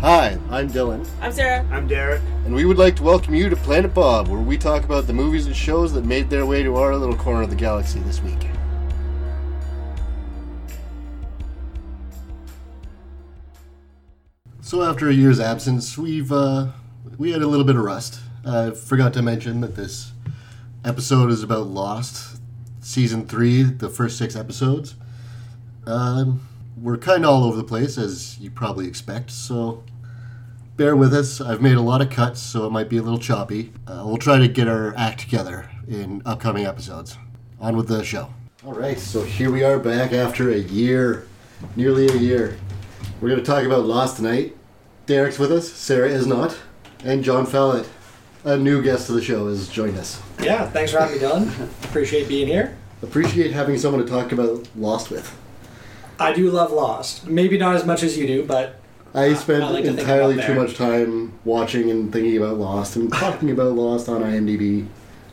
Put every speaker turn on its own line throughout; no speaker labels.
Hi, I'm Dylan,
I'm Sarah.
I'm Derek.
and we would like to welcome you to Planet Bob, where we talk about the movies and shows that made their way to our little corner of the galaxy this week. So after a year's absence, we've uh, we had a little bit of rust. I forgot to mention that this episode is about Lost, season three, the first six episodes. Um, we're kind of all over the place, as you probably expect. So bear with us. I've made a lot of cuts, so it might be a little choppy. Uh, we'll try to get our act together in upcoming episodes. On with the show. All right, so here we are back after a year, nearly a year. We're going to talk about Lost tonight. Derek's with us, Sarah is not, and John Fallett, a new guest to the show, has joined us.
Yeah, thanks for having me, Dylan. Appreciate being here.
Appreciate having someone to talk about Lost with.
I do love Lost. Maybe not as much as you do, but
I spend
I like to think
entirely
about
too
there.
much time watching and thinking about Lost and talking about Lost on IMDb.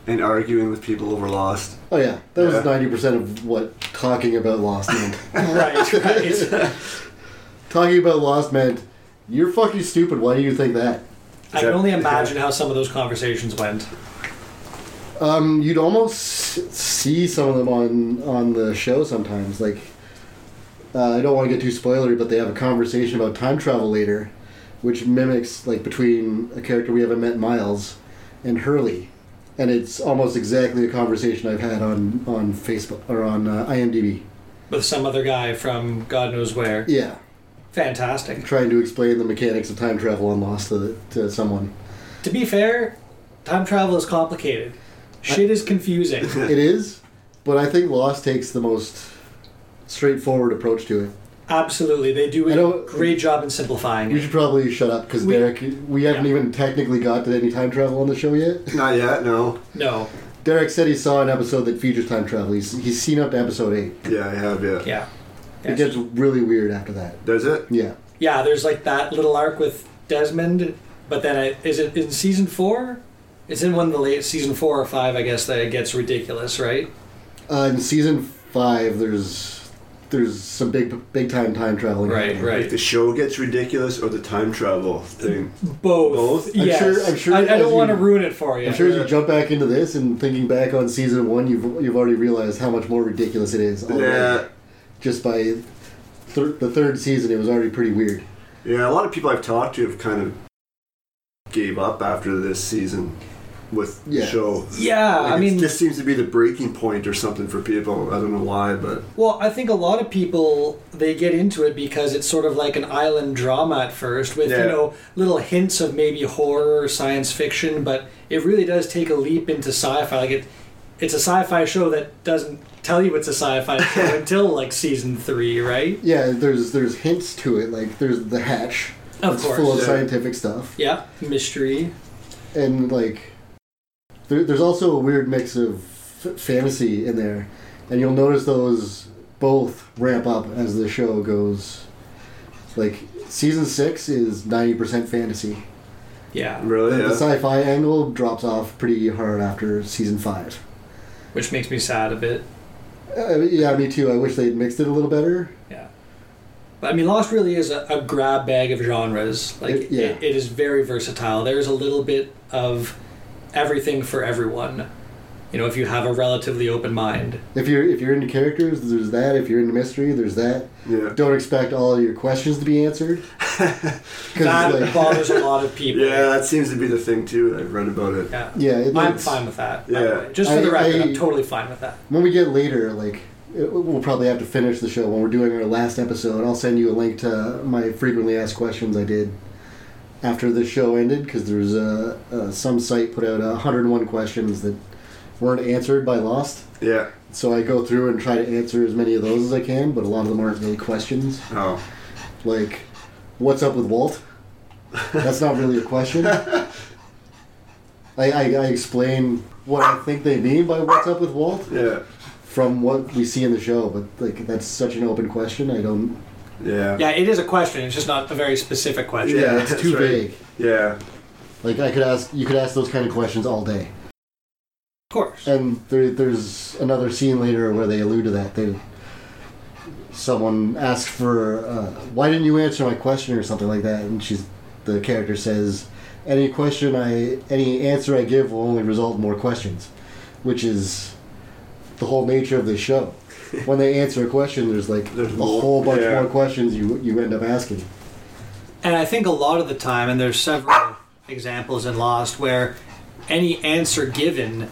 And arguing with people over Lost.
Oh yeah, that
Yeah.
was ninety percent of what talking about Lost meant.
right, right.
talking about Lost meant you're fucking stupid. Why do you think that?
I can only imagine how some of those conversations went.
Um, you'd almost s- see some of them on on the show sometimes. Like, uh, I don't want to get too spoilery, but they have a conversation about time travel later, which mimics like between a character we haven't met, Miles, and Hurley, and it's almost exactly a conversation I've had on on Facebook or on uh, IMDb.
With some other guy from God knows where.
Yeah.
Fantastic.
trying to explain the mechanics of time travel on Lost to, to someone.
To be fair, time travel is complicated. Shit is confusing.
It is, but I think Lost takes the most straightforward approach to it.
Absolutely, they do
I
a
don't-
great job in simplifying
We
it.
should probably shut up because
We-
Derek, we haven't
yeah.
even technically got to any time travel on the show yet.
Not yet, no.
No,
Derek said he saw an episode that features time travel. He's, he's seen up to episode eight.
Yeah, I have, yeah.
yeah.
It gets
Yes.
really weird after that.
Does it?
Yeah,
Yeah, there's like that little arc with Desmond, but then it, is it in season four? It's in one of the late season four or five, I guess, that it gets ridiculous, right?
uh, in season five, there's there's some big big time time traveling.
Right,
happening.
right.
Like the show gets ridiculous or the time travel thing.
Both.
Both?
I'm
Yes.
sure- I'm sure
I, I
as
don't
you-
want to ruin it for you.
I'm sure as you jump back into this and thinking back on season one, you've you've already realized how much more ridiculous it is. already.
Yeah.
just by thir- the third season, it was already pretty weird.
Yeah, a lot of people I've talked to have kind of gave up after this season with
Yeah.
the show.
Yeah,
Like,
I
it
mean,
just seems to be the breaking point or something for people. I don't know why, but
well, I think a lot of people they get into it because it's sort of like an island drama at first, with
Yeah.
you know little hints of maybe horror or science fiction, but it really does take a leap into sci-fi. Like it, it's a sci-fi show that doesn't tell you it's a sci-fi show until like season three, right?
Yeah, there's there's hints to it. Like there's the hatch.
Of
that's
course.
full of
Yeah.
scientific stuff,
Yeah, mystery.
and like there, there's also a weird mix of f- fantasy in there, and you'll notice those both ramp up as the show goes. Like season six is ninety percent fantasy.
Yeah,
really,
The, the
yeah.
sci-fi angle drops off pretty hard after season five.
which makes me sad a bit.
Uh, yeah, me too. I wish they'd mixed it a little better.
Yeah. But I mean, Lost really is a, a grab bag of genres. Like,
It- yeah.
it, it is very versatile. There's a little bit of everything for everyone. You know, if you have a relatively open mind.
If you're if you're into characters, there's that. If you're into mystery, there's that.
yeah.
Don't expect all your questions to be answered.
That
Because like,
bothers a lot of people.
Yeah, that seems to be the thing too. that I've read about it.
Yeah.
yeah, it,
I'm
it's-
fine with that. by the
Yeah.
way. Just for the
I-
record, I,
I-
am totally fine with that.
When we get later, like it, we'll probably have to finish the show when we're doing our last episode. I'll send you a link to my frequently asked questions I did after the show ended because there's a, uh some site put out 101 questions that weren't answered by Lost.
Yeah.
So I go through and try to answer as many of those as I can, but a lot of them aren't really questions.
Oh.
Like, what's up with Walt? That's not really a question. I, I, I explain what I think they mean by what's up with Walt
Yeah.
from what we see in the show, but like that's such an open question. I don't.
Yeah.
Yeah, it is a question. It's just not a very specific question.
Yeah,
it's
that's
too
right.
vague.
Yeah.
Like I could ask, you could ask those kind of questions all day.
Of course.
And there, there's another scene later where they allude to that. They, someone asks for, uh, why didn't you answer my question or something like that, and she's the character says, "Any question I, any answer I give will only result in more questions," which is the whole nature of this show. when they answer a question, there's like
There's
a
more-
whole bunch
yeah.
more questions you you end up asking.
And I think a lot of the time, and there's several examples in Lost where any answer given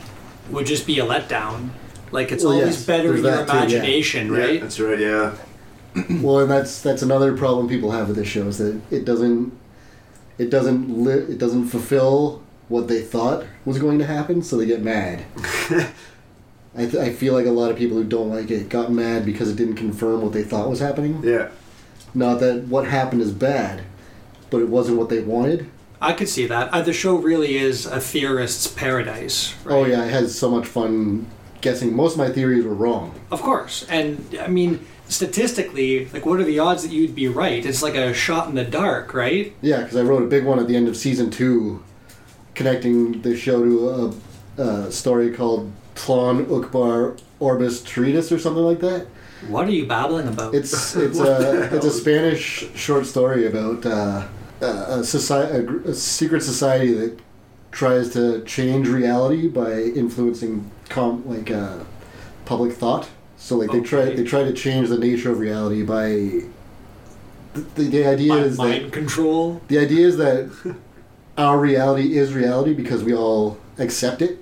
would just be a letdown. Like it's
Well,
always
yes,
better in
there's
your
that too, yeah.
imagination,
Yeah,
right?
that's right. Yeah.
Well, and that's that's another problem people have with this show is that it doesn't it doesn't li- it doesn't fulfill what they thought was going to happen, so they get mad. I, th- I feel like a lot of people who don't like it got mad because it didn't confirm what they thought was happening.
Yeah.
Not that what happened is bad, but it wasn't what they wanted.
I could see that. Uh, the show really is a theorist's paradise. Right?
Oh yeah, I had so much fun guessing. Most of my theories were wrong.
Of course. And I mean, statistically, like what are the odds that you'd be right? It's like a shot in the dark, right?
Yeah, because I wrote a big one at the end of season two, connecting the show to a, a story called Tlon Ukbar Orbis Treatise or something like that.
What are you babbling about?
It's it's a it's a Spanish short story about uh, a, a, society, a, gr- a secret society that tries to change reality by influencing com- like uh, public thought. So like they try
Okay.
they try to change the nature of reality by the, the, the idea
Mi-
is that
mind control.
the idea is that our reality is reality because we all accept it.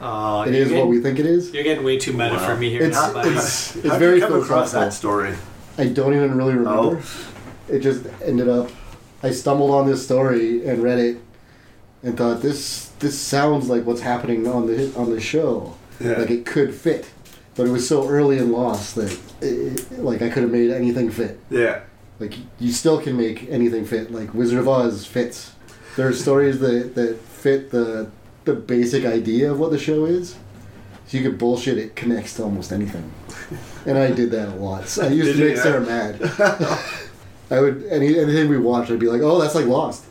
Oh,
It
you're
is what
getting-
we think it is.
You're getting way too meta
Wow.
for me here.
It's
now, buddy.
it's it's
How'd
very
you come across
philosophical.
that story.
I don't even really remember.
Oh.
It just ended up. I stumbled on this story and read it, and thought this this sounds like what's happening on the on the show.
Yeah.
Like it could fit, but it was so early and lost that it, it- like I could have made anything fit.
Yeah.
like you still can make anything fit like wizard of oz fits there are stories that, that fit the the basic idea of what the show is so you could bullshit it connects to almost anything and i did that a lot so i used
Did
to
you,
make
yeah?
sarah mad i would any, anything we watched i'd be like oh that's like lost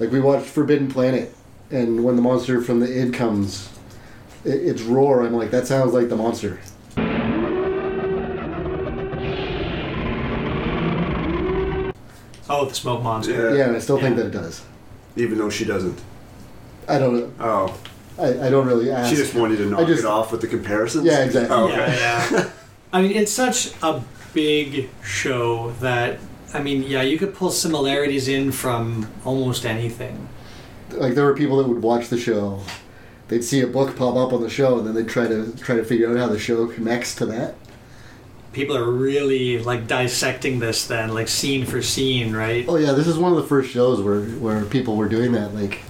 like we watched forbidden planet and when the monster from the id comes it, its roar i'm like that sounds like the monster
oh, the smoke monster.
Yeah.
yeah and i still think
Yeah.
that it does
Even though she doesn't.
i don't know
Oh.
I, I don't really ask.
She just wanted to knock
I just-
it off with the comparisons.
Yeah, exactly.
Oh, okay.
Yeah, yeah. I mean, it's such a big show that I mean, yeah, you could pull similarities in from almost anything.
like there were people that would watch the show, they'd see a book pop up on the show, and then they'd try to try to figure out how the show connects to that.
People are really like dissecting this then, like scene for scene, right?
Oh yeah, this is one of the first shows where where people were doing that. Like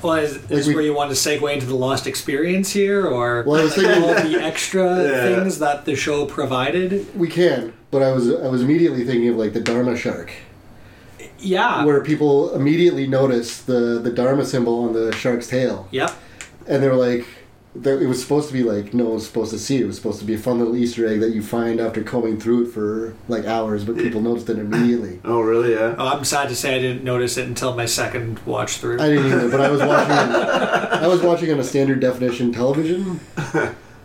Well, is, is this
we-
where you want to segue into the lost experience here, or
Well, I was thinking-
all the extra
Yeah.
things that the show provided?
we can, but I was I was immediately thinking of like the Dharma shark,
Yeah.
where people immediately notice the the Dharma symbol on the shark's tail,
Yep.
and they were like. That it was supposed to be like no one's supposed to see it. It was supposed to be a fun little Easter egg that you find after combing through it for like hours, but people noticed it immediately.
Oh, really? Yeah.
Oh, I'm sad to say I didn't notice it until my second watch through.
I didn't either, but I was watching. I was watching on a standard definition television,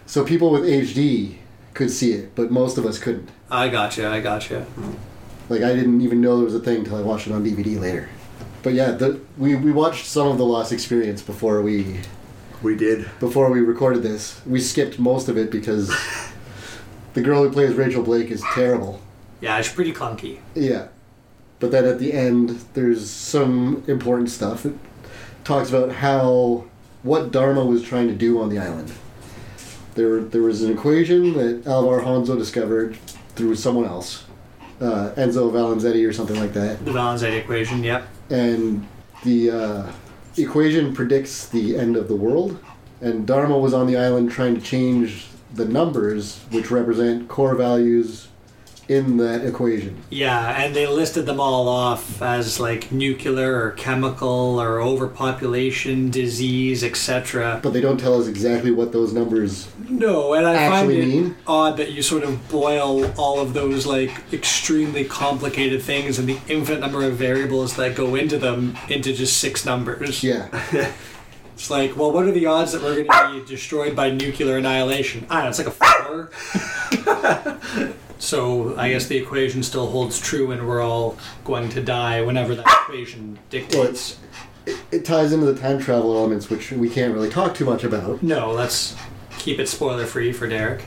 so people with HD could see it, but most of us couldn't.
I gotcha. I gotcha.
Like I didn't even know there was a thing till I watched it on DVD later. But yeah, the, we we watched some of the Lost Experience before we
We did.
before we recorded this. We skipped most of it because the girl who plays Rachel Blake is terrible.
Yeah, it's pretty clunky.
Yeah. But then at the end, there's some important stuff. It talks about how what Dharma was trying to do on the island. There, there was an equation that Alvar Hanzo discovered through someone else, uh, Enzo Valenzetti or something like that,
The Valentine equation, yep.
and the uh, equation predicts the end of the world. And Dharma was on the island trying to change the numbers, which represent core values in that equation.
Yeah, and they listed them all off as like nuclear or chemical or overpopulation, disease, etc.
but they don't tell us exactly what those numbers.
No, and I
Actually
find it
mean?
odd that you sort of boil all of those like extremely complicated things and the infinite number of variables that go into them into just six numbers.
Yeah,
It's like, well, what are the odds that we're going to be destroyed by nuclear annihilation? I don't know, it's like a four. So I guess the equation still holds true, and we're all going to die whenever that equation
Well,
dictates.
it's, it, it ties into the time travel elements, which we can't really talk too much about,
No, let's keep it spoiler free for Derek.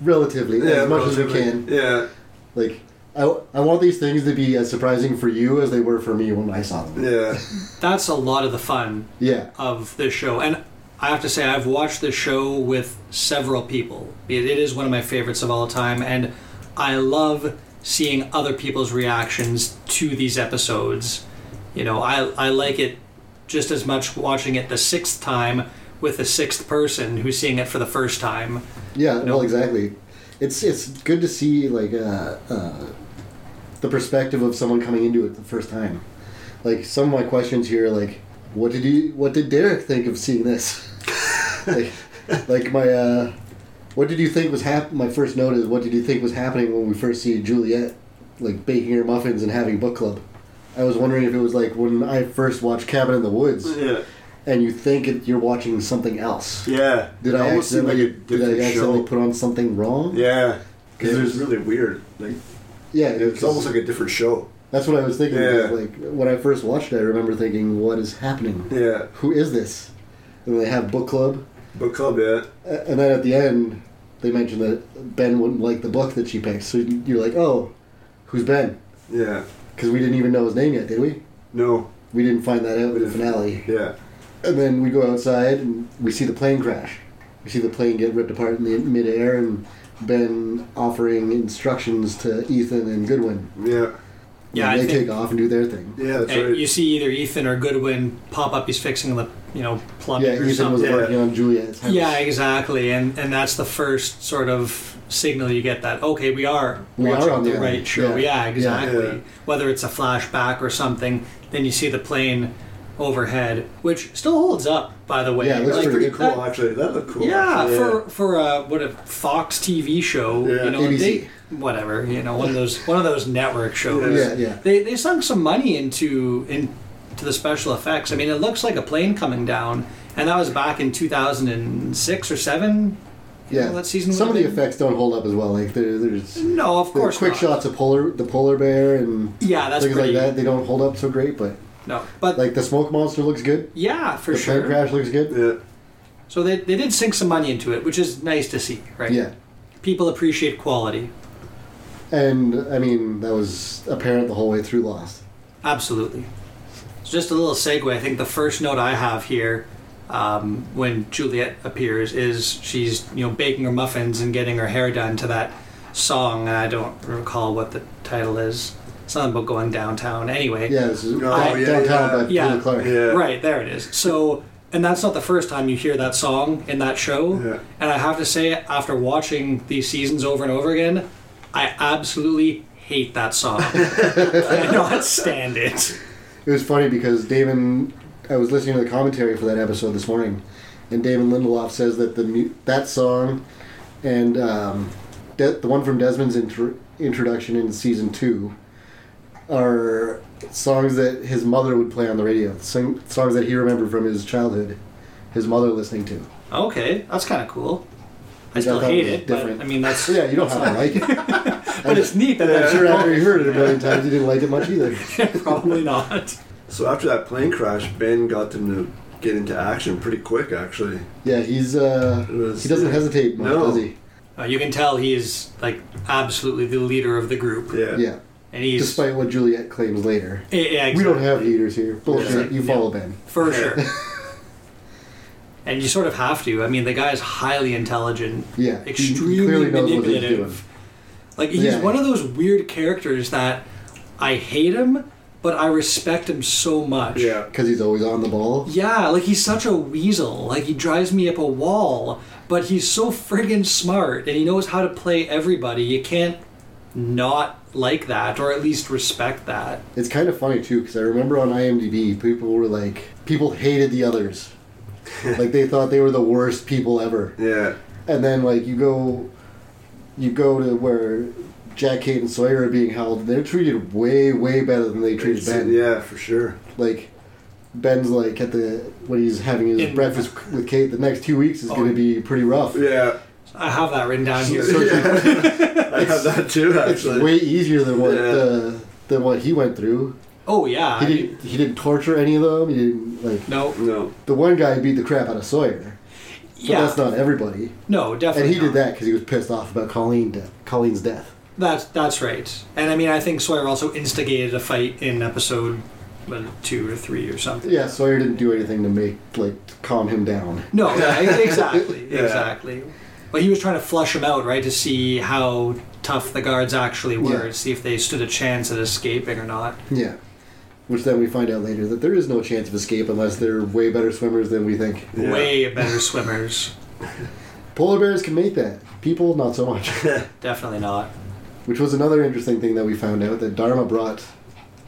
relatively, as much as we
relatively.
can.
Yeah,
Like, I, I want these things to be as surprising for you as they were for me when I saw them.
yeah.
That's a lot of the fun
Yeah.
of this show, and I have to say I've watched this show with several people. It, it is one of my favorites of all time, and I love seeing other people's reactions to these episodes. You know, I I like it just as much watching it the sixth time with the sixth person who's seeing it for the first time.
Yeah,
No.
well, exactly. It's it's good to see like uh, uh, the perspective of someone coming into it the first time. Like some of my questions here, like what did you, what did Derek think of seeing this? like, like my, uh, what did you think was hap- My first note is, what did you think was happening when we first see Juliet, like baking her muffins and having book club? I was wondering if it was like when I first watched Cabin in the Woods,
Yeah,
and you think it, you're watching something else.
yeah.
Did
It
I
almost seemed like
accidentally, did
a
I
different
accidentally
show?
put on something wrong?
Yeah, because
Yeah.
it was really weird. Like
yeah
it's almost like a different show.
that's what I was thinking.
Yeah.
was Like when I first watched it, I remember thinking, "What is happening?
Yeah,
Who is this?" And they have book club,
book club. Yeah,
A- and then at the end, they mention that Ben wouldn't like the book that she picked. So you're like, "Oh, who's Ben?"
yeah.
Because we didn't even know his name yet, did we?
No,
We didn't find that out in the
didn't.
finale.
yeah,
And then we go outside and we see the plane crash. We see the plane get ripped apart in the midair, and Ben offering instructions to Ethan and Goodwin.
yeah,
Yeah,
And
I
they
think-
take off and do their thing.
yeah. That's
And
right.
you see either Ethan or Goodwin pop up. He's fixing the you know plumbing
Yeah,
or
Ethan was
something.
Yeah.
working on Juliet's house.
Yeah, exactly, and and that's the first sort of signal you get that okay, we are
We are
watching
on
the
the
right
island.
show.
Yeah.
Yeah, exactly.
Yeah.
Whether it's a flashback or something, then you see the plane overhead, which still holds up, by the way.
Yeah, it looks
That's
That's
pretty
pretty-
cool,
that-
actually. That looked cool.
yeah,
actually,
for for a, what a Fox TV show,
Yeah,
you know,
ABC.
they whatever, you know, one of those one of those network shows.
Yeah, yeah.
They they sunk some money into into the special effects. I mean, it looks like a plane coming down, and that was back in 2006 or 7. You
Yeah.
know, that season
Some of the
would've been-
effects don't hold up as well. Like there, there's of
No, of course
quick
not.
shots of polar the polar bear and
Yeah, that's
things
pretty
like that. They don't hold up so great, but
No. But
like the smoke monster looks good.
yeah, for
the
sure.
plane crash looks good.
Yeah,
So they they did sink some money into it, which is nice to see, right?
Yeah.
People appreciate quality.
And I mean that was apparent the whole way through Lost.
Absolutely. So just a little segue. I think the first note I have here, um, when Juliet appears, is she's you know baking her muffins and getting her hair done to that song. And I don't recall what the title is. Something about going downtown. Anyway,
Yeah, this is
Oh,
back
yeah,
downtown
yeah.
by Julia
Yeah.
Clark.
yeah.
Right, there it is. So, and that's not the first time you hear that song in that show.
Yeah.
And I have to say, after watching these seasons over and over again, I absolutely hate that song. I cannot stand it.
It was funny because Damon, I was listening to the commentary for that episode this morning, and Damon Lindelof says that the mu- that song and um, De- the one from Desmond's intro- introduction in season two are songs that his mother would play on the radio, sing- songs that he remembered from his childhood, his mother listening to.
Okay, that's kind of cool.
Which
I
I
still
thought
hate
was
it,
different.
but I mean that's.
So yeah, you don't have to like it.
But it's neat that
I'm
that's
sure after
your
you heard it a million times, you didn't like it much either.
Probably not.
So after that plane crash, Ben got them to get into action pretty quick, actually.
Yeah, he's uh,
It was-
he doesn't hesitate much,
No.
does he?
Uh, you can tell he is like absolutely the leader of the group,
Yeah.
Yeah,
and he's
despite what Juliet claims later.
Yeah, yeah,
We
exactly.
don't have leaders here. Bullshit.
Yeah.
You follow Ben.
For
Yeah.
sure. and you sort of have to. I mean, the guy is highly intelligent,
Yeah. he
extremely
doing.
manipulative. Like he's
Yeah.
one of those weird characters that I hate him, but I respect him so much.
Yeah.
Because he's always on the ball.
Yeah, like he's such a weasel. Like he drives me up a wall, but he's so friggin' smart and he knows how to play everybody. You can't not like that or at least respect that.
It's kind of funny, too, because I remember on IMDb, people were like, people hated the others. like, they thought they were the worst people ever.
Yeah.
And then, like, you go you go to where Jack, Kate, and Sawyer are being held. They're treated way, way better than they treated Ben.
Yeah, for sure.
Like, Ben's, like, at the, when he's having his
In- Oh.
breakfast with Kate, the next two weeks is going to be pretty rough.
Yeah.
I have that written down here.
Yeah. I have that too,
It's
actually.
way easier than what
Yeah.
uh, than what he went through.
Oh yeah.
He
I-
didn't he didn't torture any of them. He didn't like
no.
no.
the one guy beat the crap out of Sawyer. But
yeah.
that's not everybody.
no,
And
definitely.
he did
not.
that because he was pissed off about Colleen death, Colleen's death.
That's that's right. And I mean, I think Sawyer also instigated a fight in episode well, two or three or something.
Yeah, Sawyer didn't do anything to make like to calm him down.
No, yeah, e- exactly,
Yeah.
exactly. But he was trying to flush him out, right, to see how tough the guards actually were,
Yeah.
to see if they stood a chance at escaping or not.
Yeah. Which then we find out later that there is no chance of escape unless they're way better swimmers than we think.
Yeah.
Way better swimmers,
Polar bears can make that. People, not so much.
definitely not.
Which was another interesting thing that we found out that Dharma brought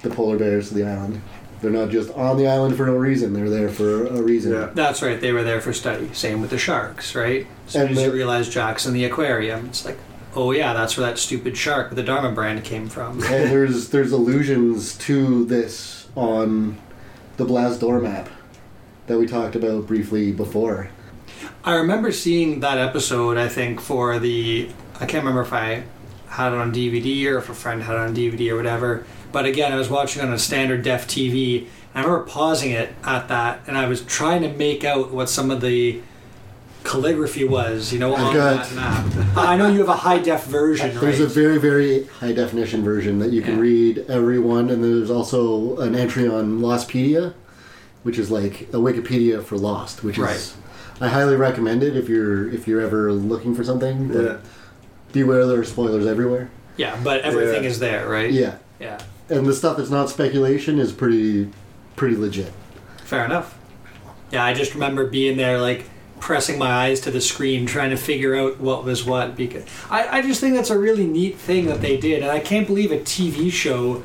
the polar bears to the island. They're not just on the island for no reason, they're there for a reason.
Yeah.
That's right. They were there for study. Same with the sharks, right? As soon
And
as
the-
you realize Jack's in the aquarium, it's like, oh yeah, that's where that stupid shark with the Dharma brand came from.
And there's there's allusions to this on the Blasdor map that we talked about briefly before.
I remember seeing that episode. I think for the I can't remember if I had it on DVD or if a friend had it on DVD or whatever. But again, I was watching on a standard def TV. And I remember pausing it at that, and I was trying to make out what some of the calligraphy was. You know, on
God.
that map. I know you have a high def version, right?
There's a very, very high definition version that you can
Yeah.
read every one, and there's also an entry on Lostpedia, which is like a Wikipedia for Lost, which
Right.
is I highly recommend it if you're if you're ever looking for something. But
Yeah.
Beware, there are spoilers everywhere.
yeah, but everything
Yeah.
is there, right?
Yeah,
Yeah.
and the stuff that's not speculation is pretty, pretty legit.
Fair enough. Yeah, I just remember being there, like pressing my eyes to the screen, trying to figure out what was what. Because I, I just think that's a really neat thing that they did, and I can't believe a TV show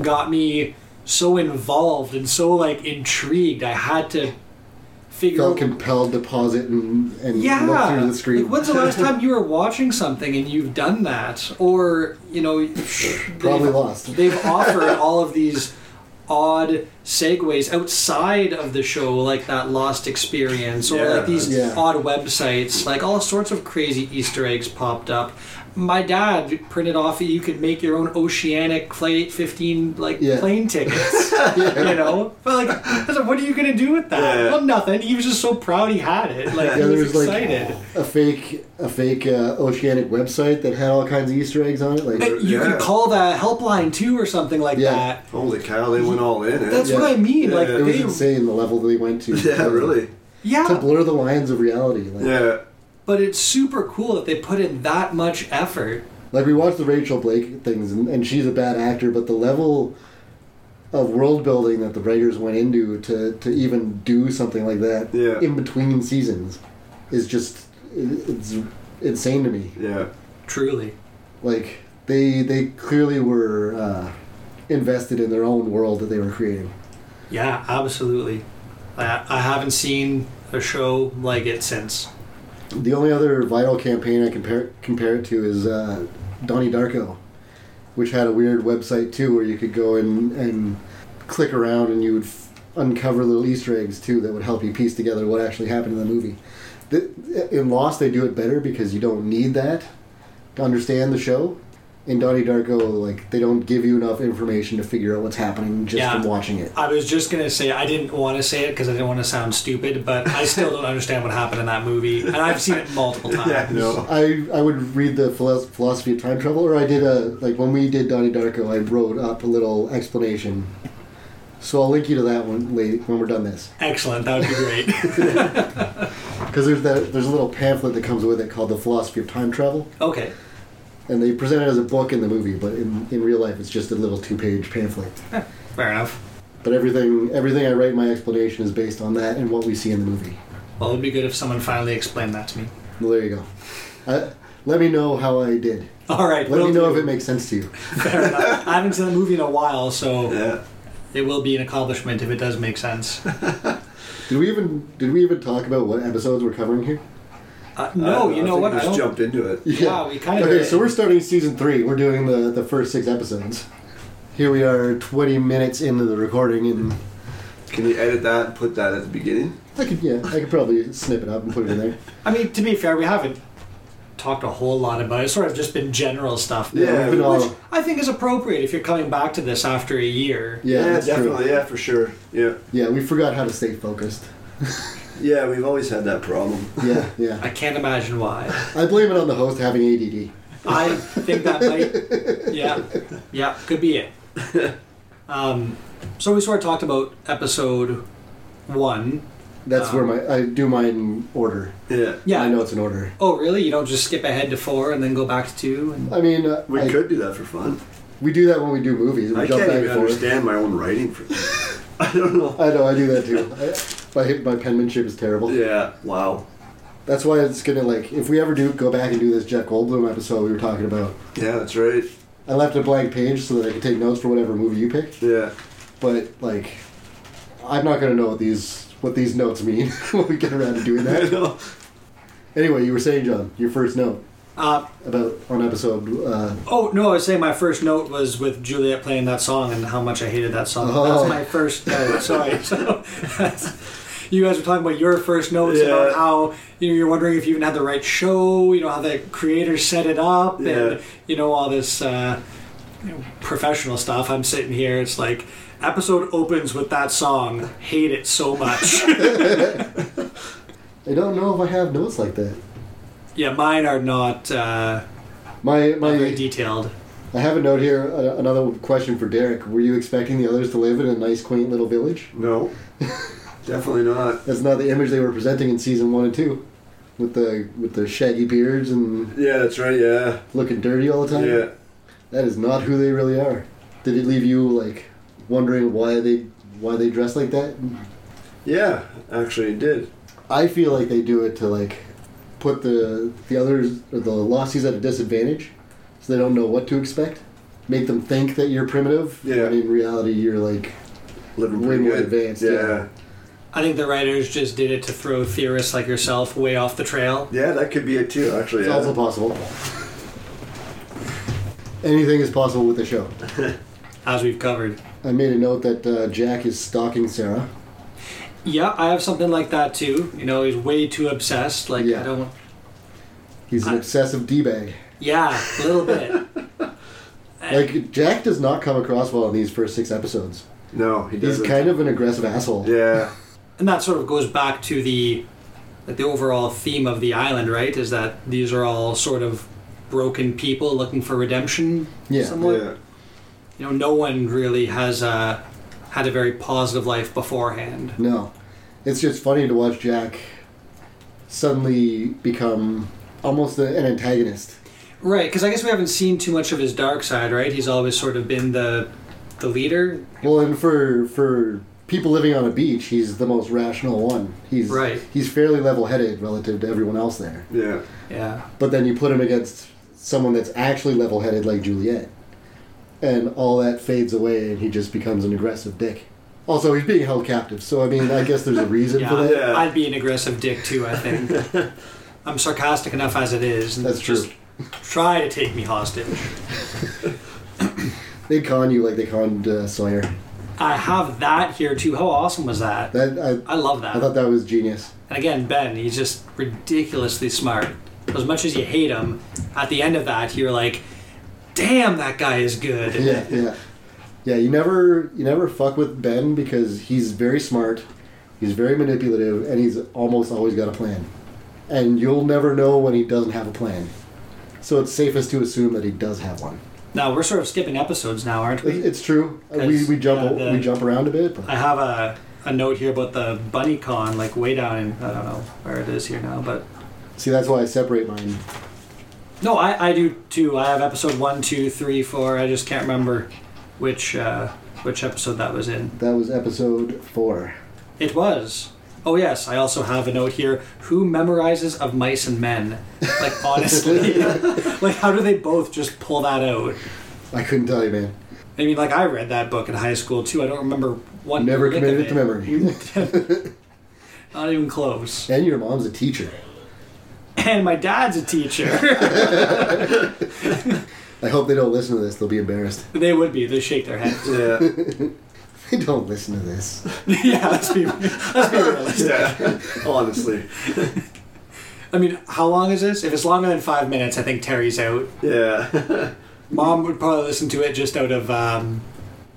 got me so involved and so like intrigued. I had to figure
Felt
out.
compelled to pause it and, and look
yeah,
through the screen.
Like, when's the last time you were watching something and you've done that, or you know,
Probably
they've-
lost.
They've offered all of these odd segues outside of the show, like that Lost experience, or like these
Yeah.
odd websites, like all sorts of crazy Easter eggs popped up. My dad printed off you could make your own Oceanic Flight 15 like
Yeah.
plane tickets, you know. But like, I was like, what are you gonna do with that?
Yeah.
Well, nothing. He was just so proud he had it. Like
Yeah,
he
there
was
was like
excited.
a fake, a fake uh, oceanic website that had all kinds of Easter eggs on it. Like,
And you
Yeah.
could call the helpline too, or something like
Yeah.
that.
Holy cow, they went all in. Eh?
That's
Yeah.
what I mean. Like
Yeah.
it was
they,
insane the level they went to.
yeah, really.
yeah.
To blur the lines of reality. Like,
Yeah.
But it's super cool that they put in that much effort.
like we watched the Rachel Blake things, and, and she's a bad actor, but the level of world building that the writers went into to, to even do something like that
Yeah.
in between seasons is just it- it's insane to me.
Yeah.
Truly.
Like they they clearly were uh, invested in their own world that they were creating.
Yeah, absolutely. I, I haven't seen a show like it since.
The only other vital campaign I compare compare it to is uh, Donnie Darko, which had a weird website too, where you could go and and click around and you would f- uncover little Easter eggs too that would help you piece together what actually happened in the movie. The, in Lost, they do it better because you don't need that to understand the show. In Donnie Darko, like they don't give you enough information to figure out what's happening just
Yeah.
from watching it.
I was just going to say, I didn't want to say it because I didn't want to sound stupid, but I still don't understand what happened in that movie. And I've seen it multiple times.
Yeah. No.
I, I would read the philo- philosophy of time travel, or I did a like when we did Donnie Darko, I wrote up a little explanation. So I'll link you to that one later when we're done this,
Excellent. That would be great.
because there's that there's a little pamphlet that comes with it called the philosophy of time travel,
okay.
and they present it as a book in the movie, but in, in real life it's just a little two page pamphlet.
Fair enough.
But everything everything I write in my explanation is based on that and what we see in the movie.
Well, it would be good if someone finally explained that to me.
Well, there you go. Uh, let me know how I did.
All right.
Let
will
me know
do.
if it makes sense to you.
Fair enough. I haven't seen the movie in a while, so
Yeah.
it will be an accomplishment if it does make sense.
Did we even did we even talk about what episodes we're covering here?
Uh,
I don't
no,
know,
you
I
know
think
what?
we
I
Just
don't-
jumped into it.
Yeah, we kinda
Okay,
did.
so we're starting season three. We're doing the the first six episodes. Here we are, twenty minutes into the recording, and
Can you edit that and put that at the beginning?
I could yeah, I could probably snip it up and put it in there.
I mean, to be fair, we haven't talked a whole lot about. It's sort of just been general stuff.
Yeah,
we
which
all,
I think is appropriate if you're coming back to this after a year.
Yeah,
yeah, that's
definitely.
True.
Yeah, for sure. Yeah,
Yeah, we forgot how to stay focused.
yeah. We've always had that problem.
Yeah, yeah.
I can't imagine why.
I blame it on the host having ADD.
I think that might, yeah, yeah, could be it. Um, so we sort of talked about episode one.
That's
Um,
where my I do mine in order.
Yeah,
Yeah.
I know it's an order.
Oh, really? You don't just skip ahead to four and then go back to two? And...
I mean, uh,
we
I-
could do that for fun.
we do that when we do movies. We
I
jump
can't
back
even
and forth.
understand my own writing for that. I don't know.
I know, I do that too. I, my my penmanship is terrible.
Yeah. Wow.
That's why it's gonna like if we ever do go back and do this Jeff Goldblum episode we were talking about.
Yeah, that's right.
I left a blank page so that I could take notes for whatever movie you picked.
Yeah.
But like, I'm not gonna know what these what these notes mean when we get around to doing
I
that.
know.
anyway, you were saying, John, your first note
Uh,
about on episode. Uh,
oh, no, I was saying my first note was with Juliet playing that song and how much I hated that song.
Oh.
That's my first note, sorry. So, that's- you guys were talking about your first notes
Yeah.
about how you know, you're wondering if you even had the right show, you know, how the creator set it up,
Yeah.
and, you know, all this uh, you know, professional stuff. I'm sitting here, it's like, episode opens with that song, hate it so much.
I don't know if I have notes like that.
yeah, mine are not. Uh,
My my.
Not very detailed.
I have a note here. Uh, another question for Derek. Were you expecting the others to live in a nice, quaint little village?
No. Definitely not.
That's not the image they were presenting in season one and two, with the with the shaggy beards and
Yeah, that's right. Yeah.
looking dirty all the time.
Yeah.
That is not who they really are. Did it leave you like wondering why they why they dress like that?
Yeah. Actually, it did.
I feel like they do it to like put the the others or the losties at a disadvantage, so they don't know what to expect. Make them think that you're primitive.
Yeah.
When in reality, you're like
Living
Way
pretty
more
good.
advanced,
Yeah.
yeah.
yeah.
I think the writers just did it to throw theorists like yourself way off the trail.
that could be it too. Actually.
it's
yeah.
also possible. Anything is possible with the show.
As we've covered.
I made a note that uh, Jack is stalking Sarah.
Yeah, I have something like that too. You know, he's way too obsessed. Like
Yeah.
I don't.
He's an
I-
obsessive d bag.
Yeah, a little bit.
Like Jack does not come across well in these first six episodes.
No, he
He's
doesn't.
kind of an aggressive asshole.
Yeah.
and that sort of goes back to the, like the overall theme of the island, right? Is that these are all sort of broken people looking for redemption.
Yeah,
Somewhat.
Yeah.
You know, no one really has uh, had a very positive life beforehand.
No, it's just funny to watch Jack suddenly become almost a, an antagonist.
Right, because I guess we haven't seen too much of his dark side, right? He's always sort of been the the leader,
Well, and for for people living on a beach, he's the most rational one. He's
Right.
He's fairly level-headed relative to everyone else there.
Yeah.
yeah,
But then you put him against someone that's actually level-headed like Juliet, and all that fades away, and he just becomes an aggressive dick. Also, he's being held captive, so I mean, I guess there's a reason for
yeah.
that.
Yeah.
I'd be an aggressive dick too. I think I'm sarcastic enough as it is. And
That's true.
just Try to take me hostage.
They con you like they conned uh, Sawyer.
I have that here too. How awesome was that?
That I,
I love that.
I thought that was genius.
and again, Ben, he's just ridiculously smart. As much as you hate him, at the end of that, you're like, "Damn, that guy is good."
yeah, yeah, yeah. You never, you never fuck with Ben because he's very smart, he's very manipulative, and he's almost always got a plan. And you'll never know when he doesn't have a plan. So it's safest to assume that he does have one.
Now we're sort of skipping episodes now, aren't we?
It- It's true. Uh, We, we jump
Yeah, the-
we jump around a bit, but
I have a, a note here about the bunny con, like way down in, I don't know where it is here now, but.
see that's why I separate mine.
No, I, I do too. I have episode one, two, three, four. I just can't remember which uh, which episode that was in.
That was episode four.
It was. Oh, yes, I also have a note here. Who memorizes Of Mice and Men? Like, honestly. like, how do they both just pull that out?
I couldn't tell you, man.
I mean, like, I read that book in high school too. I don't remember one.
Never
lick of
committed it to memory.
Not even close.
and your mom's a teacher.
and my dad's a teacher.
I hope they don't listen to this. They'll be embarrassed.
they would be. They shake their heads.
Yeah.
They don't listen to this.
yeah, let's be let's be realistic.
yeah. Honestly.
I mean, how long is this? If it's longer than five minutes, I think Terry's out.
Yeah.
Mom would probably listen to it just out of. Um,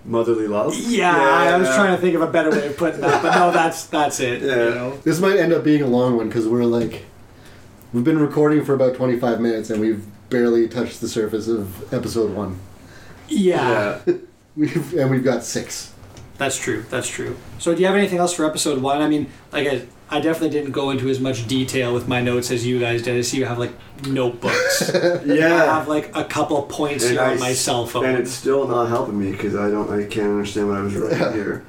Motherly love.
yeah, I was trying to think of a better way of putting that, but no, that's that's it.
Yeah.
You know?
This might end up being a long one because we're like, we've been recording for about 25 minutes and we've barely touched the surface of episode one.
Yeah,
Yeah.
We've and we've got six.
that's true. That's true. So, do you have anything else for episode one? I mean, like I, I definitely didn't go into as much detail with my notes as you guys did. I see you have like notebooks. I
Yeah.
have like a couple points
And
here
I
on my
s-
cell phone.
And it's still not helping me because I don't, I can't understand what I was writing here.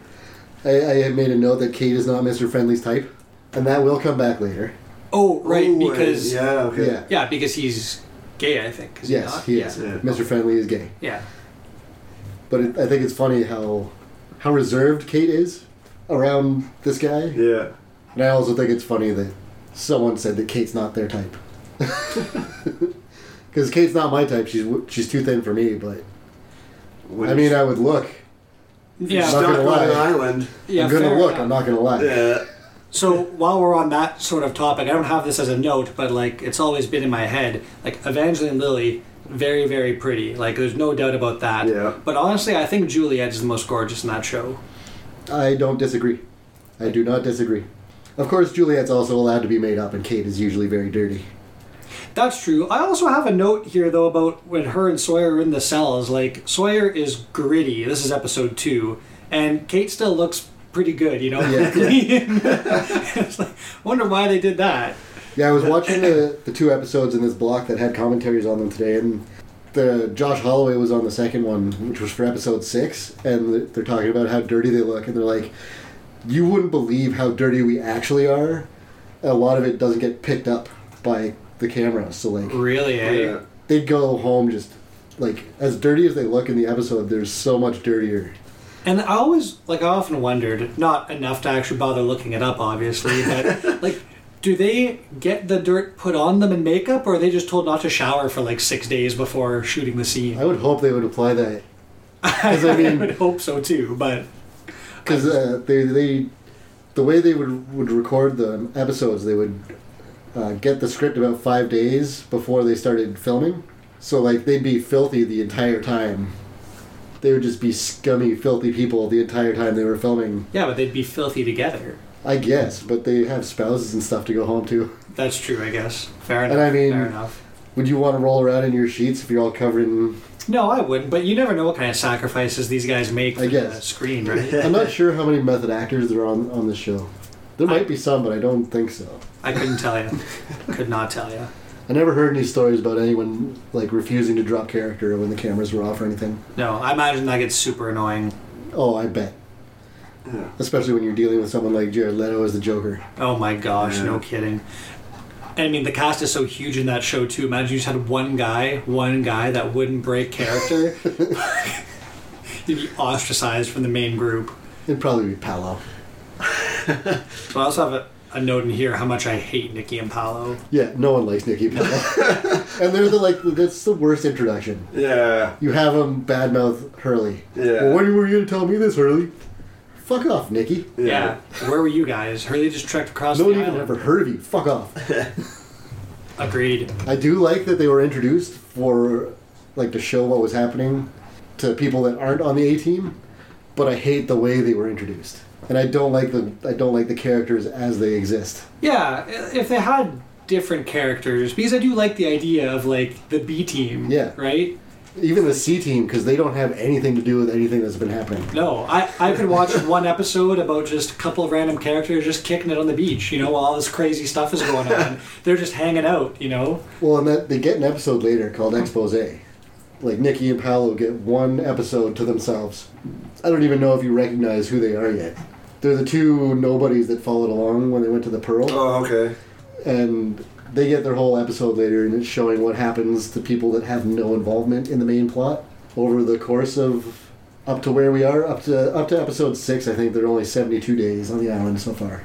I, I had made a note that Kate is not Mr. Friendly's type, and that will come back later.
oh, right,
Ooh, and-
because yeah.
yeah, okay.
Yeah.
because he's gay, I think. Is he
Yes,
not?
he is.
Yeah.
Yeah.
Mr. Friendly is gay,
yeah.
but it, I think it's funny how how reserved Kate is around this guy,
Yeah.
and I also think it's funny that someone said that Kate's not their type. Because Kate's not my type. She's w- she's too thin for me, but
When
I mean, I would look.
Yeah.
not
stuck
gonna
on
lie.
an island.
Yeah,
I'm gonna
fair
look.
enough.
I'm not gonna lie.
Yeah.
So while we're on that sort of topic, I don't have this as a note, but like it's always been in my head. Like Evangeline Lilly, very very pretty. Like there's no doubt about that.
Yeah.
But honestly, I think Juliet is the most gorgeous in that show.
I don't disagree. I do not disagree. Of course, Juliet's also allowed to be made up, and Kate is usually very dirty.
That's true. I also have a note here though about when her and Sawyer are in the cells. Like Sawyer is gritty. This is episode two, and Kate still looks pretty good. You know,
Yeah.
clean. It's like, I wonder why they did that.
Yeah, I was watching the, the two episodes in this block that had commentaries on them today, and the Josh Holloway was on the second one, which was for episode six, and th- they're talking about how dirty they look, and they're like, "You wouldn't believe how dirty we actually are." A lot of it doesn't get picked up by the camera, so like
Really? Eh?
Yeah.
they go home just like as dirty as they look in the episode. They're so much dirtier.
And I always, like, I often wondered, not enough to actually bother looking it up, obviously, but, like, do they get the dirt put on them in makeup, or are they just told not to shower for, like, six days before shooting the scene?
I would hope they would apply that. Because I
I
mean,
would hope so, too, but.
because uh, they they the way they would would record the episodes, they would uh, get the script about five days before they started filming. So like they'd be filthy the entire time. They would just be scummy, filthy people the entire time they were filming.
Yeah, but they'd be filthy together.
I guess, but they have spouses and stuff to go home to.
That's true, I guess. Fair enough.
And I mean-
fair enough.
Would you want to roll around in your sheets if you're all covered in
No, I wouldn't, but you never know what kind of sacrifices these guys make for
I
the
guess.
screen, right?
I'm not sure how many method actors there are on, on the show. There might be some, but I don't think so.
I couldn't tell you. Could not tell you.
I never heard any stories about anyone like refusing to drop character when the cameras were off or anything.
No, I imagine that gets super annoying.
Oh, I bet.
Yeah.
Especially when you're dealing with someone like Jared Leto as the Joker.
Oh my gosh,
Yeah.
no kidding. I mean, the cast is so huge in that show too. Imagine you just had one guy, one guy that wouldn't break character. You'd be ostracized from the main group.
It'd probably be Palo.
So I also have a, a note in here how much I hate Nikki and Paolo.
Yeah, no one likes Nikki Palo. and they're the like that's the worst introduction.
Yeah.
You have him badmouth Hurley.
Yeah.
Well, when were you gonna tell me this, Hurley? Fuck off, Nikki.
Yeah. Where were you guys? Hurley just trekked across
No
the
one even
island.
ever heard of you. Fuck off.
Agreed.
I do like that they were introduced for like to show what was happening to people that aren't on the A team, but I hate the way they were introduced. And I don't like the I don't like the characters as they exist.
Yeah, i- if they had different characters, because I do like the idea of like the B team.
Yeah.
Right?
Even the C team, because they don't have anything to do with anything that's been happening.
No, I, I could watch one episode about just a couple of random characters just kicking it on the beach, you know, while all this crazy stuff is going on. They're just hanging out, you know?
Well, and that they get an episode later called Expose. Like Nikki and Paolo get one episode to themselves. I don't even know if you recognize who they are yet. They're the two nobodies that followed along when they went to the Pearl,
Oh, okay.
and they get their whole episode later, and it's showing what happens to people that have no involvement in the main plot over the course of up to where we are up to up to episode six. I think they're only seventy two days on the island so far.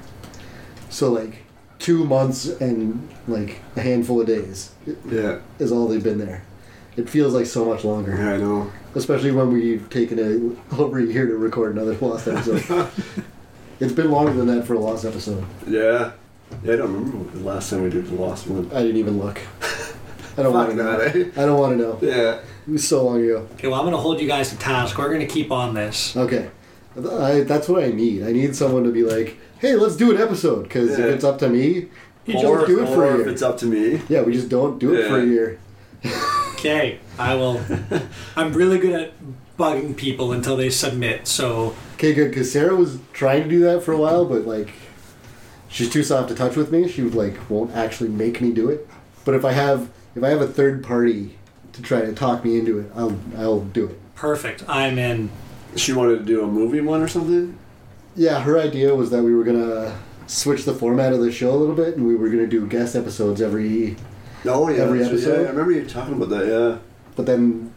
So like two months and like a handful of days
Yeah.
is all they've been there. It feels like so much longer,
Yeah, I know.
especially when we've taken a, over a year to record another Lost episode. it's been longer than that for a Lost episode.
Yeah. Yeah, I don't remember the last time we did the last one.
I didn't even look. I don't want
Fuck
to know.
that, eh?
I don't want to know.
Yeah.
It was so long ago.
Okay, well, I'm going to hold you guys to task. We're going to keep on this.
Okay, I, that's what I need. I need someone to be like, "Hey, let's do an episode." Because
Yeah.
if it's up to me, we just
or
don't do it for
or
a
if
year.
it's up to me.
Yeah, we just don't do it for a
Yeah.
year.
Okay, I will. I'm really good at bugging people until they submit, so
Okay, good. Because Sarah was trying to do that for a while, but like, she's too soft to touch with me. She would like won't actually make me do it. But if I have if I have a third party to try to talk me into it, I'll I'll do it.
perfect. I'm in.
She wanted to do a movie one or something.
Yeah, her idea was that we were gonna switch the format of the show a little bit, and we were gonna do guest episodes every.
No, yeah.
Every
that's-
episode?
Yeah, I remember you talking about that. Yeah.
But then,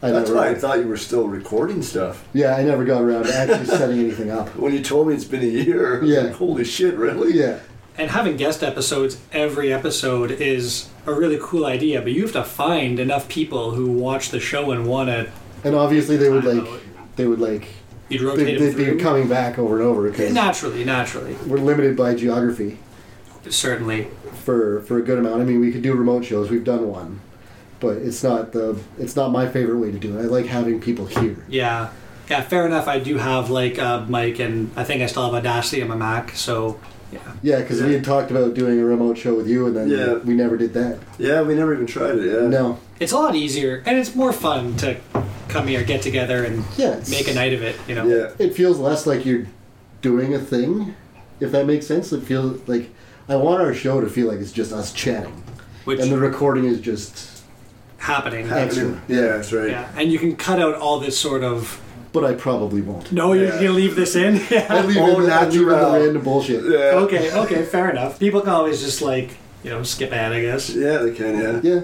I
That's
never.
why I thought you were still recording stuff.
Yeah, I never got around to actually setting anything up.
When you told me it's been a year, I was
Yeah.
like, holy shit, really?
Yeah,
And having guest episodes every episode is a really cool idea, but you have to find enough people who watch the show and want to.
and obviously they would
I
like,
know.
they would like,
You'd
they,
rotate
they'd
it
be
through.
coming back over and over because
Naturally, naturally,
we're limited by geography
certainly.
for for a good amount. I mean, we could do remote shows. We've done one, but it's not the it's not my favorite way to do it. I like having people here.
Yeah, yeah. Fair enough. I do have like a mic, and I think I still have Audacity on my Mac. So yeah,
Yeah, because we had talked about doing a remote show with you, and then
Yeah.
we never did that.
Yeah, we never even tried it. Yeah.
No,
it's a lot easier, and it's more fun to come here, get together, and
yeah, it's-
make a night of it. You know.
Yeah.
it feels less like you're doing a thing, if that makes sense. It feels like I want our show to feel like it's just us chatting,
Which
and the recording is just.
happening.
Excellent.
Yeah, that's right.
Yeah, and you can cut out all this sort of.
But I probably won't.
No, you're
Yeah.
gonna leave this in.
I leave
Oh,
in the, I leave in the
natural.
random bullshit.
Yeah.
okay, okay, fair enough. People can always just like you know skip ahead, I guess.
Yeah, they can, yeah.
Yeah,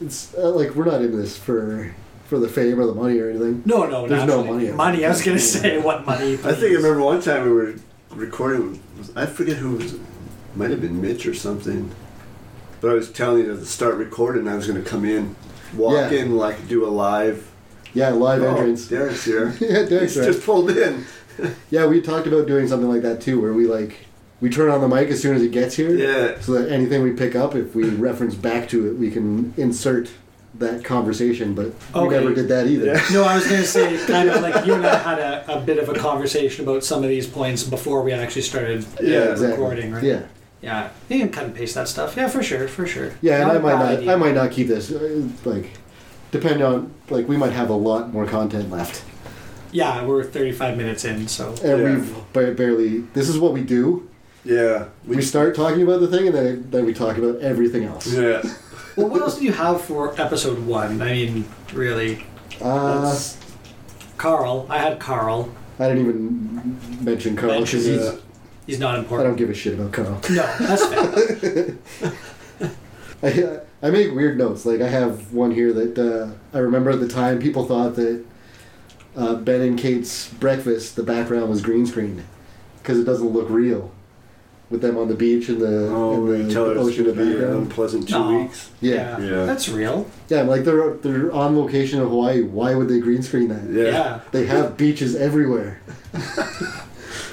it's uh, like we're not in this for for the fame or the money or anything.
No, no,
There's no
naturally.
money.
I was gonna say what money.
I think I
please.
remember one time we were recording. I forget who it was. Might have been Mitch or something. But I was telling you to start recording. I was going to come in, walk
Yeah.
in like do a live.
Yeah, live
Oh,
entrance.
Derek's here.
Yeah, Derek's
He's
right.
just pulled in.
Yeah, we talked about doing something like that too, where we like we turn on the mic as soon as it gets here,
Yeah.
so that anything we pick up, if we reference back to it, we can insert that conversation. But we
Okay.
never did that either.
No, I was gonna say kind of like you and I had a, a bit of a conversation about some of these points before we actually started uh,
Yeah,
exactly.
recording, right?
Yeah,
Yeah, you can cut and paste that stuff. Yeah, for sure, for sure.
yeah, and I
a
might
bad
not,
idea.
I might not keep this. uh, Like, depend on like we might have a lot more content left.
Yeah, we're 35 minutes in, so
and
Yeah.
we've ba- barely. This is what we do.
Yeah.
We start talking about the thing, and then then we talk about everything else.
Yeah.
well, what else do you have for episode one? I mean, really,
Uh,
That's-
Carl. I had Carl.
I didn't even mention Carl because
Mention
he's.
yeah.
He's not
Oh, I don't
important.
give a shit about Carl.
No, that's fair.
I I make weird notes. Like I have one here that uh, I remember at the time people thought that uh, Ben and Kate's breakfast, the background was green screen because it doesn't look real with them on the beach and the,
Oh,
and
we
the
tell her it's
ocean in
going
the
to be an
background.
unpleasant two
No.
weeks.
Yeah.
Yeah.
that's real.
yeah, I'm like they're they're on location in Hawaii. Why would they green screen that?
Yeah.
yeah.
They have beaches everywhere.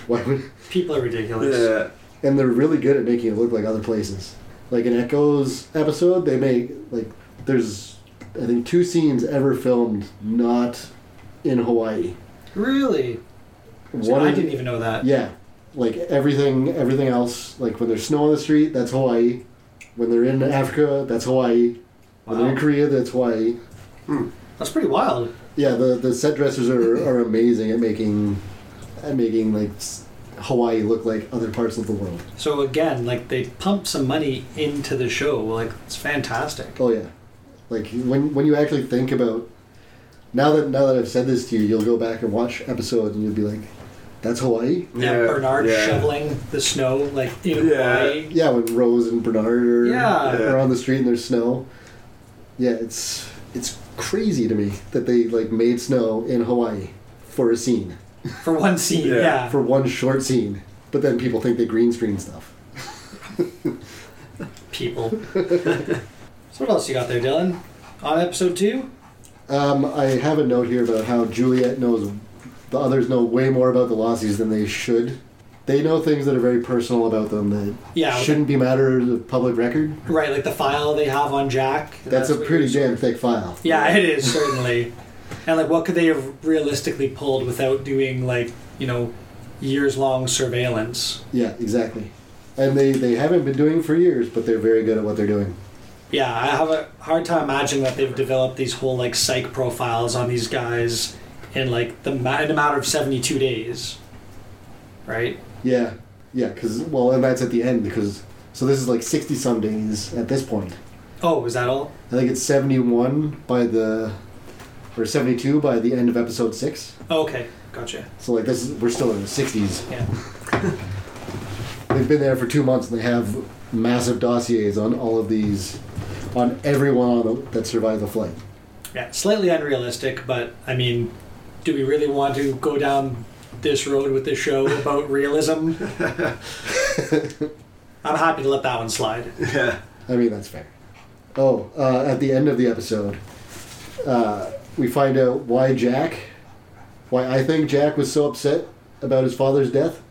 Why would,
People are ridiculous.
Yeah.
and they're really good at making it look like other places. Like in Echoes episode, they make like there's I think two scenes ever filmed not in Hawaii.
Really? So
One
I
in-
didn't even know that.
yeah, like everything everything else like when there's snow on the street, that's Hawaii. When they're in Africa, that's Hawaii. When they're in
Wow.
Korea, that's Hawaii.
That's pretty wild.
Yeah, the, the set dressers are, are amazing at making at making like s- Hawaii look like other parts of the world.
So again, like they pump some money into the show. Like it's fantastic.
Oh yeah, like when when you actually think about now that now that I've said this to you, you'll go back and watch episodes and you'll be like, "That's Hawaii."
Yeah,
Yeah,
Bernard
yeah.
shoveling the snow like in
Yeah.
Hawaii.
Yeah, when Rose and Bernard are,
Yeah.
are on the street and there's snow. Yeah, it's it's crazy to me that they like made snow in Hawaii for a scene
for one scene.
Yeah.
Yeah,
for one short scene, but then people think they green screen stuff.
people. so what else you got there, Dylan? On episode two?
Um, I have a note here about how Juliet knows the others know way more about the Lossies than they should, they know things that are very personal about them that
Yeah, okay.
shouldn't be matter of public record.
Right, like the file they have on Jack.
That's, a
what
pretty
you're-
damn thick file.
Yeah, it is certainly. and like, what could they have realistically pulled without doing like you know years long surveillance?
Yeah, exactly. And they, they haven't been doing it for years, but they're very good at what they're doing.
Yeah, I have a hard time imagining that they've developed these whole like psych profiles on these guys in like the ma- in a matter of seventy two days, right?
Yeah, yeah, because, well, and that's at the end, because, so this is like 60 some days at this point.
Oh, is that all?
I think it's 71 by the, or 72 by the end of episode 6.
Oh, okay, gotcha.
So, like, this is, we're still in the 60s.
Yeah,
They've been there for two months and they have massive dossiers on all of these, on everyone on the, that survived the flight.
yeah, slightly unrealistic, but I mean, do we really want to go down this road with this show about realism? I'm happy to let that one slide.
Yeah.
I mean, that's fair. Oh, uh, at the end of the episode, uh, we find out why Jack, why I think Jack was so upset about his father's death.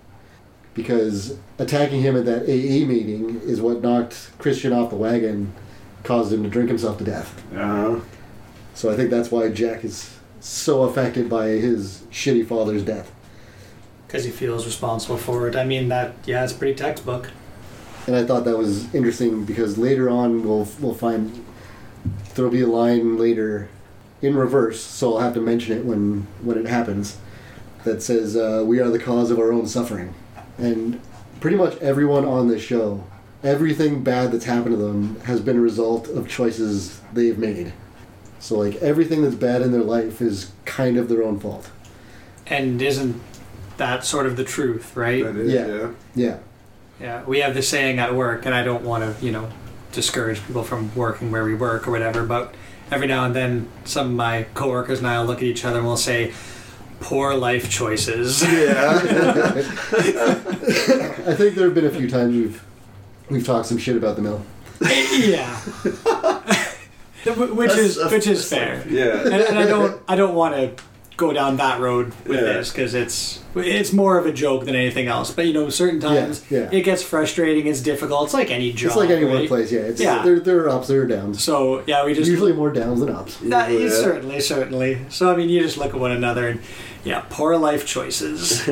Because attacking him at that AA meeting is what knocked Christian off the wagon, caused him to drink himself to death.
Uh,
So I think that's why Jack is so affected by his shitty father's death.
because he feels responsible for it. I mean that yeah, it's pretty textbook.
and I thought that was interesting because later on we'll we'll find there'll be a line later in reverse, so I'll have to mention it when when it happens that says uh, we are the cause of our own suffering, and pretty much everyone on this show, everything bad that's happened to them has been a result of choices they've made. So like everything that's bad in their life is kind of their own fault.
And isn't that sort of the truth, right?
that is,
Yeah.
yeah.
Yeah,
Yeah, we have this saying at work, and I don't want to you know discourage people from working where we work or whatever, but every now and then some of my coworkers and I'll look at each other and we'll say, "Poor life choices."
I think there have been a few times we've we've talked some shit about the mill.
yeah, which is which is fair.
Yeah.
and, and I don't I don't want to go down that road with
Yeah.
this 'cause this because it's it's more of a joke than anything else. But you know, certain times
yeah.
it gets frustrating. It's difficult. It's like any job.
It's like any
right?
workplace, yeah. It's,
Yeah.
There, there are ups, there are downs.
So yeah, we just
Usually more downs than ups.
Nah,
Yeah.
certainly certainly. So I mean, you just look at one another and yeah, poor life choices,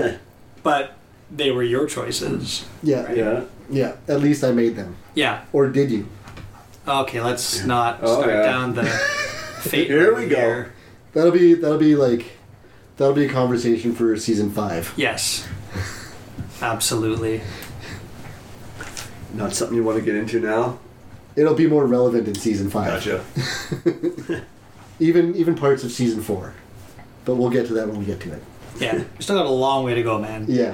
but they were your choices.
Yeah,
Yeah.
yeah. At least I made them.
Yeah.
Or did you?
Okay, let's not
Oh,
start
yeah.
down the fate.
Here we
road
go.
here.
That'll be that'll be like that'll be a conversation for season five.
Yes. Absolutely.
Not something you want to get into now.
It'll be more relevant in season five.
Gotcha.
Even even parts of season four. But we'll get to that when we get to it.
Yeah, we still got a long way to go, man.
Yeah.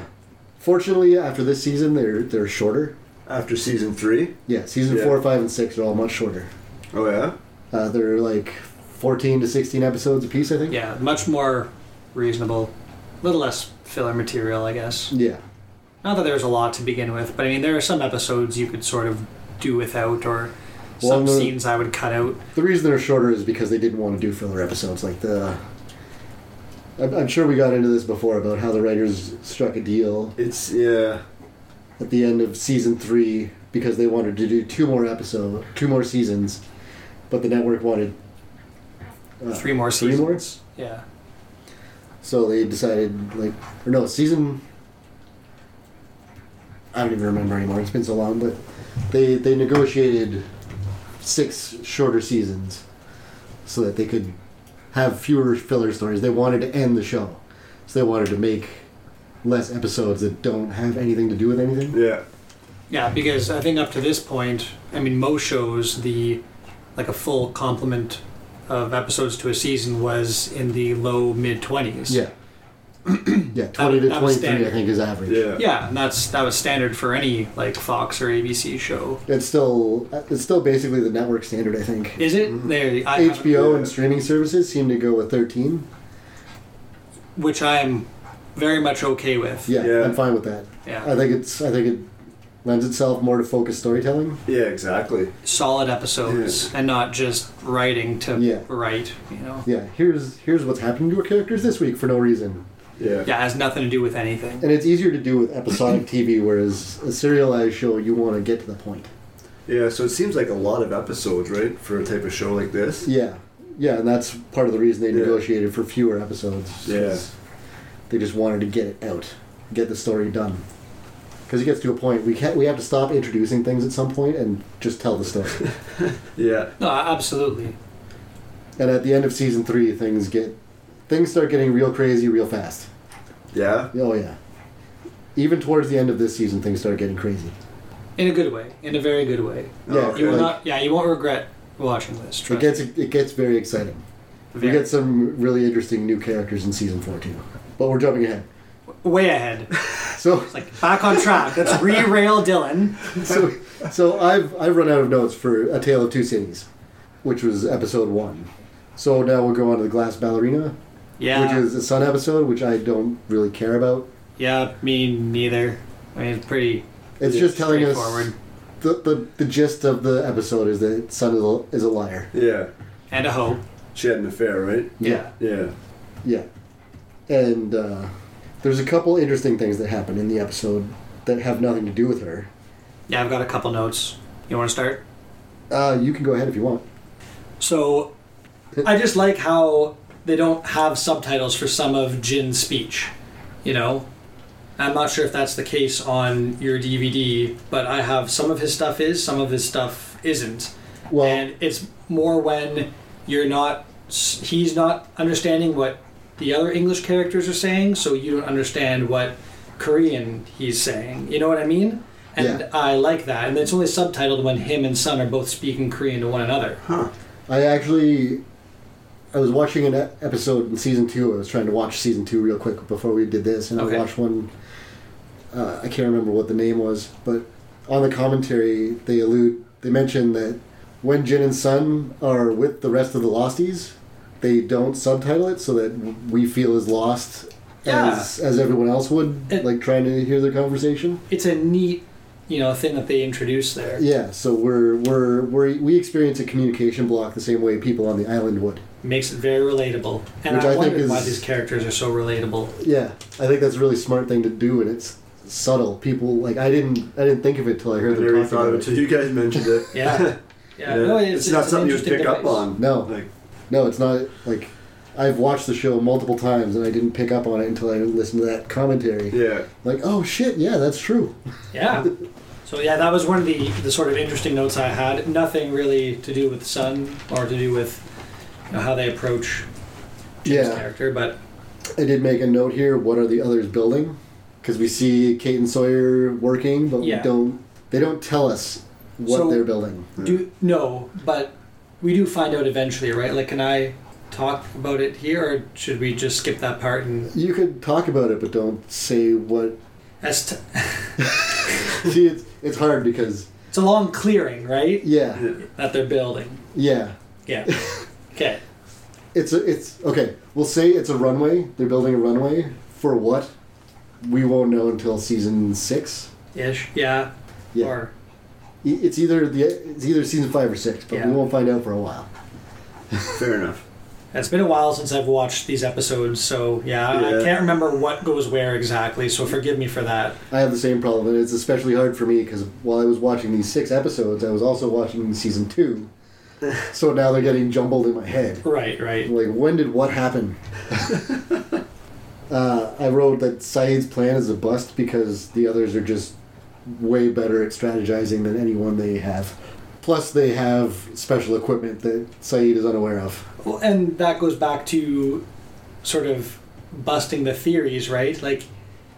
Fortunately, after this season, they're they're shorter.
After season three.
Yeah, season
Yeah.
four, five, and six are all much shorter.
Oh yeah.
Uh, they're like fourteen to sixteen episodes apiece, I think.
Yeah, much more reasonable, a little less filler material, I guess.
Yeah.
Not that there's a lot to begin with, but I mean, there are some episodes you could sort of do without, or some
Well, no-
scenes I would cut out.
The reason they're shorter is because they didn't want to do filler episodes like the. I'm, I'm sure we got into this before about how the writers struck a deal
It's yeah.
at the end of season three because they wanted to do two more episode, two more seasons, but the network wanted uh,
Three more
three
seasons.
more.
Yeah.
So they decided like, or no, season. I don't even remember anymore. It's been so long, but they they negotiated six shorter seasons so that they could have fewer filler stories. They wanted to end the show, so they wanted to make less episodes that don't have anything to do with anything.
Yeah.
Yeah, because I think up to this point, I mean, most shows the like a full complement of episodes to a season was in the low mid twenties.
Yeah, yeah, twenty to
That was
twenty-three, I
standard.
think, is average.
Yeah.
Yeah, and that's that was standard for any like Fox or ABC show.
It's still it's still basically the network standard, I think.
Is it there? I haven't-
HBO
yeah.
and streaming services seem to go with thirteen.
which I'm very much okay with.
Yeah,
Yeah.
I'm fine with that.
Yeah.
I think it's I think it lends itself more to focused storytelling.
Yeah. Exactly.
Solid episodes and not just writing to
Yeah.
write, you know.
Yeah, here's here's what's happening to our characters this week for no reason.
Yeah.
yeah, it has nothing to do with anything.
And it's easier to do with episodic TV, whereas a serialized show, you want to get to the point.
Yeah, so it seems like a lot of episodes, right, for a type of show like this.
Yeah, yeah, and that's part of the reason they
Yeah.
negotiated for fewer episodes. 'cause
Yeah.
they just wanted to get it out, get the story done. Because it gets to a point we can't, we have to stop introducing things at some point and just tell the story.
Yeah.
No, absolutely.
and at the end of season three, things get things start getting real crazy real fast.
Yeah.
Oh yeah, even towards the end of this season, things start getting crazy.
In a good way. In a very good way.
Oh,
Yeah,
You will
Like-
not. Yeah, you won't regret watching this.
It
Trust
gets it gets very exciting.
Very-
We get some really interesting new characters in season four too. But we're jumping ahead.
way ahead.
So
It's like back on track. Let's re-rail Dylan.
so, so I've I've run out of notes for A Tale of Two Cities, which was episode one. So now we'll go on to the Glass Ballerina,
Yeah.
which is a Sun episode, which I don't really care about.
Yeah, me neither. I mean, it's pretty
It's just telling us
straightforward.
the, the the gist of the episode is that Sun is a, is a liar.
Yeah.
and a hope.
She had an affair, right?
Yeah.
Yeah.
Yeah, and uh, there's a couple interesting things that happen in the episode that have nothing to do with her.
Yeah, I've got a couple notes. You want to start?
Uh, you can go ahead if you want.
So, I just like how they don't have subtitles for some of Jin's speech. You know, I'm not sure if that's the case on your DVD, but I have some of his stuff is, some of his stuff isn't,
Well,
and it's more when you're not, he's not understanding what the other English characters are saying, so you don't understand what Korean he's saying. You know what I mean? And
Yeah.
I like that, and it's only subtitled when him and Sun are both speaking Korean to one another.
Huh.
I actually, I was watching an e- episode in season two. I was trying to watch season two real quick before we did this, and
Okay.
I watched one. Uh, I can't remember what the name was, but on the commentary they allude, they mention that when Jin and Sun are with the rest of the Losties, they don't subtitle it so that w- we feel as lost as as everyone else would,
It-
like trying to hear their conversation.
it's a neat you know thing that they introduced there
Yeah, so we're we're, we're we experience a communication block the same way people on the island would.
makes it very relatable and
Which I
i,
think
wonder why
is-
these characters are so relatable
Yeah, I think that's a really smart thing to do, and it's subtle. People like I didn't I didn't think of it till I
I
heard them
never
talking
thought of
about
it
it.
till you guys mentioned it.
yeah yeah, No, it's,
it's, not
an
something you would
interesting
pick up
device.
on.
No.
Like,
No, it's not like I've watched the show multiple times, and I didn't pick up on it until I listened to that commentary.
yeah.
Like, oh shit, yeah, that's true.
yeah so yeah that was one of the the sort of interesting notes i had nothing really to do with sun or to do with you know, how they approach Jim's
Yeah.
character but
I did make a note here. What are the others building? Because we see Kate and Sawyer working, but
Yeah.
we don't. They don't tell us what
So-
they're building.
do no but we do find out eventually right like can i talk about it here or should we just skip that part and
You could talk about it, but don't say what.
as t-
see, it's it's hard because
it's a long clearing right
yeah,
Yeah.
that they're building
yeah.
Yeah. Okay.
It's a, it's okay. We'll say it's a runway. They're building a runway for what? We won't know until season six.
Ish. Yeah.
Yeah,
Or
I- it's either the it's either season five or six, but
Yeah.
we won't find out for a while.
Fair enough.
it's been a while since I've watched these episodes, so yeah,
Yeah.
I can't remember what goes where exactly. So forgive me for that.
I have the same problem, and it's especially hard for me because while I was watching these six episodes, I was also watching season two. so now they're getting jumbled in my head.
Right. Right.
Like, when did what happen? uh, I wrote that Saeed's plan is a bust because the others are just way better at strategizing than anyone they have. Plus, they have special equipment that Saeed is unaware of.
Well, and that goes back to sort of busting the theories, right? Like.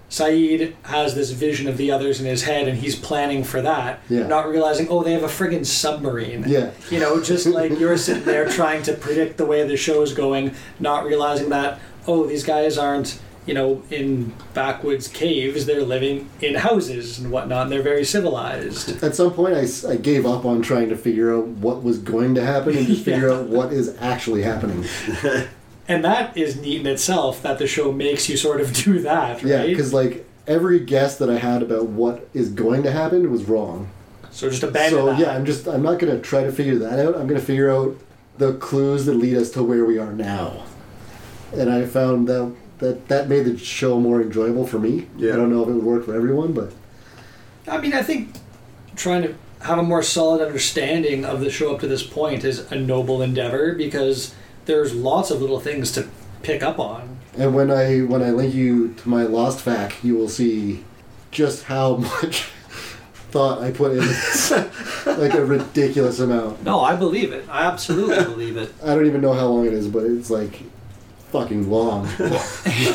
Saeed has this vision of the others in his head, and he's planning for that,
Yeah.
not realizing, oh, they have a friggin' submarine.
Yeah.
You know, just like you're sitting there trying to predict the way the show's going, not realizing that, oh, these guys aren't, you know, in backwoods caves. They're living in houses and whatnot, and they're very civilized.
At some point, I, s- I gave up on trying to figure out what was going to happen and just figure
Yeah.
out what is actually happening.
And that is neat in itself that the show makes you sort of do that,
Yeah,
right?
because, like, every guess that I had about what is going to happen was wrong.
so just abandon
so
that.
yeah, I'm just I'm not gonna try to figure that out. I'm gonna figure out the clues that lead us to where we are now. And I found that that that made the show more enjoyable for me.
Yeah.
I don't know if it would work for everyone, but
I mean, I think trying to have a more solid understanding of the show up to this point is a noble endeavor because there's lots of little things to pick up on.
and when I when I link you to my lost fact, you will see just how much thought I put in, this. like a ridiculous amount.
No, I believe it. I absolutely believe it.
I don't even know how long it is, but it's like fucking long.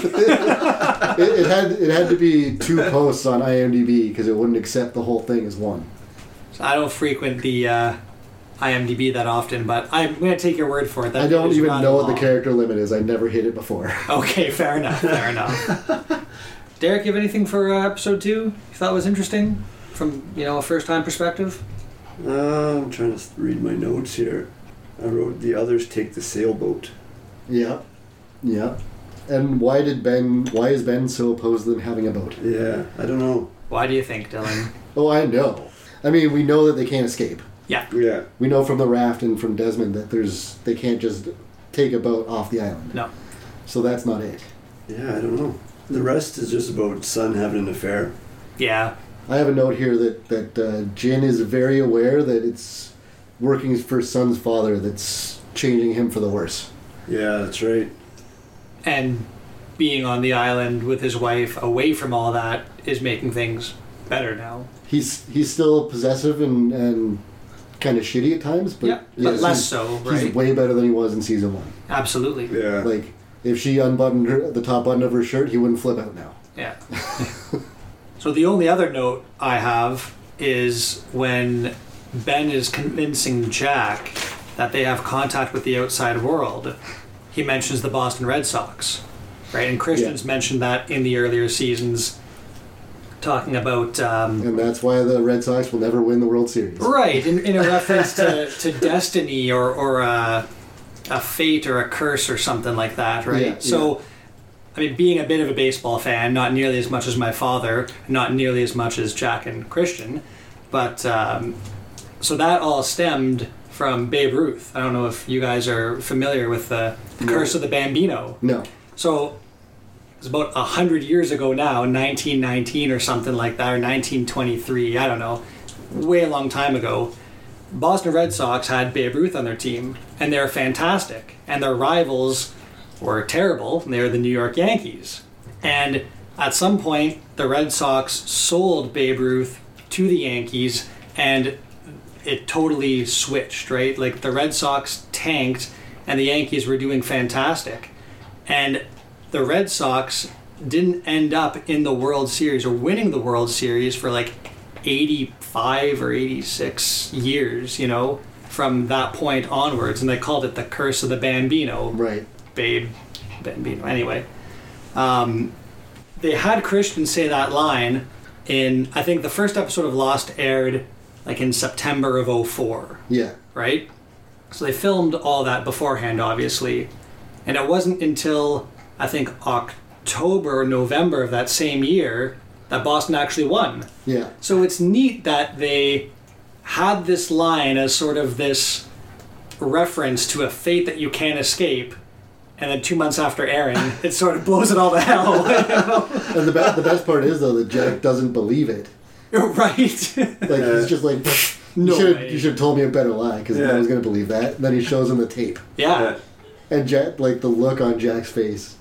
it, it had it had to be two posts on IMDb because it wouldn't accept the whole thing as one.
I don't frequent the uh, IMDb that often, but I'm going to take your word for it. That
I don't
is
even
not
know what the
long.
character limit is. I never hit it before.
Okay, fair enough. Fair enough. Derek, you have anything for uh, episode two you thought was interesting from you know a first time perspective?
Uh, I'm trying to read my notes here. I wrote the others take the sailboat.
Yeah, yeah. And why did Ben? Why is Ben so opposed to them having a boat?
Yeah, I don't know.
Why do you think, Dylan?
Oh, I know. I mean, we know that they can't escape.
Yeah,
We know from the raft and from Desmond that there's they can't just take a boat off the island.
No.
So that's not it.
yeah, I don't know. The rest is just about son having an affair.
Yeah,
I have a note here that that uh, Jin is very aware that it's working for Sun's father that's changing him for the worse.
Yeah, that's right.
and being on the island with his wife, away from all that, is making things better now.
He's he's still possessive and and kind of shitty at times, but
yeah, but
yes,
less
he's-
so,
He's
right?
way better than he was in season one.
Absolutely.
Yeah.
Like, if she unbuttoned her, the top button of her shirt, he wouldn't flip out now.
Yeah. so the only other note I have is when Ben is convincing Jack that they have contact with the outside world, he mentions the Boston Red Sox, right? And Christians mentioned that in the earlier seasons, talking about. Um,
And that's why the Red Sox will never win the World Series.
Right, in, in a reference to, to destiny or, or a, a fate or a curse or something like that, right?
Yeah,
so, I mean, being a bit of a baseball fan, not nearly as much as my father, not nearly as much as Jack and Christian, but um, so that all stemmed from Babe Ruth. I don't know if you guys are familiar with the, the curse of the Bambino.
No.
So it's about a hundred years ago now, 1919 or something like that, or 1923. I don't know. Way a long time ago. Boston Red Sox had Babe Ruth on their team, and they're fantastic. And their rivals were terrible. and They were the New York Yankees. And at some point, the Red Sox sold Babe Ruth to the Yankees, and it totally switched, right? Like the Red Sox tanked, and the Yankees were doing fantastic. And the Red Sox didn't end up in the World Series or winning the World Series for like 85 or 86 years, you know, from that point onwards. And they called it the curse of the Bambino.
Right.
Babe, Bambino. Anyway, um, they had Christian say that line in, I think the first episode of Lost aired like in September of 04
Yeah.
right? So they filmed all that beforehand, obviously. And it wasn't until, I think, October or November of that same year that Boston actually won.
Yeah.
So it's neat that they had this line as sort of this reference to a fate that you can't escape. And then two months after airing, it sort of blows it all to hell.
And the, be- the best part is, though, that Jack doesn't believe it.
right?
Like, he's just like,
No
you should
way.
have you should've told me a better lie because
Yeah.
I was going to believe that. And then he shows him the tape.
yeah.
Yeah.
And Jack, like, the look on Jack's face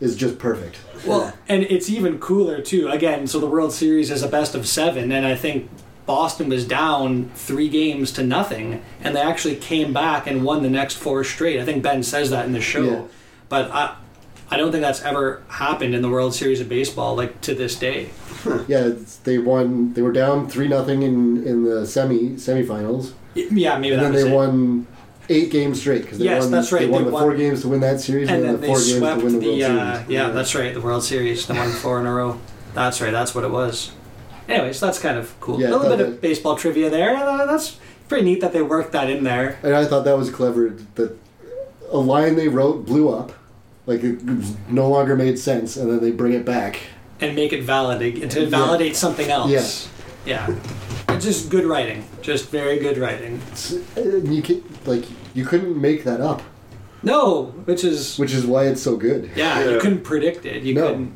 is just perfect.
Well, and it's even cooler too. Again, so the World Series is a best of seven, and I think Boston was down three games to nothing, and they actually came back and won the next four straight. I think Ben says that in the show,
Yeah.
but I, I don't think that's ever happened in the World Series of baseball like to this day.
Yeah, it's- they won. They were down 3 nothing in, in the semi semifinals.
Y- Yeah, maybe
And
that
then
was
they
it.
won eight games straight because they
Yes,
won.
that's right,
They won
they
the four
won-
games to win that series,
and
and,
then
the
they
four games
swept
to win
the,
the World
uh,
Series.
yeah, that's right, the World Series. They won four in a row. That's right, that's what it was. Anyways, that's kind of cool.
Yeah,
a little
that-
bit of
that-
baseball trivia there. Uh, That's pretty neat that they worked that in there.
And I thought that was clever. That a line they wrote blew up, like it no longer made sense, and then they bring it back.
and make it valid ag- to validate something else. Yeah. It's just good writing. Just very good writing.
It's, and you can, like you couldn't make that up.
No, which is
which is why it's so good.
yeah, you
Yeah.
couldn't predict it. You
No.
couldn't.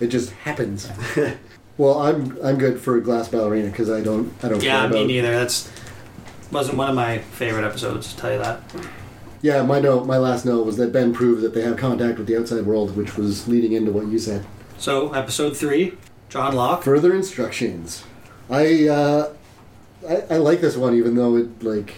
It just happens. well, I'm I'm good for Glass Ballerina because I don't I don't
Yeah,
care
me
about.
neither. That's wasn't one of my favorite episodes. to Tell you that.
Yeah, my note, my last note was that Ben proved that they have contact with the outside world, which was leading into what you said.
So episode three, John Locke.
Further instructions. I uh, I, I like this one, even though it like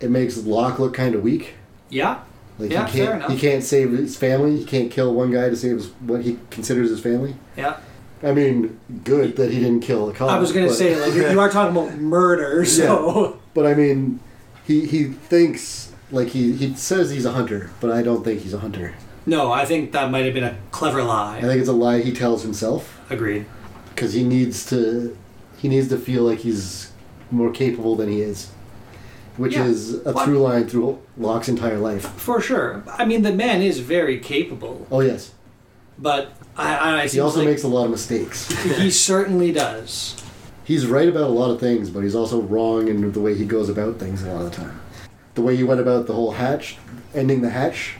it makes Locke look kind of weak.
Yeah,
Like
Yeah,
he
fair
can't
enough.
he can't save his family. He can't kill one guy to save his, what he considers his family.
yeah.
I mean, good that he didn't kill a cop.
I was gonna
Oh, but-
say like you are talking about murder, so
But I mean, he he thinks like he he says he's a hunter, but I don't think he's a hunter.
no, I think that might have been a clever
I
lie.
think it's a lie he tells himself
Agreed.
because he needs to he needs to feel like he's more capable than he is, which
Yeah.
is a
What?
through line through Locke's entire life.
For sure. I mean, the man is very capable,
Oh yes,
but I, I it
he
seems
also
like
makes a lot of mistakes.
he certainly does.
he's right about a lot of things, but he's also wrong in the way he goes about things a lot of the time. The way he went about the whole hatch, ending the hatch,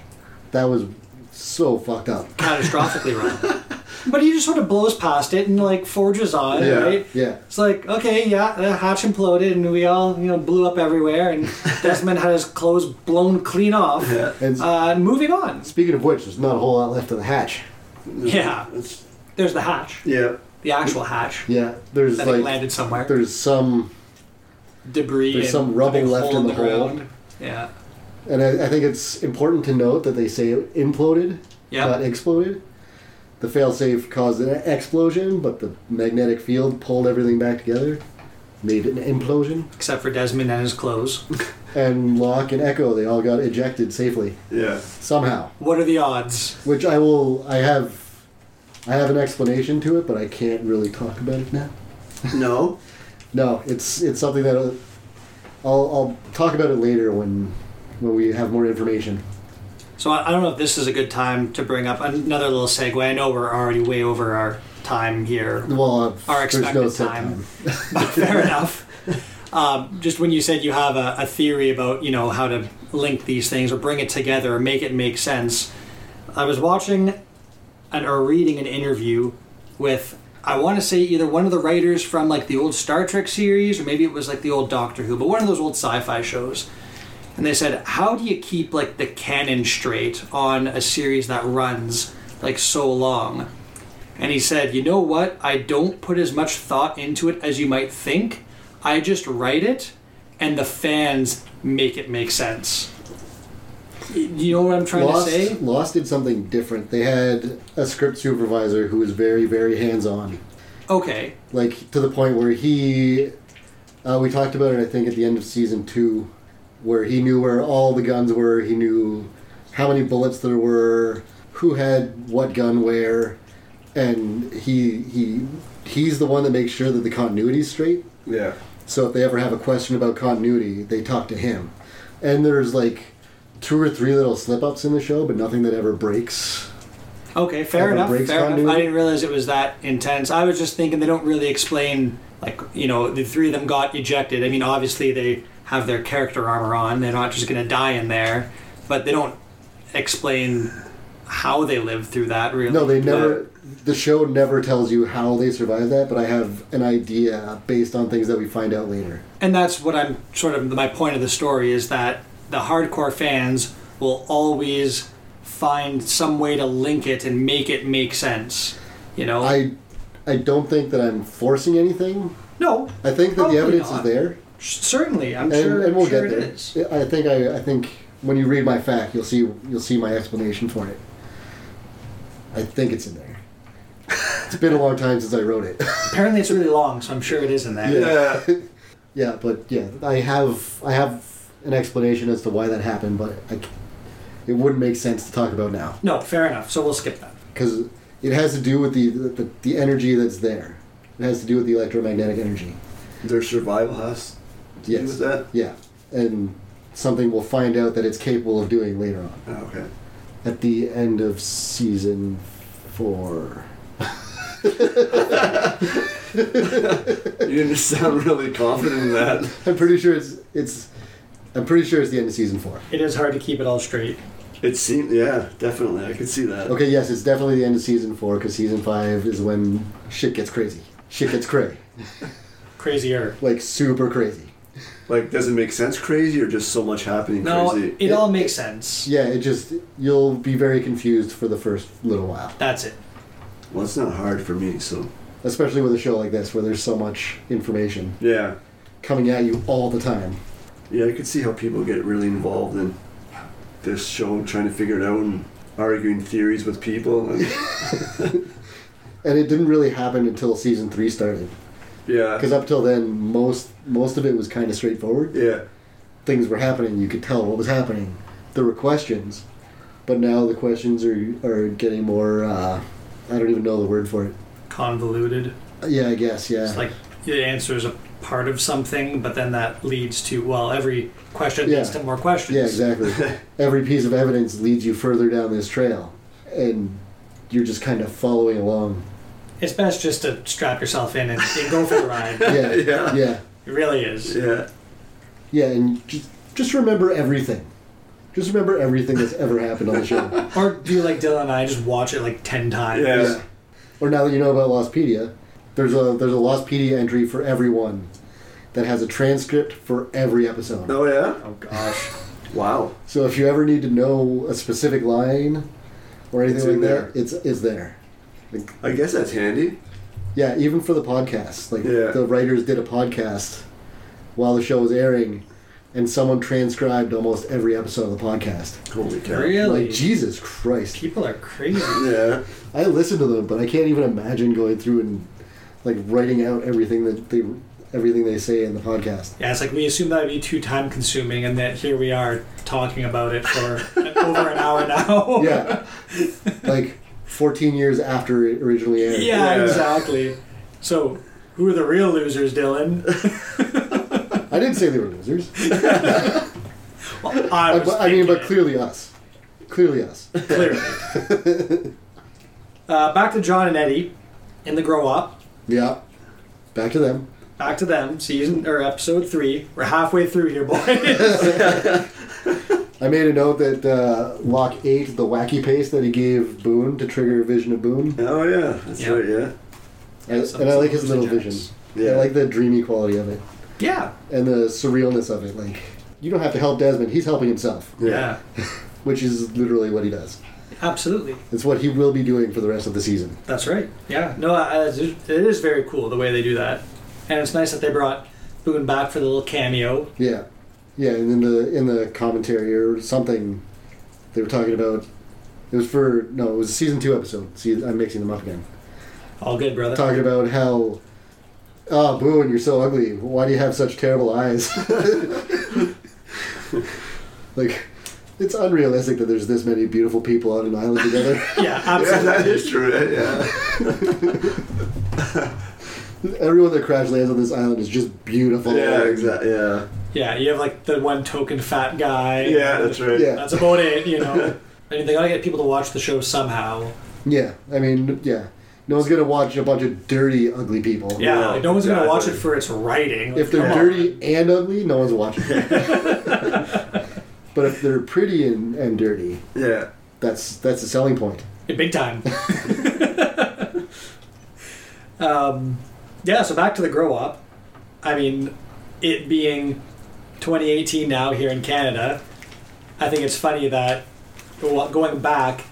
that was so fucked up.
Catastrophically wrong. But he just sort of blows past it and like forges on,
Yeah.
right?
Yeah.
It's like, okay, yeah, the hatch imploded and we all, you know, blew up everywhere and Desmond had his clothes blown clean off.
Yeah.
And
Uh, and moving on.
speaking of which, there's not a whole lot left of the hatch.
Yeah.
That's-
There's the hatch.
yeah.
The actual hatch.
Yeah, there's
That it
like
landed somewhere.
there's some,
Debris.
there's
and
some
a
rubble
big
left
hole
in the hole.
ground. Yeah.
and I, I think it's important to note that they say it imploded,
Yeah.
not exploded. The failsafe caused an explosion, but the magnetic field pulled everything back together, made an implosion.
Except for Desmond and his clothes.
And Locke and Echo, they all got ejected safely
Yeah.
somehow.
What are the odds?
Which I will, I have, I have an explanation to it, but I can't really talk about it now.
No.
No, it's it's something that I'll, I'll talk about it later when when we have more information.
So I, I don't know if this is a good time to bring up another little segue. I know we're already way over our time here.
Well, uh,
Our
there's no
expected
set
time. But fair enough. Um, just when you said you have a, a theory about you know how to link these things or bring it together or make it make sense, I was watching an, or reading an interview with I want to say either one of the writers from like the old Star Trek series or maybe it was like the old Doctor Who, but one of those old sci-fi shows. And they said, "How do you keep like the canon straight on a series that runs like so long?" And he said, You know what? I don't put as much thought into it as you might think. I just write it, and the fans make it make sense. Y- You know what I'm trying
Lost,
to say?
Lost did something different. They had a script supervisor who was very very hands on,
Okay.
like to the point where he, uh, we talked about it I think at the end of season two, where he knew where all the guns were. He knew how many bullets there were, who had what gun where, and he he he's the one that makes sure that the continuity's straight.
Yeah.
So if they ever have a question about continuity, they talk to him. And there's like two or three little slip ups in the show, but nothing that ever breaks.
Okay, fair
Have a
enough.
breaks
Fair enough. I
continuity?
didn't realize it was that intense. I was just thinking they don't really explain, like, you know, the three of them got ejected. I mean, obviously they have their character armor on, they're not just going to die in there, but they don't explain how they lived through that, really.
No, they
But-
never. The show never tells you how they survive that, but I have an idea based on things that we find out later.
And that's what I'm sort of my point of the story is that the hardcore fans will always find some way to link it and make it make sense. You know?
I, I don't think that I'm forcing anything.
no,
I think that
Probably
the evidence
not.
is there,
c- certainly. Oh I'm
and,
sure,
and we'll
sure
get
it
there.
is.
I think I, I think when you read my fact, you'll see you'll see my explanation for it. I think it's in there. it's been a long time since I wrote it.
Apparently, it's really long, so I'm sure it is in there.
Yeah.
Yeah, but yeah, I have I have an explanation as to why that happened, but I, c- it wouldn't make sense to talk about now
No, fair enough. So we'll skip that.
because it has to do with the, the the energy that's there. It has to do with the electromagnetic energy.
Their survival has to do with
Yes.
that.
Yeah, and something we'll find out that it's capable of doing later on
Oh, okay.
at the end of season four.
You didn't sound really confident in that.
I'm pretty sure it's it's. I'm pretty sure it's the end of season four.
It is hard to keep it all straight.
It seemed, yeah, definitely. I could see that.
Okay, yes, it's definitely the end of season four because season five is when shit gets crazy. Shit gets cray,
Crazier.
like super crazy.
Like, does it make sense crazy or just so much happening
No,
crazy?
it, all makes sense.
Yeah, it just you'll be very confused for the first little while,
That's it.
well, it's not hard for me, so.
especially with a show like this where there's so much information
Yeah.
coming at you all the time.
Yeah, I could see how people get really involved in this show and trying to figure it out and arguing theories with people. And,
And it didn't really happen until season three started
yeah.
because up till then most most of it was kind of straightforward.
Yeah.
Things were happening, you could tell what was happening. There were questions, but now the questions are are getting more. Uh, I don't even know the word for it.
Convoluted.
Yeah, I guess. Yeah.
It's like the answer is a part of something, but then that leads to well, every question leads
Yeah.
to more questions.
Yeah, exactly. Every piece of evidence leads you further down this trail, and you're just kind of following along.
It's best just to strap yourself in and, and go for the ride. It
Yeah,
Yeah.
yeah,
really is.
Yeah.
yeah. And just, just remember everything. Just remember everything that's ever happened on the show.
Or do like Dylan and I just watch it like ten times?
Yeah.
Yeah. Or now that you know about Lostpedia, there's a there's a Lostpedia entry for everyone that has a transcript for every episode.
Oh, yeah?
Oh gosh.
Wow.
So if you ever need to know a specific line or anything
It's in
like
there.
that, it's it's there. Like,
I guess that's handy.
Yeah, even for the podcast. Like
Yeah.
the writers did a podcast while the show was airing and someone transcribed almost every episode of the podcast.
Holy cow.
Really?
Like Jesus Christ.
People are crazy.
Yeah.
I listen to them, but I can't even imagine going through and like writing out everything that they everything they say in the podcast.
Yeah, it's like we assumed that would be too time consuming, and that here we are talking about it for over an hour now.
Yeah. like 14 years after it originally aired.
Yeah,
Yeah.
exactly. So, who are the real losers, Dylan?
I didn't say they were losers.
Well, I,
I,
was
but- I mean,
thinking
but
it.
clearly us. Clearly us.
clearly. uh, back to John and Eddie in the grow up.
yeah. Back to them.
Back to them, season or episode three. We're halfway through here, boys.
I made a note that uh, Lock 8, the wacky pace that he gave Boone to trigger a vision of Boone.
Oh, yeah. That's
Yeah.
right, yeah.
And,
some-
and I
some
like his little
hallucinogens.
vision.
Yeah.
I like the dreamy quality of it
yeah.
and the surrealness of it. Like, you don't have to help Desmond, he's helping himself,
yeah,
which is literally what he does.
absolutely.
It's what he will be doing for the rest of the season.
That's right. Yeah. No, I, I- it is very cool the way they do that, and it's nice that they brought Boone back for the little cameo.
Yeah. Yeah, and in the in the commentary or something, they were talking about. It was for no, it was a season two episode. See, I'm mixing them up again.
All good, brother.
talking about how oh boone you're so ugly why do you have such terrible eyes like it's unrealistic that there's this many beautiful people on an island together
Yeah,
Yeah,
absolutely.
that is true. eh? Yeah.
everyone that crash lands on this island is just beautiful
Yeah, exactly. Yeah.
Yeah, you have like the one token fat guy.
Yeah, that's right.
Yeah.
That's about it, you know. I mean, they gotta get people to watch the show somehow.
yeah i mean yeah no one's gonna watch a bunch of dirty ugly people
Yeah,
Yeah,
like, no one's gonna watch it
exactly.
for its writing. Like,
if they're
come on.
dirty and ugly no one's watching but if they're pretty and, and dirty
Yeah.
that's that's a selling point
Yeah, big time. um, yeah, so back to the grow up. I mean, it being 2018 now here in Canada, I think it's funny that well, going back,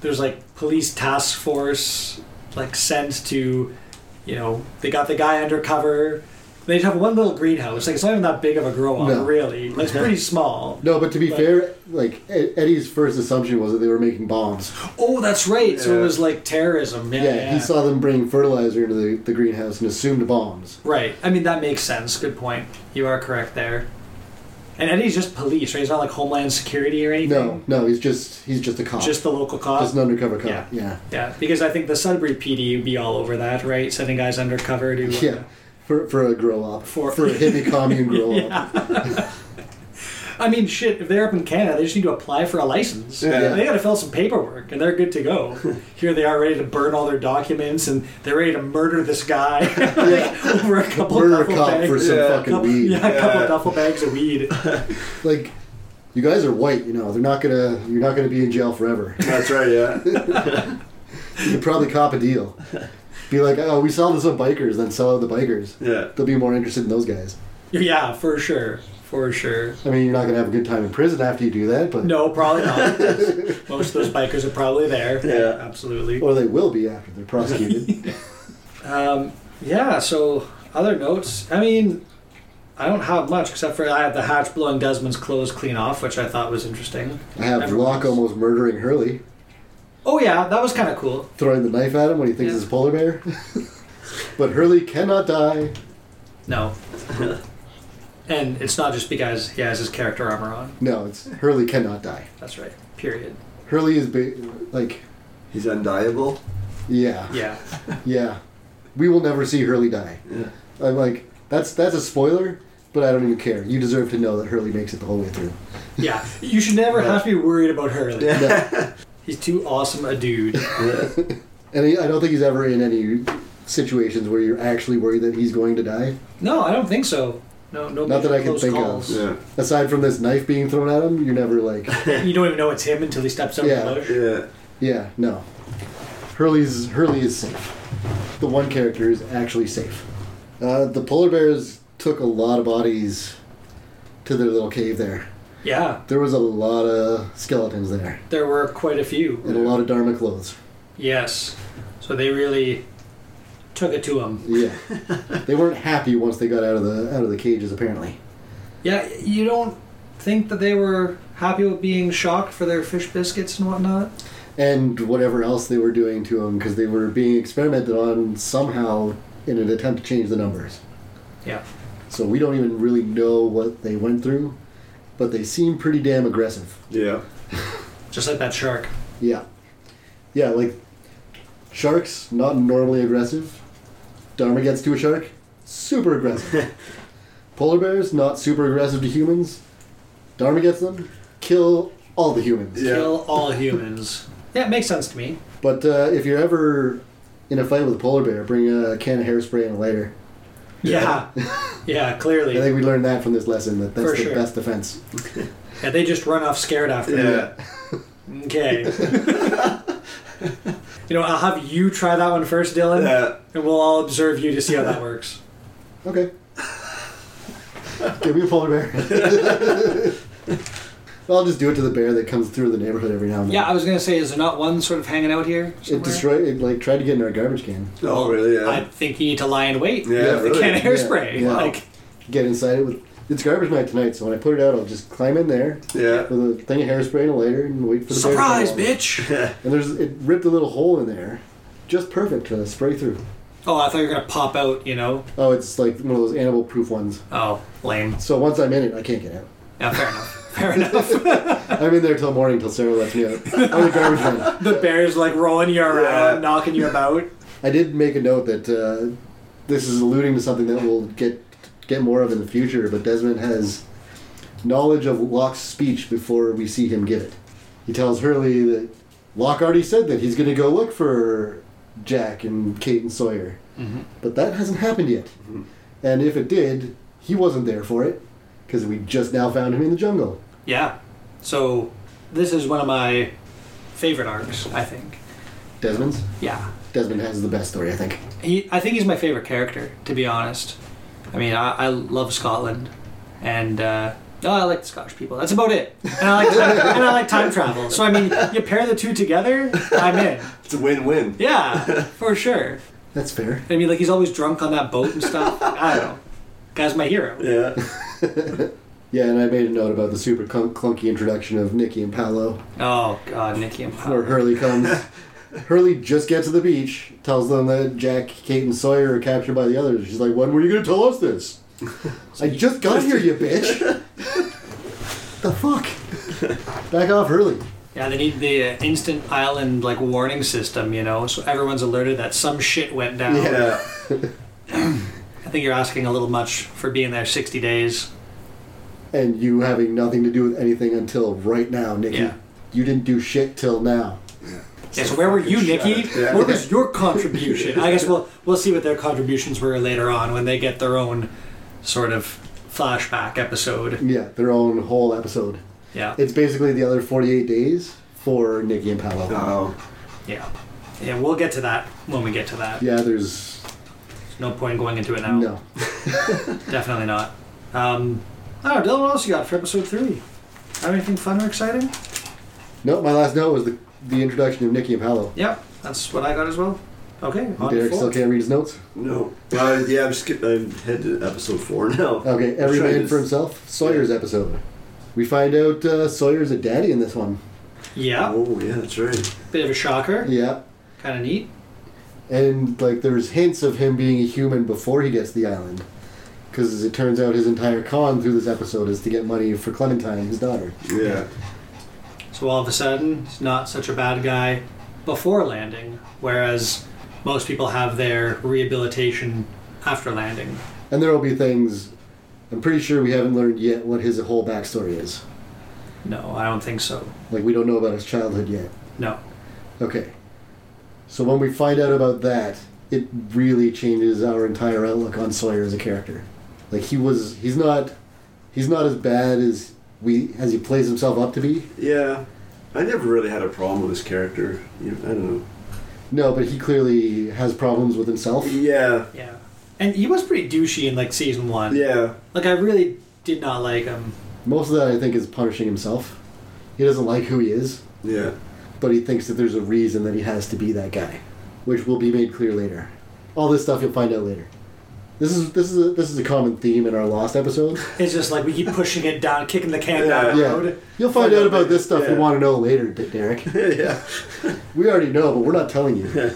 there's like police task force like sent to, you know, they got the guy undercover. They just have one little greenhouse. Like it's not even that big of a grow up,
No.
really. Like it's pretty small.
No, but to be
But-
fair, like Ed- Eddie's first assumption was that they were making bombs.
Oh, that's right. So it
Yeah.
was like terrorism. Yeah,
Yeah, he saw them bringing fertilizer into the, the greenhouse and assumed bombs.
Right. I mean, that makes sense. Good point. You are correct there. And Eddie's just police, right? He's not like Homeland Security or anything.
No, no, he's just he's just a cop,
Just the local cop.
Just an undercover cop.
Yeah.
Yeah, yeah.
yeah, because I think the Sudbury PD would be all over that, right? Sending guys undercover to. uh,
For, for a grow up,
For-
for, a hippie commune grow up.
I mean, shit, if they're up in Canada, they just need to apply for a license.
Yeah.
They got to fill out some paperwork and they're good to go. Here they are ready to burn all their documents and they're ready to murder this guy over a couple
Murder a
duffel
cop
bags.
for some
Yeah.
fucking
couple,
weed.
Yeah, a couple
Yeah.
duffel bags of weed.
Like, you guys are white, you know. They're not gonna. You're not gonna be in jail forever.
That's right, yeah.
You could probably cop a deal. Be like, oh, we sell this to bikers, then sell it to bikers.
Yeah.
They'll be more interested in those guys.
Yeah, for sure. For sure.
I mean, you're not gonna have a good time in prison after you do that, but
No, probably not. Most of those bikers are probably there.
Yeah.
Absolutely.
or they will be after they're prosecuted.
Um, yeah, so other notes. I mean, I don't have much except for I have the hatch blowing Desmond's clothes clean off, which I thought was interesting.
I have
Everyone
Locke
else.
almost murdering Hurley,
Oh, yeah, that was kind of cool.
throwing the knife at him when he thinks
Yeah.
it's a polar bear. but Hurley cannot die.
No. and it's not just because he has his character armor on.
No, it's Hurley cannot die.
That's right. Period.
Hurley is ba- like,
He's undiable.
yeah,
Yeah.
yeah. We will never see Hurley die.
Yeah.
I'm like, that's that's a spoiler, but I don't even care. You deserve to know that Hurley makes it the whole way through.
Yeah. You should never have to be worried about Hurley.
Yeah.
He's too awesome a dude.
And he, I don't think he's ever in any situations where you're actually worried that he's going to die.
No, I don't think so. No, no.
Not that
major
I can
close
think of.
calls.
Yeah.
Aside from this knife being thrown at him, you're never like,
You don't even know it's him until he steps out
Yeah.
of the bush.
Yeah.
yeah, no. Hurley's Hurley is safe. The one character is actually safe. Uh, the polar bears took a lot of bodies to their little cave there.
Yeah,
There was a lot of skeletons there
there were quite a few.
and a lot of Dharma clothes.
Yes, so they really took it to him.
Yeah, they weren't happy once they got out of the out of the cages. Apparently,
Yeah, you don't think that they were happy with being shocked for their fish biscuits and whatnot?
and whatever else they were doing to them because they were being experimented on somehow in an attempt to change the numbers.
Yeah,
So we don't even really know what they went through, but they seem pretty damn aggressive.
Yeah.
just like that shark.
Yeah, yeah, like sharks not normally aggressive. Dharma gets to a shark, super aggressive. Polar bears not super aggressive to humans. Dharma gets them, kill all the humans.
Yeah.
Kill all humans. Yeah, it makes sense to me.
But uh, if you're ever in a fight with a polar bear, bring a can of hairspray and a lighter.
Yeah,
Yeah.
yeah,
I
clearly.
think we learned that from this lesson that that's
For
the
sure.
best defense.
Yeah, they just run off scared after that.
Yeah.
Okay. you know, I'll have you try that one first, Dylan,
Yeah.
and we'll all observe you to see how that works.
Okay. Give me a polar bear. I'll just do it to the bear that comes through the neighborhood every now and then.
Yeah, I was gonna say, is there not one sort of hanging out here?
It
somewhere?
destroyed. It like tried to get in our garbage can.
Oh, really? Yeah.
I think you need to lie in wait.
Yeah,
with the
really.
can of hairspray.
Yeah, yeah.
Like,
Get inside it with. It's garbage night tonight, so when I put it out, I'll just climb in there
yeah.
with a thing of hairspray and a lighter and wait for the bear to come
surprise,
along.
bitch!
And there's it ripped a little hole in there, just perfect to spray through.
Oh, I thought you were gonna pop out. You know?
Oh, it's like one of those animal proof ones.
Oh, lame.
So once I'm in it, I can't get out.
Yeah, fair enough. Fair enough.
I'm in there till morning till Sarah lets me out. I'm the garbage man.
the bear's like rolling you around,
Yeah.
knocking you about.
I did make a note that uh, this is alluding to something that we'll get get more of in the future. But Desmond has knowledge of Locke's speech before we see him give it. He tells Hurley that Locke already said that he's going to go look for Jack and Kate and Sawyer, but that hasn't happened yet. And if it did, he wasn't there for it because we just now found him in the jungle.
Yeah. So, this is one of my favorite arcs. I think.
Desmond's
Yeah.
Desmond has the best story, I think.
He, I think he's my favorite character, to be honest. I mean, I, I love Scotland, and uh, oh, I like the Scottish people. That's about it. And I like time, and I like time travel. So I mean, you pair the two together, I'm in.
It's a win-win.
Yeah, for sure.
That's fair.
I mean, like he's always drunk on that boat and stuff. I don't know. Guy's my hero.
Yeah.
Yeah, and I made a note about the super clunk- clunky introduction of Nikki and Paolo.
Oh God, Nicky and
where
Paolo.
Hurley comes. Hurley just gets to the beach, tells them that Jack, Kate, and Sawyer are captured by the others. She's like, "When were you going to tell us this?" I just got here, you bitch. the fuck? Back off, Hurley.
Yeah, they need the uh, instant island like warning system, you know, so everyone's alerted that some shit went down.
Yeah.
I think you're asking a little much for being there 60 days.
And you having nothing to do with anything until right now, Nikki.
Yeah.
You didn't do shit till now.
Yeah, so where were you, Nikki?
up. Yeah.
What was your contribution? I guess we'll we'll see what their contributions were later on when they get their own sort of flashback episode.
Yeah, their own whole episode.
Yeah.
It's basically the other 48 days for Nikki and Paolo.
Oh,
Yeah. Yeah, we'll get to that when we get to that.
Yeah, there's
No point in going into it now.
no.
Definitely not. Um, I don't know, Dylan, what else you got for episode three? Have anything fun or exciting?
No, my last note was the, the introduction of Nikki and Paolo.
Yep, that's what I got as well. Okay, on to
Derek still
four.
can't read his notes.
no. Uh, yeah, I'm skip. I'm headed to episode four now.
Okay, every
Trying
man
to-
for himself. Sawyer's episode. We find out uh, Sawyer's a daddy in this one.
Yeah,
Oh, yeah, that's right.
bit of a shocker.
Yeah,
Kind of neat.
and like there's hints of him being a human before he gets to the island, because as it turns out, his entire con through this episode is to get money for Clementine, his daughter.
Yeah.
So all of a sudden, he's not such a bad guy before landing, whereas most people have their rehabilitation after landing.
And there will be things. I'm pretty sure we haven't learned yet what his whole backstory is.
No, I don't think so.
Like we don't know about his childhood yet.
No.
Okay. So when we find out about that, it really changes our entire outlook on Sawyer as a character. Like he was he's not he's not as bad as we as he plays himself up to be.
Yeah. I never really had a problem with his character. You I don't know.
No, but he clearly has problems with himself.
Yeah.
Yeah. And he was pretty douchey in like season one.
Yeah.
Like I really did not like him.
Most of that I think is punishing himself. He doesn't like who he is,
Yeah.
but he thinks that there's a reason that he has to be that guy, which will be made clear later. All this stuff you'll find out later. This is this is a, this is a common theme in our lost episodes.
It's just like we keep pushing it down, kicking the can down the
Yeah.
road.
You'll find, out about this stuff
Yeah.
you want to know later, D- Derek.
yeah.
We already know, but we're not telling you.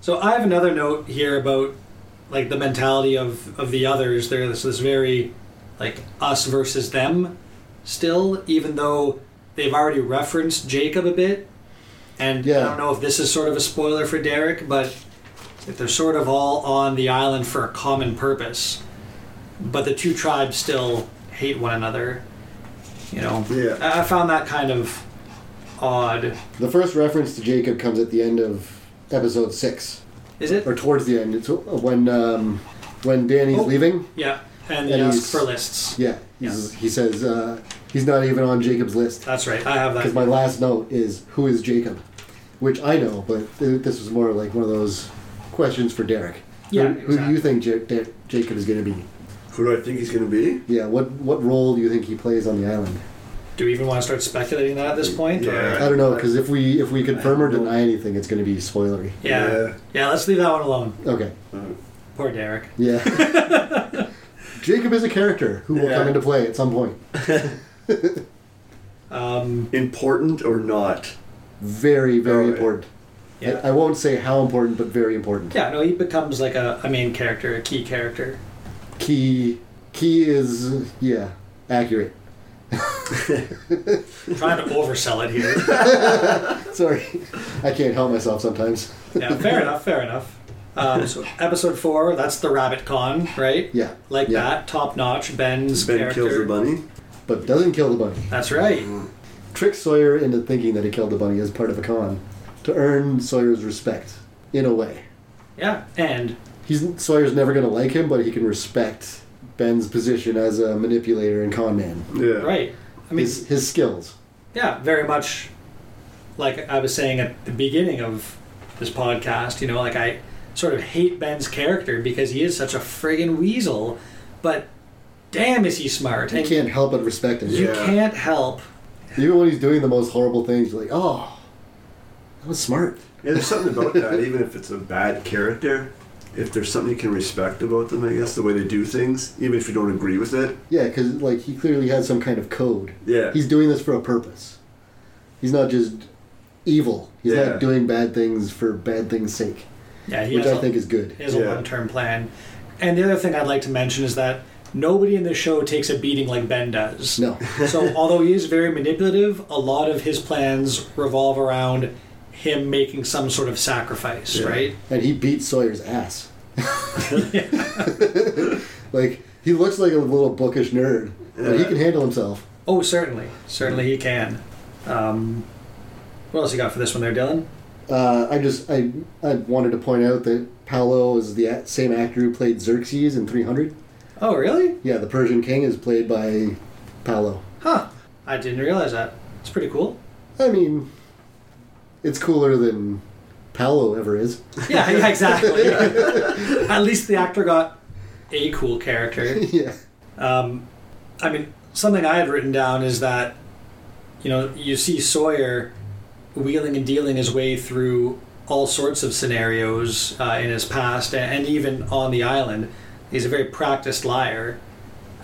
So I have another note here about like the mentality of of the others. There's this very like us versus them still, even though they've already referenced Jacob a bit. And I
Yeah.
don't know if this is sort of a spoiler for Derek, but if they're sort of all on the island for a common purpose, but the two tribes still hate one another. You know,
Yeah.
I, I found that kind of odd.
The first reference to Jacob comes at the end of episode six,
Is it?
or towards the end. It's when um, when Danny's
Oh.
leaving.
Yeah,
And
and, you ask
he's-
for lists.
Yeah, he's, he says uh, he's not even on Jacob's list
That's right. I have that.
because my last note is who is Jacob, which I know, but th- this was more like one of those questions for Derek. Who-
Yeah,
who, do you
exactly.
think Ja- Da- Jacob is going to be?
Who do I think he's gonna be?
Yeah, what what role do you think he plays on the island?
Do we even want to start speculating that at this point? or-
Yeah.
I don't know because if we if we confirm or
don't know.
deny anything, it's going to be spoilery.
yeah.
Yeah.
Yeah, let's leave that one alone.
Okay.
Poor Derek.
Yeah. Jacob is a character who will
Yeah.
come into play at some point.
Um,
Important or not?
Very, very
Oh, yeah.
important. I-
yeah.
I, won't say how important, but very important.
yeah, no, he becomes like a, a main character, a key character.
Key, key is yeah, accurate.
I'm trying to oversell it here.
Sorry, I can't help myself sometimes.
Yeah, fair enough, fair enough. Um, so episode four, that's the Rabbit Con, right?
Yeah,
Like
yeah.
that, top notch. Ben's
Ben
character.
kills the Mm. bunny.
But doesn't kill the bunny.
That's right.
Tricks Sawyer into thinking that he killed the bunny as part of a con to earn Sawyer's respect. In a way,
Yeah, and
he's Sawyer's never gonna like him, but he can respect Ben's position as a manipulator and con man.
Yeah.
right. I mean,
his, his skills.
yeah, very much like I was saying at the beginning of this podcast, you know, like I sort of hate Ben's character because he is such a friggin' weasel, but damn is he smart.
You
and
can't help but respect him.
you
Yeah.
can't help.
Even when he's doing the most horrible things, you're like, oh, that was smart.
Yeah, there's something about that, even if it's a bad character. If there's something you can respect about them, I guess, the way they do things, even if you don't agree with it.
Yeah, because like he clearly has some kind of code.
Yeah.
He's doing this for a purpose. He's not just evil. He's
Yeah.
not doing bad things for bad things' sake,
Yeah, he
which
has
I
a-
think is good.
he has a
Yeah.
long term plan. And the other thing I'd like to mention is that nobody in this show takes a beating like Ben does.
No,
so although he is very manipulative, a lot of his plans revolve around him making some sort of sacrifice,
Yeah.
right?
and he beats Sawyer's ass. like he looks like a little bookish nerd, but he
Yeah.
can handle himself.
Oh, certainly, certainly he can. Um, what else you got for this one, there, Dylan?
Uh, I just I I wanted to point out that Paolo is the a- same actor who played Xerxes in 300.
Oh, really?
Yeah, the Persian king is played by Paolo.
Huh.
I didn't realize that. It's pretty cool.
I mean, it's cooler than Paolo ever is.
Yeah, yeah exactly. At least the actor got a cool character.
yeah.
Um, I mean, something I had written down is that, you know, you see Sawyer wheeling and dealing his way through all sorts of scenarios uh, in his past a- and even on the island. He's a very practiced liar.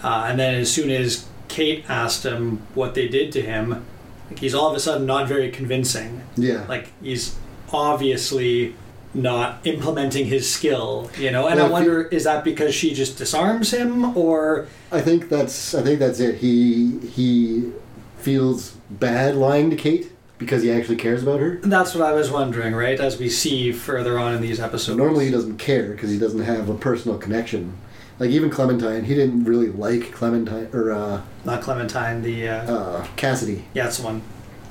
Uh, and then as soon as Kate asked him what they did to him, like, he's all of a sudden not very convincing.
Yeah.
Like, he's obviously not implementing his skill, you know? And
Well,
I
if
wonder, is that because she just disarms him or
I think that's I think that's it. He he feels bad lying to Kate because he actually cares about her.
That's what I was wondering, right? As we see further on in these episodes.
Normally he doesn't care because he doesn't have a personal connection. Like even Clementine, he didn't really like Clementine or uh,
Not Clementine, the. Uh,
uh, Cassidy.
yeah, it's the one.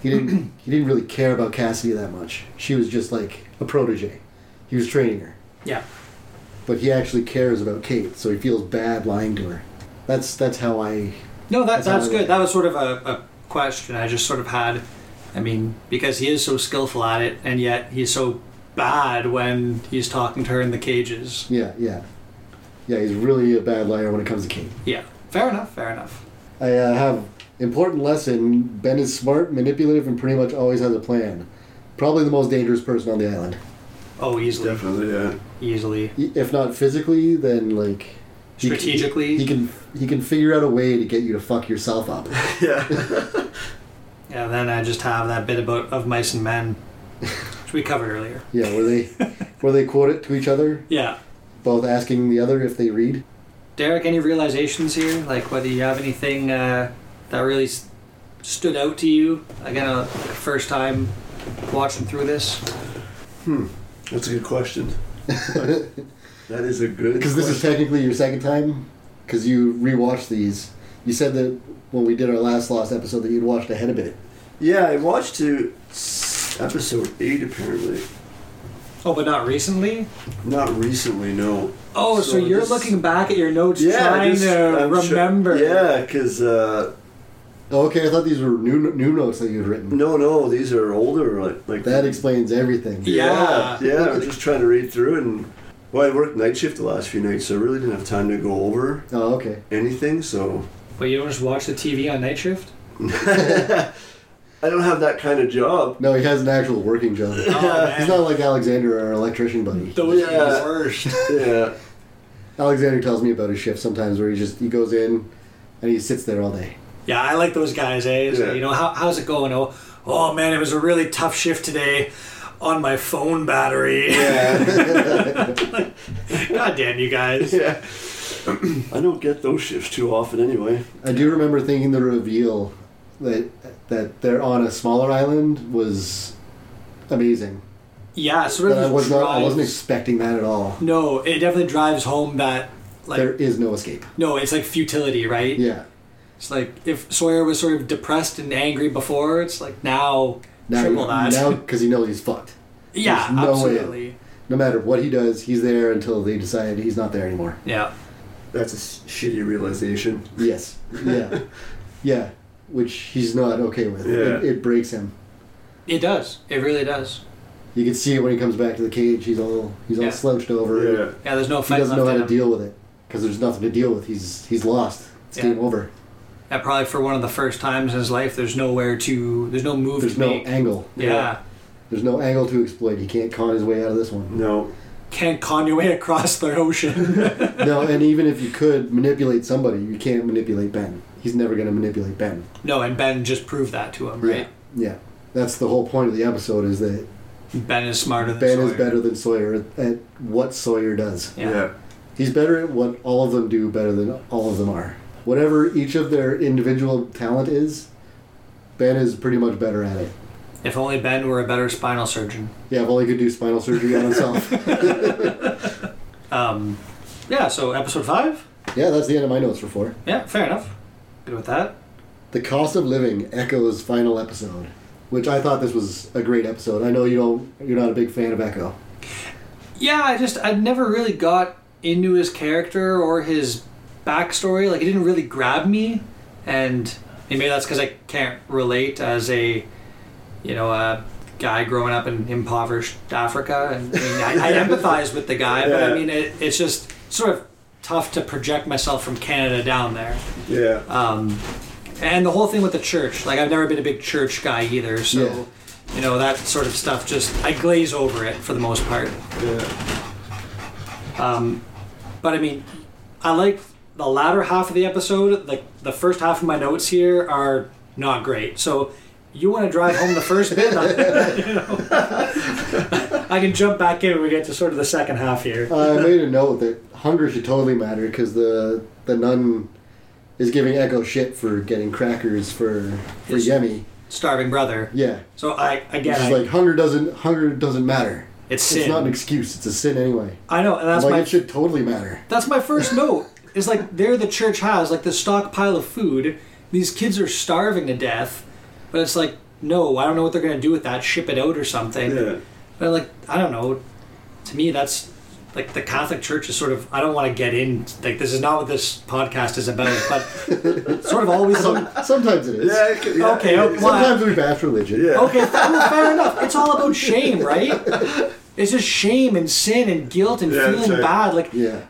He didn't he didn't really care about Cassidy that much. She was just like a protege. He was training her,
Yeah.
but he actually cares about Kate, so he feels bad lying to her. That's that's how I
No, that,
That's how
that's
I
good.
like
That was sort of a, a question I just sort of had. I mean, because he is so skillful at it, and yet he's so bad when he's talking to her in the cages.
yeah yeah yeah. He's really a bad liar when it comes to Kate.
Yeah. Fair enough, fair enough.
I uh, have important lesson. Ben is smart, manipulative, and pretty much always has a plan. Probably the most dangerous person on the island.
Oh, easily.
Definitely, yeah.
Easily.
Y- If not physically, then like he c-
Strategically.
he can he can figure out a way to get you to fuck yourself up.
Yeah.
Yeah, then I just have that bit about of mice and men, which we covered earlier.
Yeah, where they where they quote it to each other,
Yeah.
both asking the other if they read.
Derek, any realizations here? Like whether you have anything uh, that really s- stood out to you? Again, uh, first time watching through this.
That's a good question. that is a good
Because this is
question.
technically your second time, because you rewatched these. You said that when we did our last lost episode that you'd watched ahead a bit.
Yeah, I watched to episode 8 apparently.
Oh, but not recently.
Not recently, no.
Oh, so,
So
you're
this-
looking back at your notes,
Yeah,
trying
just-
to
I'm tr-
remember.
yeah, because uh,
Oh, okay, I thought these were new new notes that you'd written.
no, no, these are older. Like, like
That explains everything.
Yeah.
yeah, yeah. I'm just trying to read through it and. Well, I worked night shift the last few nights, so I really didn't have time to go over
Oh, okay.
anything. So
But you don't just watch the TV on night shift.
I don't have that kind of job.
No, he has an actual working job.
Oh,
He's not like Alexander, our electrician buddy.
Those are the
Yeah.
worst.
Yeah,
Alexander tells me about his shift sometimes, where he just he goes in and he sits there all day.
Yeah, I like those guys, eh? So,
Yeah.
You know, how, how's it going? Oh, oh man, it was a really tough shift today on my phone battery.
yeah,
God damn you guys.
yeah. I don't get those shifts too often, anyway.
I do remember thinking the reveal that that they're on a smaller island was amazing.
Yeah, sort
But
of.
I was not I
drives-
wasn't expecting that at all.
No, it definitely drives home that like
There is no escape.
no, it's like futility, right?
Yeah.
It's like if Sawyer was sort of depressed and angry before, it's like now,
Now
triple that.
now because he knows he's fucked.
yeah,
there's no way
absolutely.
No matter what he does, he's there until they decide he's not there anymore.
Yeah.
That's a s- shitty realization.
Yes. Yeah. yeah. Which he's not okay with. It,
Yeah.
it breaks him.
It does. It really does.
You can see it when he comes back to the cage. He's all he's all
Yeah.
slouched over.
Yeah,
Yeah, there's no
He
fight
doesn't
left
know how
in
to
him.
deal with it because there's nothing to deal with. He's he's lost. It's
Yeah.
game over.
Yeah, probably for one of the first times in his life, there's nowhere to, there's no move
There's
to
no
make.
angle.
yeah.
There's no angle to exploit. He can't con his way out of this one.
no,
Can't con your way across the ocean.
no, and even if you could manipulate somebody, you can't manipulate Ben. He's never going to manipulate Ben.
no, and Ben just proved that to him, right?
Yeah. That's the whole point of the episode is that
Ben is smarter than
Ben is
Sawyer.
better than Sawyer at what Sawyer does.
Yeah.
yeah,
He's better at what all of them do better than all of them are. Whatever each of their individual talent is, Ben is pretty much better at it.
If only Ben were a better spinal surgeon.
Yeah, if only he could do spinal surgery on himself.
Um, yeah, so episode five.
yeah, that's the end of my notes for four.
Yeah, fair enough. Good with that.
The cost of living echoes final episode, which I thought this was a great episode. I know you don't, you're not a big fan of Echo.
Yeah, I just I never really got into his character or his backstory. Like it didn't really grab me, and And maybe that's because I can't relate as a, you know, a guy growing up in impoverished Africa. And I, mean, I, I empathize with the guy, but I
Yeah.
mean, it, it's just sort of tough to project myself from Canada down there.
Yeah.
Um, and the whole thing with the church, like I've never been a big church guy either, so you know that sort of stuff. Just I glaze over it for the most part.
yeah.
Um, but I mean, I like the latter half of the episode. Like the first half of my notes here are not great. So you want to drive home the first bit? you know, I can jump back in when we get to sort of the second half here.
Uh, I made a note that hunger should totally matter because the the nun is giving Echo shit for getting crackers for for
Yes.
Yemi.
Starving brother.
Yeah,
So I again,
she's
I,
like hunger doesn't hunger doesn't matter.
it's
It's
sin.
not an excuse. It's a sin anyway.
I know, and that's
like
my
it should totally matter.
That's my first note. Is like there the church has like the stockpile of food. These kids are starving to death, but it's like no, I don't know what they're gonna do with that. Ship it out or something.
Yeah.
But like I don't know. To me, that's like the Catholic Church is sort of. I don't want to get in. Like this is not what this podcast is about. But sort of always.
Some, sometimes it is.
Yeah, it could- yeah,
Okay,
it
okay.
is.
Well,
Sometimes we bash religion.
Yeah.
Okay, fair, fair enough. It's all about shame, right? It's just shame and sin and guilt and
Yeah, that's
feeling
right.
bad. Like
Yeah.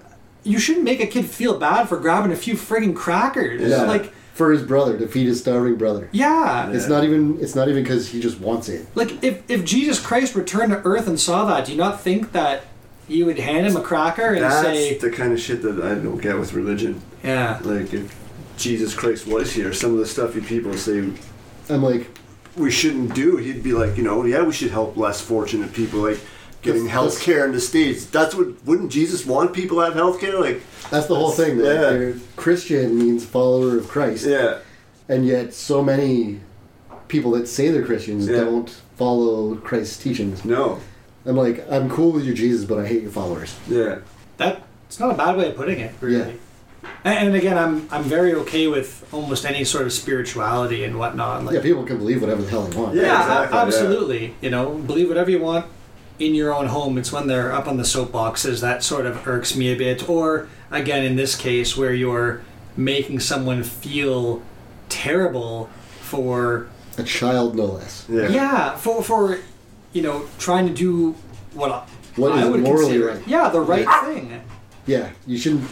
you shouldn't make a kid feel bad for grabbing a few friggin' crackers.
Yeah.
Like,
for his brother to feed his starving brother.
yeah.
It's not even. It's not even because he just wants it.
Like, if, if Jesus Christ returned to earth and saw that, do you not think that you would hand him a cracker and
That's
say,
the kind of shit that I don't get with religion.
yeah,
Like, if Jesus Christ was here, some of the stuff you people say
I'm like,
we shouldn't do, he'd be like, you know, yeah, we should help less fortunate people, like getting
That's-
health care in the states. That's what wouldn't Jesus want people to have health care? Like,
that's the whole thing. That
yeah.
they're- Christian means follower of Christ,
yeah,
and yet so many people that say they're Christians
Yeah.
don't follow Christ's teachings.
no,
I'm like, I'm cool with your Jesus, but I hate your followers.
yeah,
that it's not a bad way of putting it, really.
Yeah.
And, and again, I'm, I'm very okay with almost any sort of spirituality and whatnot. Like,
Yeah, people can believe whatever the hell they want.
Yeah.
Yeah,
exactly,
a-
yeah.
absolutely. You know, believe whatever you want in your own home. It's when they're up on the soapboxes that sort of irks me a bit. Or again, in this case, where you're making someone feel terrible for
A child, no less.
yeah,
yeah, for for you know trying to do what I,
What
I
is
would
morally
consider
right.
yeah the right thing.
Yeah, you shouldn't.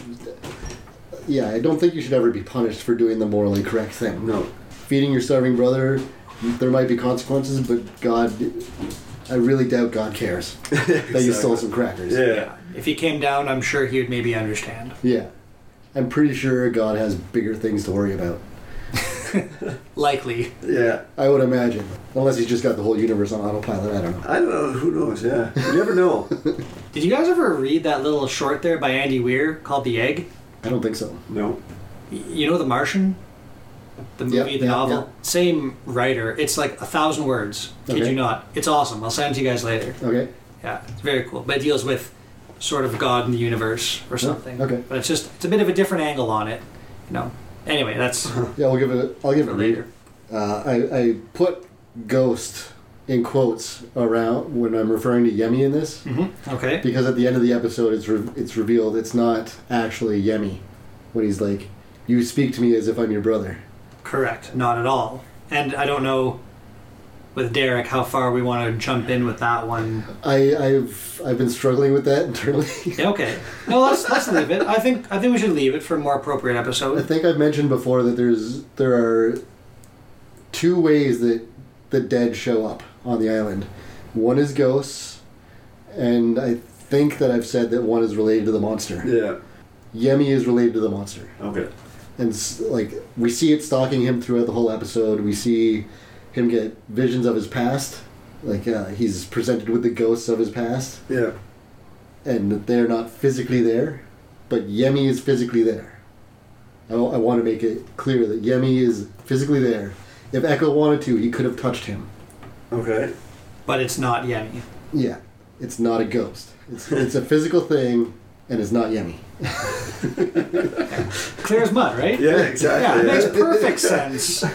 Yeah, I don't think you should ever be punished for doing the morally correct thing.
no,
feeding your starving brother, there might be consequences, but God, I really doubt God cares that you stole some crackers.
yeah,
If he came down, I'm sure he would maybe understand.
Yeah. I'm pretty sure God has bigger things to worry about.
Likely.
yeah.
I would imagine. Unless he's just got the whole universe on autopilot, I don't know.
I don't know. Who knows? Yeah, you never know.
Did you guys ever read that little short there by Andy Weir called The Egg?
I don't think so.
no,
You know The Martian? The movie,
Yeah,
the
yeah,
novel?
yeah.
Same writer. It's like a thousand words. Kid
Okay.
you not. It's awesome. I'll send it to you guys later.
Okay.
Yeah, it's very cool. But it deals with sort of God and the universe or something.
okay.
But it's just, it's a bit of a different angle on it. You know? Anyway, that's for
Yeah, we'll give it. A, I'll give it a read.
later.
Uh, I I put ghost in quotes around when I'm referring to Yemi in this
Mm-hmm. Okay.
because at the end of the episode, it's re- it's revealed it's not actually Yemi when he's like, "You speak to me as if I'm your brother."
Correct. Not at all. And I don't know with Derek how far we want to jump in with that one.
I, I've I've been struggling with that internally.
Yeah, okay. No, let's let's leave it. I think I think we should leave it for a more appropriate
I
episode.
think I've mentioned before that there's there are two ways that the dead show up on the island. One is ghosts, and I think that I've said that one is related to the monster.
yeah,
Yemi is related to the monster,
okay,
and s- like we see it stalking him throughout the whole episode. We see him get visions of his past, like uh, he's presented with the ghosts of his past,
yeah,
and they're not physically there, but Yemi is physically there. I, I want to make it clear that Yemi is physically there. If Echo wanted to, he could have touched him.
okay,
But it's not Yemi.
Yeah, it's not a ghost. It's, it's a physical thing, and it's not Yemi.
Clear as mud, right?
yeah,
Yeah, it
exactly.
makes perfect sense.
I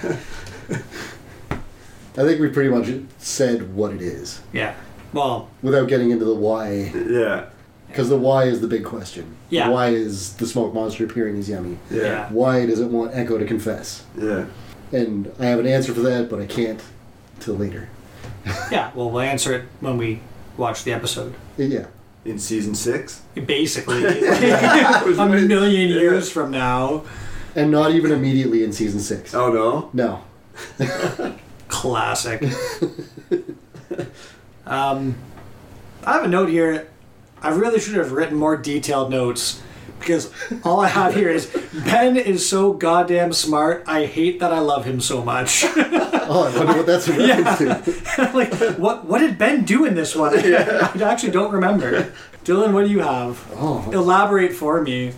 think we pretty much said what it is
Yeah. Well,
without getting into the why,
yeah,
because the why is the big question.
Yeah.
Why is the smoke monster appearing as Yemi?
yeah,
Why does it want Echo to confess?
yeah,
and I have an answer for that, but I can't till later.
Yeah, well, we'll answer it when we watch the episode.
Yeah.
in season six.
Basically, a million years from now,
And not even immediately in season six.
Oh no!
No.
classic. um, I have a note here. I really should have written more detailed notes because all I have here is Ben is so goddamn smart. I hate that I love him so much.
Oh, I wonder what that's a reference to.
like, what what did Ben do in this one? I actually don't remember. Dylan, what do you have?
Oh,
Elaborate for me.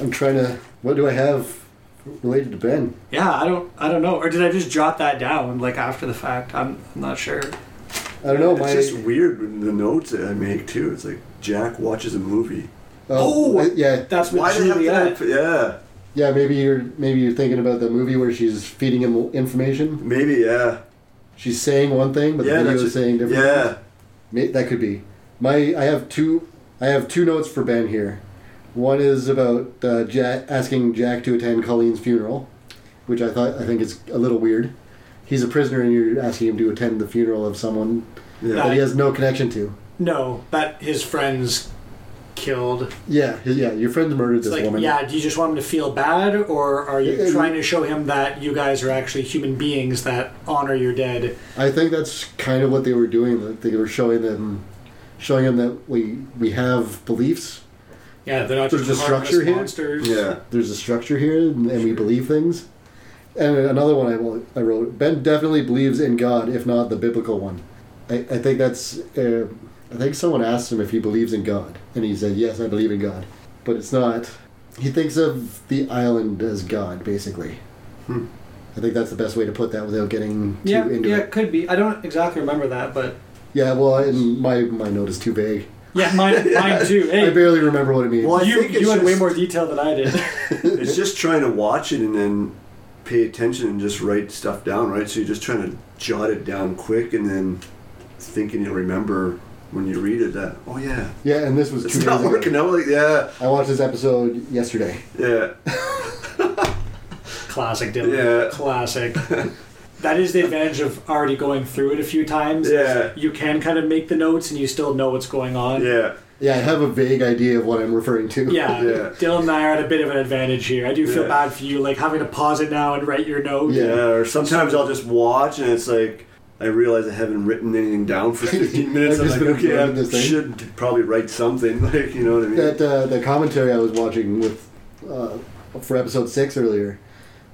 I'm trying to. What do I have related to Ben?
Yeah, I don't I don't know. Or did I just jot that down like after the fact? I'm, I'm not sure.
I don't know.
it's
my
just weird with the notes that I make too. It's like Jack watches a movie.
oh,
Oh!
I- yeah,
That's what
do they have
Juliet.
that? Yeah,
yeah. Maybe you're maybe you're thinking about the movie where she's feeding him information.
maybe yeah.
She's saying one thing, but the
yeah,
video is
that's-
saying different.
Yeah,
May- that could be. My I have two I have two notes for Ben here. One is about uh, Jack asking Jack to attend Colleen's funeral, which I thought I think is a little weird. He's a prisoner, and you're asking him to attend the funeral of someone
yeah.
that he has no connection to.
No, that his friends killed.
Yeah, his, yeah. Your friend murdered
It's
this
like,
woman.
yeah, do you just want him to feel bad or are
Yeah,
you
yeah.
trying to show him that you guys are actually human beings that honor your dead?
I think that's kind of what they were doing. that They were showing them, showing him that we we have beliefs.
Yeah, they're not
There's
just
a
harmless
structure here?
monsters.
yeah.
there's a structure here and, and we believe things. And another one I, will- I wrote Ben definitely believes in God, if not the biblical one. I, I think that's, uh, I think someone asked him if he believes in God, and he said, Yes, I believe in God. But it's not, he thinks of the island as God, basically.
Hmm.
I think that's the best way to put that without getting too
Yeah,
into
yeah,
it.
could be. I don't exactly remember that, but
Yeah, well, and my, my note is too vague.
yeah, mine, mine too.
I
Hey,
barely remember what it means.
Well, I
you
think it's
you had way
just-
more detail than I did.
It's just trying to watch it and then pay attention and just write stuff down, right? So you're just trying to jot it down quick and then thinking you'll remember when you read it that oh yeah,
yeah, and this was two
it's
days
not
ago.
working out like yeah,
I watched this episode yesterday.
yeah.
Classic Dylan.
Yeah.
Classic. that is the advantage of already going through it a few times.
Yeah.
You can kind of make the notes and you still know what's going on.
Yeah,
Yeah, I have a vague idea of what I'm referring to.
Yeah,
Yeah.
Dylan and I are at a bit of an advantage here. I do feel
Yeah.
bad for you, like having to pause it now and write your note.
Yeah.
yeah. Or sometimes I'll just watch and it's like I realize I haven't written anything down for 15 minutes.
I've
I'm
just
like,
been
okay,
absorbing
I
this thing."
should probably write something. Like you know what I mean?
That uh, the commentary I was watching with uh, for episode six earlier,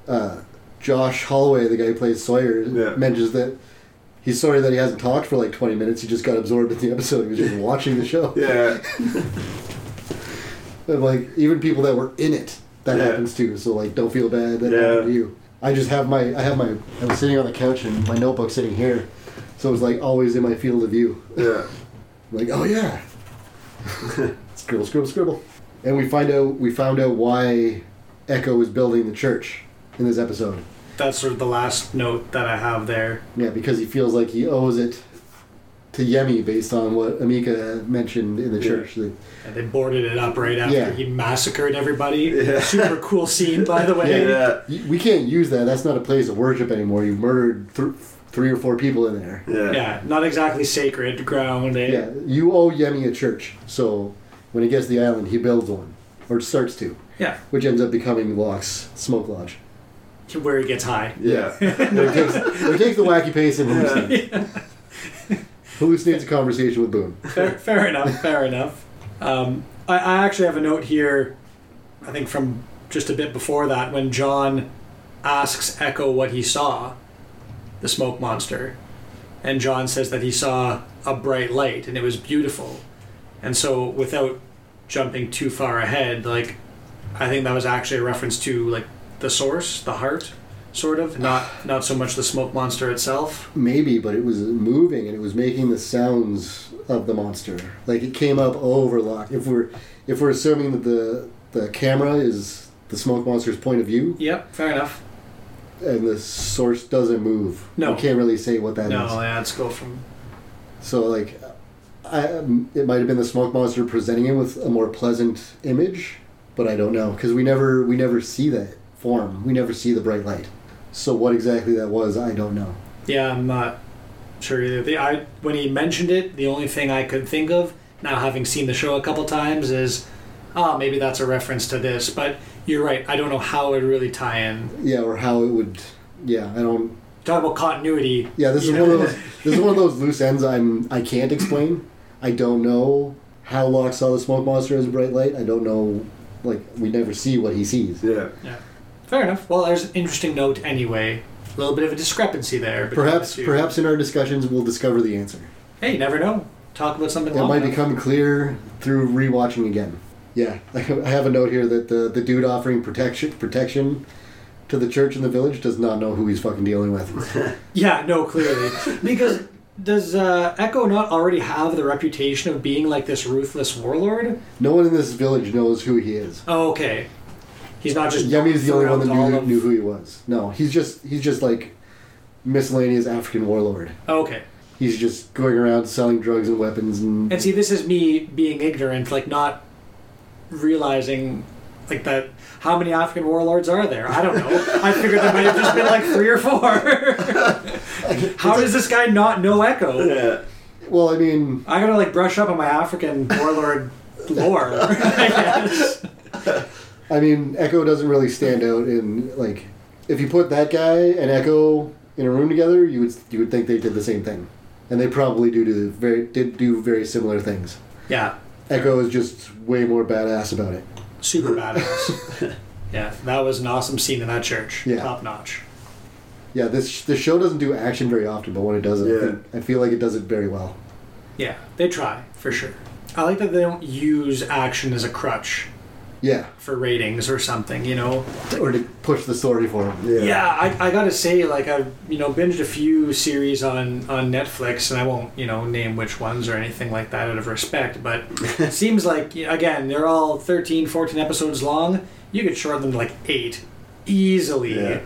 uh, Josh Holloway, the guy who plays Sawyer,
Yeah.
mentions that he's sorry that he hasn't talked for like 20 minutes. He just got absorbed in the episode. He was just watching the show.
yeah,
And, like even people that were in it, that
Yeah.
happens too. So like, don't feel bad that
Yeah.
happened to you. I just have my I have my I was sitting on the couch and my notebook sitting here, so it was like always in my field of view.
yeah.
Like, oh yeah. scribble, scribble, scribble. And we find out we found out why Echo is building the church in this episode.
That's sort of the last note that I have there.
Yeah, because he feels like he owes it to Yemi based on what Amika mentioned in the
Yeah.
church. That-
And they boarded it up right after
Yeah.
he massacred everybody.
Yeah.
Super cool scene, by the way.
Yeah.
y- We can't use that. That's not a place of worship anymore. You murdered th- three or four people in there.
Yeah.
Yeah, not exactly sacred ground. eh?
Yeah, you owe Yemi a church. So when he gets to the island, he builds one or starts to,
yeah.
which ends up becoming Locke's smoke lodge.
Where he gets high.
Yeah.
Where he takes, where he takes the wacky pace and hallucinates.
Yeah.
hallucinates a conversation with Boone.
fair, fair enough. Fair enough. Um, I, I actually have a note here. I think from just a bit before that, when John asks Echo what he saw, the smoke monster, and John says that he saw a bright light and it was beautiful, and so without jumping too far ahead, like I think that was actually a reference to like the source, the heart, sort of, not not so much the smoke monster itself.
Maybe, but it was moving and it was making the sounds of the monster. Like it came up over Locke. If we're if we're assuming that the the camera is the smoke monster's point of view
Yep, fair enough.
and the source doesn't move,
No.
we can't really say what that is.
No, yeah, let's go from
So like, I um, it might have been the smoke monster presenting him with a more pleasant image, but I don't know because we never we never see that form. We never see the bright light. So what exactly that was, I don't know.
Yeah, I'm not sure either. The, I when he mentioned it, the only thing I could think of now, having seen the show a couple times, is ah, maybe that's a reference to this. But you're right. I don't know how it would really tie in.
Yeah, or how it would. Yeah, I don't.
Talk about continuity.
Yeah, this is
you
one of
know?
those. This is one of those loose ends. I'm. I can't explain. I don't know how Locke saw the smoke monster as a bright light. I don't know. Like we never see what he sees.
Yeah.
Fair enough. Well, there's an interesting note anyway. A little bit of a discrepancy there. between
Perhaps,
the two.
perhaps in our discussions, we'll discover the answer.
Hey, you never know. Talk about something.
It
long
might
enough.
become clear through rewatching again. Yeah, I have a note here that the, the dude offering protection protection to the church and the village does not know who he's fucking dealing with.
Yeah, no, clearly. because does uh, Echo not already have the reputation of being like this ruthless warlord?
no one in this village knows who he is.
Oh, okay. He's not just.
Yemi is the only one that
all
knew,
of-
knew who he was. No, he's just he's just like miscellaneous African warlord.
Okay.
He's just going around selling drugs and weapons and
And see, this is me being ignorant, like not realizing, like that. How many African warlords are there? I don't know. I figured there might have just been like three or four. how does this guy not know Echo?
Yeah.
well, I mean,
I gotta like brush up on my African warlord lore. I guess.
I mean, Echo doesn't really stand out in like if you put that guy and Echo in a room together, you would you would think they did the same thing, and they probably do do very did do very similar things.
Yeah.
Echo is just way more badass about it.
super badass. yeah, that was an awesome scene in that church.
Yeah.
Top notch.
Yeah, this the show doesn't do action very often, but when it does it, I, think- I feel like it does it very well.
Yeah, they try for sure. I like that they don't use action as a crutch
Yeah,
for ratings or something. You know.
or to push the story for him.
Yeah.
Yeah, I, I gotta say, like I've you know binged a few series on on Netflix, and I won't you know name which ones or anything like that out of respect, but it seems like you know, again they're all 13, 14 episodes long. You could shorten them to like eight easily.
Yeah.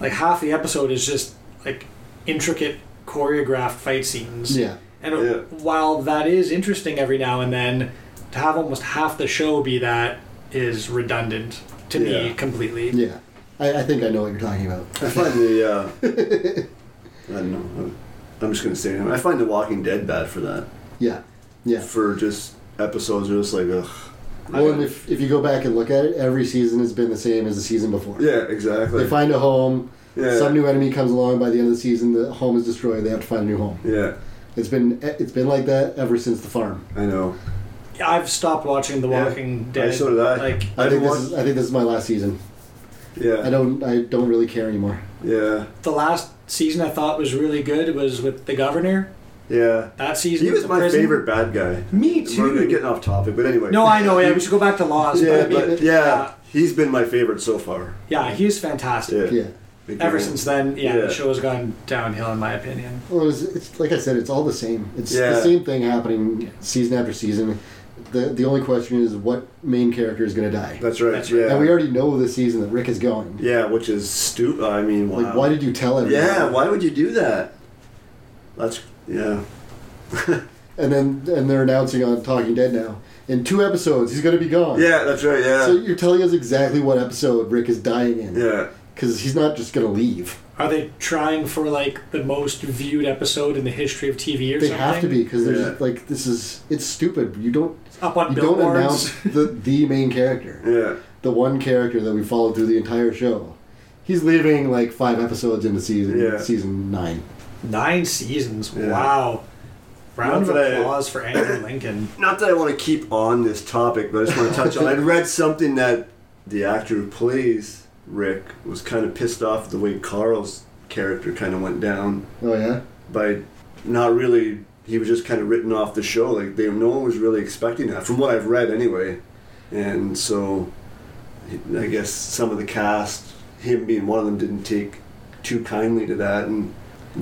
Like half the episode is just like intricate choreographed fight scenes.
Yeah,
And
Yeah.
while that is interesting every now and then, to have almost half the show be that is redundant to
Yeah.
me completely.
yeah. I, I think I know what you're talking about.
I find the. Uh, I don't know. I'm- I'm just gonna say it. I find The Walking Dead bad for that.
Yeah, yeah.
For just episodes, are just like ugh.
Well, and if, if you go back and look at it, every season has been the same as the season before.
yeah, exactly.
They find a home.
yeah.
Some new enemy comes along. By the end of the season, the home is destroyed. They have to find a new home.
yeah,
It's been it's been like that ever since the farm.
I know.
I've stopped watching The
Yeah,
Walking
I
Dead.
so did I.
Like,
I
I think
don't
this is, I think this is my last season.
Yeah,
I don't I don't really care anymore.
yeah,
the last season I thought was really good was with the governor.
yeah.
That season.
He was
the
my
prison-
favorite bad guy.
Me
We're
too.
getting off topic, but anyway.
No, I know. Yeah, we should go back to Laws.
yeah,
but I mean,
but yeah, he's been my favorite so far.
yeah, he was fantastic.
Yeah.
Yeah.
Big
Ever
fan.
since then, yeah,
Yeah.
the show has gone downhill in my opinion.
Well, it's, it's like I said, it's all the same. It's
Yeah.
the same thing happening season after season. The the only question is what main character is going to die.
That's right.
That's right.
yeah.
And we already know this season that Rick is going.
yeah, which is stupid. I mean, wow.
Like why did you tell everyone?
Yeah, why would you do that? That's yeah.
And then and they're announcing on Talking Dead now. In two episodes, he's going to be gone.
Yeah, that's right. Yeah.
So you're telling us exactly what episode Rick is dying in.
yeah.
Because he's not just going to leave.
Are they trying for like the most viewed episode in the history of TV or
They
something?
have to be because there's
Yeah.
like this is it's stupid. You don't
It's up on
you don't
billboards.
announce the the main character,
Yeah.
the one character that we followed through the entire show. He's leaving like five episodes into season
Yeah.
season nine.
Nine seasons.
Yeah.
Wow. Round
Not
of
that I-
applause for Andrew Lincoln.
Not that I want to keep on this topic, but I just want to touch on. I read something that the actor who plays Rick was kind of pissed off at the way Carl's character kind of went down
Oh yeah,
by not really. He was just kind of written off the show. Like they, no one was really expecting that, from what I've read anyway. And so, I guess some of the cast, him being one of them, didn't take too kindly to that. And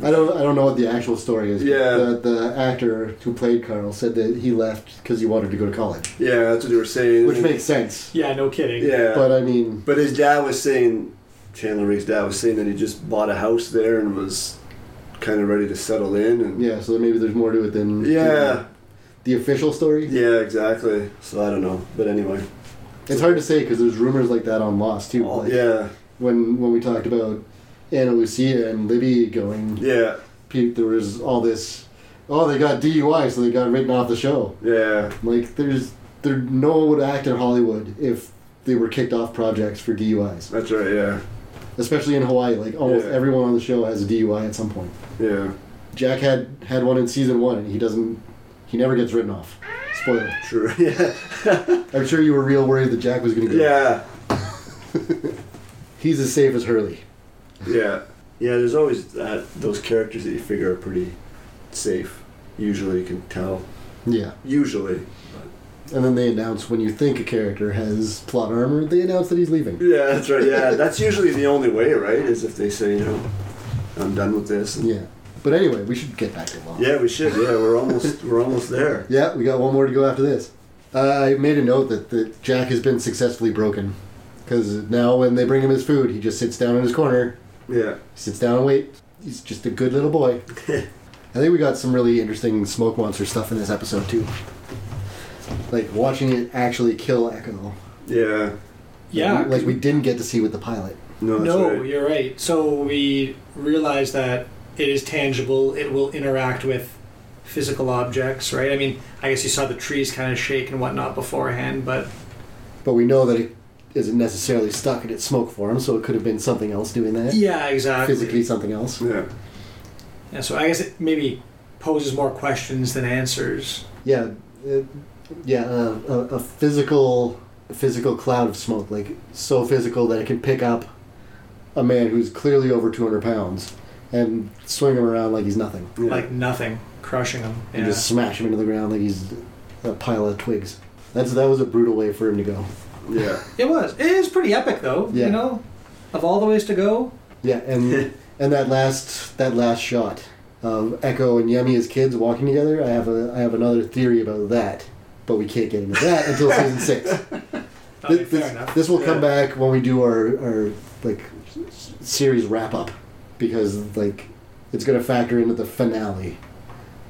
I don't I don't know what the actual story is. but
Yeah.
the, the actor who played Carl said that he left because he wanted to go to college,
yeah, that's what they were saying.
which makes sense.
Yeah, no kidding.
yeah.
But I mean,
But his dad was saying, Chandler Ray's dad was saying that he just bought a house there and was kind of ready to settle in. And
yeah. So maybe there's more to it than
yeah,
the official story.
yeah, exactly. So I don't know, but anyway, Oh,
It's hard to say because there's rumors like that on Lost too.
all-
Like,
yeah,
when when we talked about Anna Lucia and Libby going,
Yeah,
pe- there was all this, oh, they got DUI, so they got written off the show.
yeah,
Like, there's, there, no one would act in Hollywood if they were kicked off projects for DUIs,
that's right. Yeah,
especially in Hawaii. Like, almost
Yeah.
everyone on the show has a DUI at some point.
yeah,
Jack had had one in season one, and he doesn't, he never gets written off. Spoiler.
true. Yeah,
I'm sure you were real worried that Jack was going to go.
yeah,
He's as safe as Hurley.
yeah, yeah. There's always that those characters that you figure are pretty safe. Usually, you can tell.
Yeah.
Usually,
And then they announce when you think a character has plot armor, they announce that he's leaving.
yeah, that's right. Yeah, that's usually the only way, right? Is if they say, you know, I'm done with this. And-
Yeah. But anyway, we should get back to law.
yeah, we should. Yeah, we're almost we're almost there.
Yeah, we got one more to go after this. Uh, I made a note that, that Jack has been successfully broken. Because now when they bring him his food, he just sits down in his corner,
Yeah,
sits down and waits. He's just a good little boy. I think we got some really interesting smoke monster stuff in this episode, too. Like watching it actually kill Echo.
yeah.
Yeah.
Like we didn't get to see with the pilot.
No, that's
no,
right.
you're right. So we realize that it is tangible. It will interact with physical objects, right? I mean, I guess you saw the trees kind of shake and whatnot beforehand, but
But we know that it isn't necessarily stuck in its smoke form, so it could have been something else doing that.
yeah, exactly.
Physically, something else.
Yeah,
Yeah, so I guess it maybe poses more questions than answers.
Yeah, uh, yeah, uh, a, a physical, a physical cloud of smoke, like so physical that it can pick up a man who's clearly over two hundred pounds and swing him around like he's nothing,
yeah.
Like nothing, crushing them. Yeah.
and just smash him into the ground like he's a pile of twigs. That's that was a brutal way for him to go.
yeah,
It was. It is pretty epic, though.
Yeah.
You know, of all the ways to go.
Yeah, and and that last that last shot of Echo and Yummy as kids walking together, I have a I have another theory about that, but we can't get into that until season six.
Okay,
this,
fair
this-
enough.
this will come
Yeah.
back when we do our our like s- series wrap up because like it's gonna factor into the finale,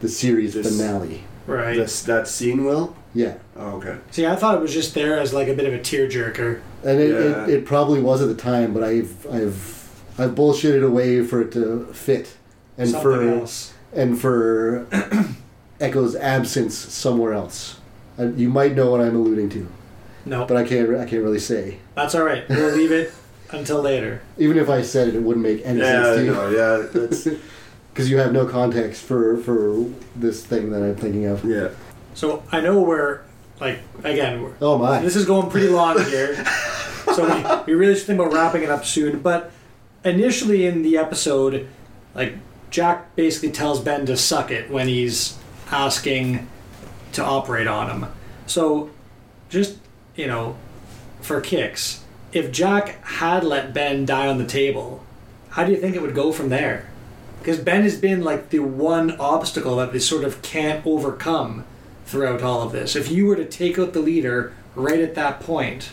the series
This-
finale.
Right.
This that scene will.
Yeah,
Oh, okay.
See, I thought it was just there as like a bit of a tearjerker.
and it,
Yeah.
it, it probably was at the time, but I've I've I've bullshitted away for it to fit and
something
for
else.
and for Echo's absence somewhere else. Uh, You might know what I'm alluding to,
No,
but I can't. I can't really say.
that's all right. We'll leave it until later.
Even if I said it, it wouldn't make any
Yeah,
sense to you
no, yeah, that's
because you have no context for for this thing that I'm thinking of.
yeah.
So I know we're like again. We're,
Oh my!
This is going pretty long here, so we, we really should think about wrapping it up soon. But initially in the episode, like Jack basically tells Ben to suck it when he's asking to operate on him. So just you know, for kicks, if Jack had let Ben die on the table, how do you think it would go from there? Because Ben has been like the one obstacle that they sort of can't overcome throughout all of this. If you were to take out the leader right at that point,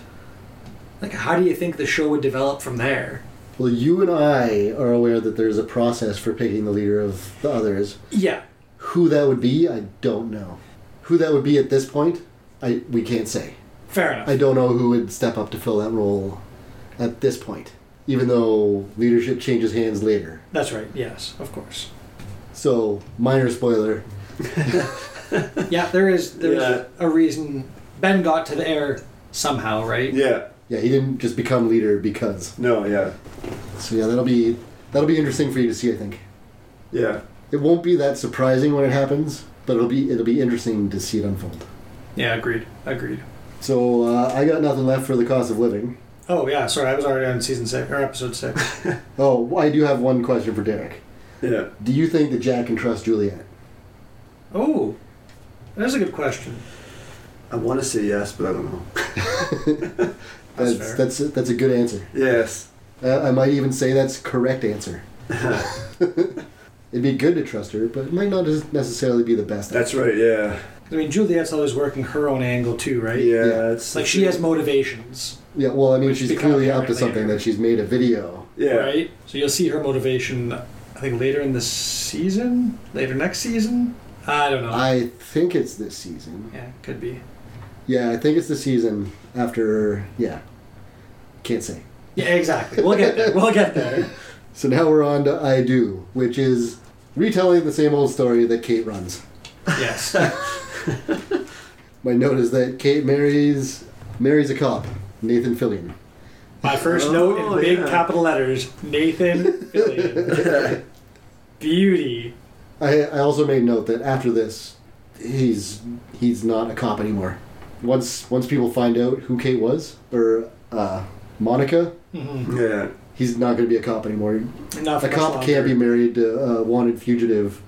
like how do you think the show would develop from there?
Well, you and I are aware that there's a process for picking the leader of the others.
Yeah.
Who that would be, I don't know. Who that would be at this point, I we can't say.
Fair enough.
I don't know who would step up to fill that role at this point, even though leadership changes hands later.
That's right. Yes, of course.
So, minor spoiler.
Yeah, there is there's
Yeah.
a reason Ben got to the air somehow, right?
Yeah.
Yeah, he didn't just become leader because.
No, yeah.
So yeah, that'll be that'll be interesting for you to see, I think.
Yeah.
It won't be that surprising when it happens, but it'll be it'll be interesting to see it unfold.
Yeah, agreed. Agreed.
So uh, I got nothing left for the cost of living.
Oh yeah, sorry, I was already on season six or episode six.
Oh, I do have one question for Derek.
Yeah.
Do you think that Jack can trust Juliet?
oh. That's a good question.
I want to say yes, but I don't know.
That's that's
That's fair.
that's a, that's a good answer.
Yes.
Uh, I might even say that's correct answer. It'd be good to trust her, but it might not necessarily be the best.
That's right. Yeah.
I mean, Juliet's always working her own angle too, right?
Yeah.
Yeah.
It's
Like she has motivations,
Yeah, well, I mean,
Which
she's
become
clearly up to
apparently
something
her.
that she's made a video.
Yeah.
right? So you'll see her motivation. I think later in the season, later next season. I don't know.
I think it's this season.
yeah, could be.
Yeah, I think it's the season after. Yeah, can't say.
Yeah, exactly. We'll get there. We'll get there.
So now we're on to I Do, which is retelling the same old story that Kate runs.
Yes.
My note is that Kate marries marries a cop, Nathan Fillion.
My first
Oh,
note in big
yeah.
capital letters Nathan Fillion. Beauty.
I, I also made note that after this, he's he's not a cop anymore. Once once people find out who Kate was or uh, Monica,
Mhm.
yeah.
he's not going to be a cop anymore.
Not for
A
much
cop
longer.
can't be married to a wanted fugitive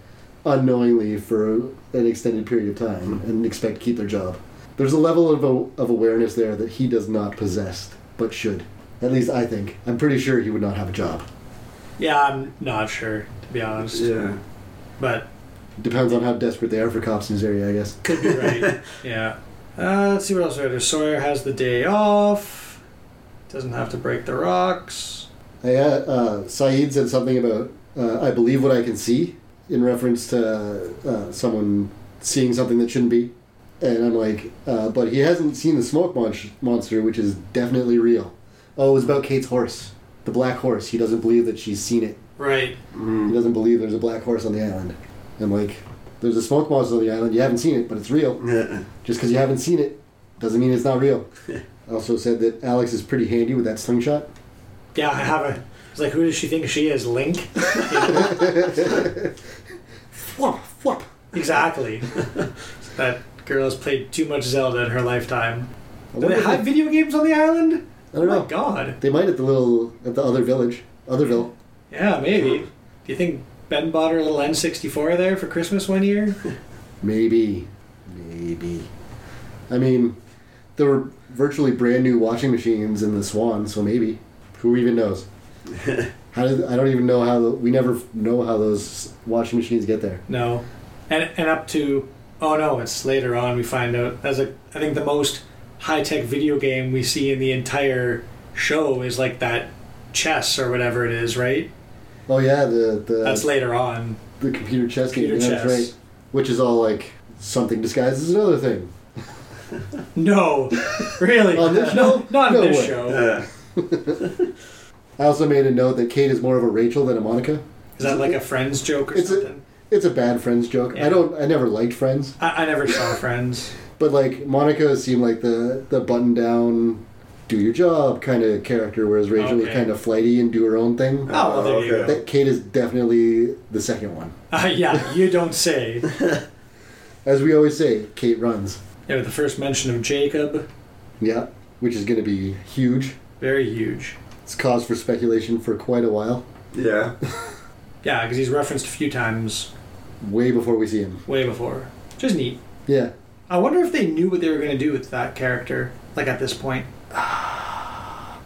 unknowingly for an extended period of time and expect to keep their job. There's a level of, a, of awareness there that he does not possess, but should. At least I think. I'm pretty sure he would not have a job.
Yeah, I'm not sure, to be honest.
Yeah.
But
Depends on how desperate they are for cops in his area, I guess.
could be right. yeah. Uh, let's see what else we have here. Sawyer has the day off, doesn't have to break the rocks.
I, uh, uh, Saeed said something about uh, I believe what I can see in reference to uh, uh, someone seeing something that shouldn't be. And I'm like, uh, but he hasn't seen the smoke mon- monster, which is definitely real. Oh, it was about Kate's horse, the black horse. He doesn't believe that she's seen it.
Right.
He
Mm.
doesn't believe there's a black horse on the island. I'm like, there's a smoke monster on the island. You haven't seen it, but it's real.
Yeah.
Just because you haven't seen it doesn't mean it's not real. I also said that Alex is pretty handy with that slingshot.
Yeah, I have a. It's like, who does she think she is? Link?
Flop, flop.
Exactly. that girl has played too much Zelda in her lifetime.
I
Do
wonder
they
if
have video games on the island?
I don't
oh
know.
my god.
They might at the little at the other village, Otherville.
Yeah, maybe. Do you think Ben bought her a little N64 there for Christmas one year?
Maybe, maybe. I mean, there were virtually brand new washing machines in the Swan, so maybe. Who even knows? how did, I don't even know how the, we never know how those washing machines get there.
No. And, and up to, oh no, it's later on we find out. That's like, I think the most high tech video game we see in the entire show is like that chess or whatever it is, right?
Oh yeah, the the
That's later on.
the computer chess
Computer
game. yeah, That's
chess.
right. Which is all like something disguised as another thing.
No, really?
On this
no,
show?
not
No
this
way.
show.
Yeah.
I also made a note that Kate is more of a Rachel than a Monica.
Is that like a Friends joke or
It's a-
something?
It's a bad Friends joke.
Yeah.
I don't. I never liked Friends.
I I never saw Friends.
But like Monica seemed like the the button down, do your job kind of character, whereas Rachel was
Okay.
kind of flighty and do her own thing.
Oh, well, there you
okay.
go.
That Kate is definitely the second one.
Uh, yeah, you don't say.
As we always say, Kate runs.
Yeah, with the first mention of Jacob,
Yeah, which is going to be huge.
very huge.
It's cause for speculation for quite a while,
Yeah.
Yeah, because he's referenced a few times
way before we see him.
way before. Just neat.
Yeah,
I wonder if they knew what they were going to do with that character, like at this point.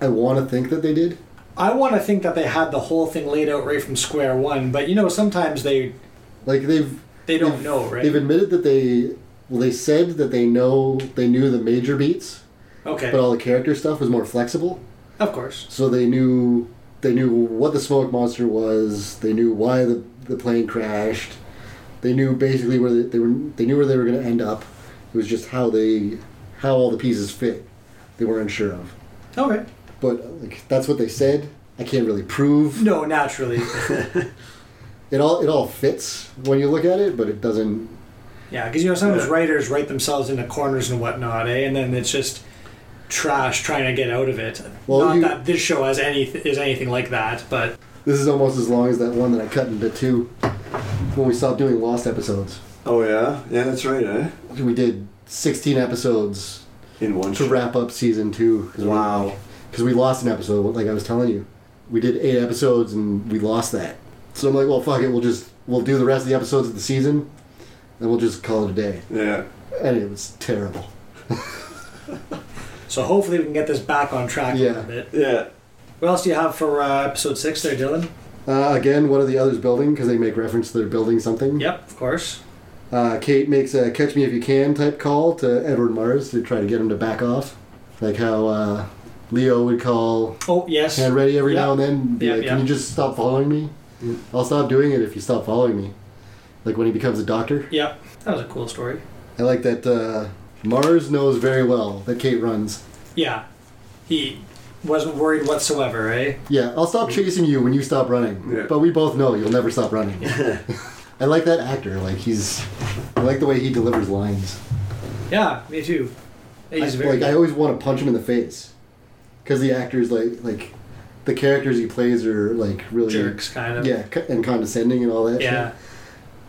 I want to think that they did.
I want to think that they had the whole thing laid out right from square one, but you know, sometimes they
Like they've
they don't
They've-
know, right?
they've admitted that they well they said that they know they knew the major beats,
okay,
but all the character stuff was more flexible.
of course.
So they knew they knew what the smoke monster was. They knew why the, the plane crashed. They knew basically where they, they were. They knew where they were going to end up. It was just how they how all the pieces fit. They were unsure of.
Okay.
But like that's what they said. I can't really prove
No, naturally.
it all. It all fits when you look at it, but it doesn't.
yeah, because you know, sometimes
Yeah.
writers write themselves into corners and whatnot, eh? And then it's just trash trying to get out of it.
Well,
Not
you-
that this show has any is anything like that, but
This is almost as long as that one that I cut into two when we stopped doing lost episodes.
Oh yeah. Yeah, that's right. Eh.
We did sixteen episodes
In one
to
shot.
wrap up season two. 'cause we-
Wow.
because we lost an episode. Like I was telling you, we did eight episodes and we lost that. So I'm like, well, fuck it. We'll just we'll do the rest of the episodes of the season, and we'll just call it a day.
Yeah.
And it was terrible.
so hopefully we can get this back on track a
Yeah.
little bit.
Yeah.
What else do you have for uh, episode six there, Dylan?
Uh, again, one of the others building because they make reference to they're building something.
Yep, of course.
Uh, Kate makes a "catch me if you can" type call to Edward Mars to try to get him to back off, like how uh, Leo would call
Oh, yes.
hand ready every
Yeah.
now and then. and Be
Yeah,
like,
yeah.
can you just stop following me?
Yeah.
I'll stop doing it if you stop following me. Like when he becomes a doctor.
Yep, that was a cool story.
I like that uh, Mars knows very well that Kate runs.
Yeah, he wasn't worried whatsoever, eh?
Yeah, I'll stop chasing you when you stop running.
Yeah.
But we both know you'll never stop running. I like that actor. Like he's, I like the way he delivers lines.
Yeah, me too. He's
I,
very
like I always want to punch him in the face, because the actors like like, the characters he plays are like really
jerks, kind of.
Yeah, co- and condescending and all that.
Yeah.
shit.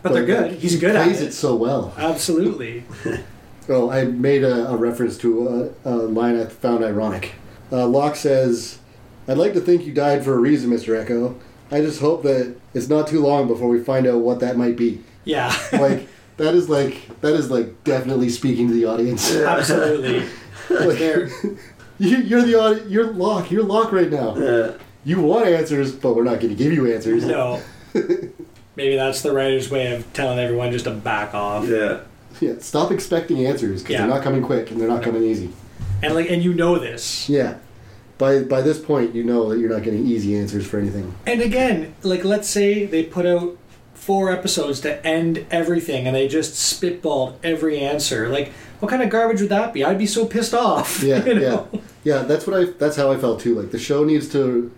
But they're
like,
good. He's
he
good at
Plays
it.
it so well.
Absolutely.
Oh, I made a, a reference to a, a line I found ironic. Uh, Locke says, I'd like to think you died for a reason, Mr. Echo. I just hope that it's not too long before we find out what that might be.
Yeah.
Like, that is like, that is like definitely speaking to the audience.
Absolutely.
Like,
There.
you, you're the audi- you're Locke, you're Locke right now.
Yeah.
You want answers, but we're not going to give you answers.
No. Maybe that's the writer's way of telling everyone just to back off.
Yeah.
Yeah, stop expecting answers because
Yeah.
they're not coming quick and they're not coming easy.
And like and you know this.
Yeah. By, by this point, you know that you're not getting easy answers for anything.
And again, like let's say they put out four episodes to end everything and they just spitballed every answer. Like what kind of garbage would that be? I'd be so pissed off.
Yeah,
you know?
yeah, yeah. That's what I. That's how I felt too. Like the show needs to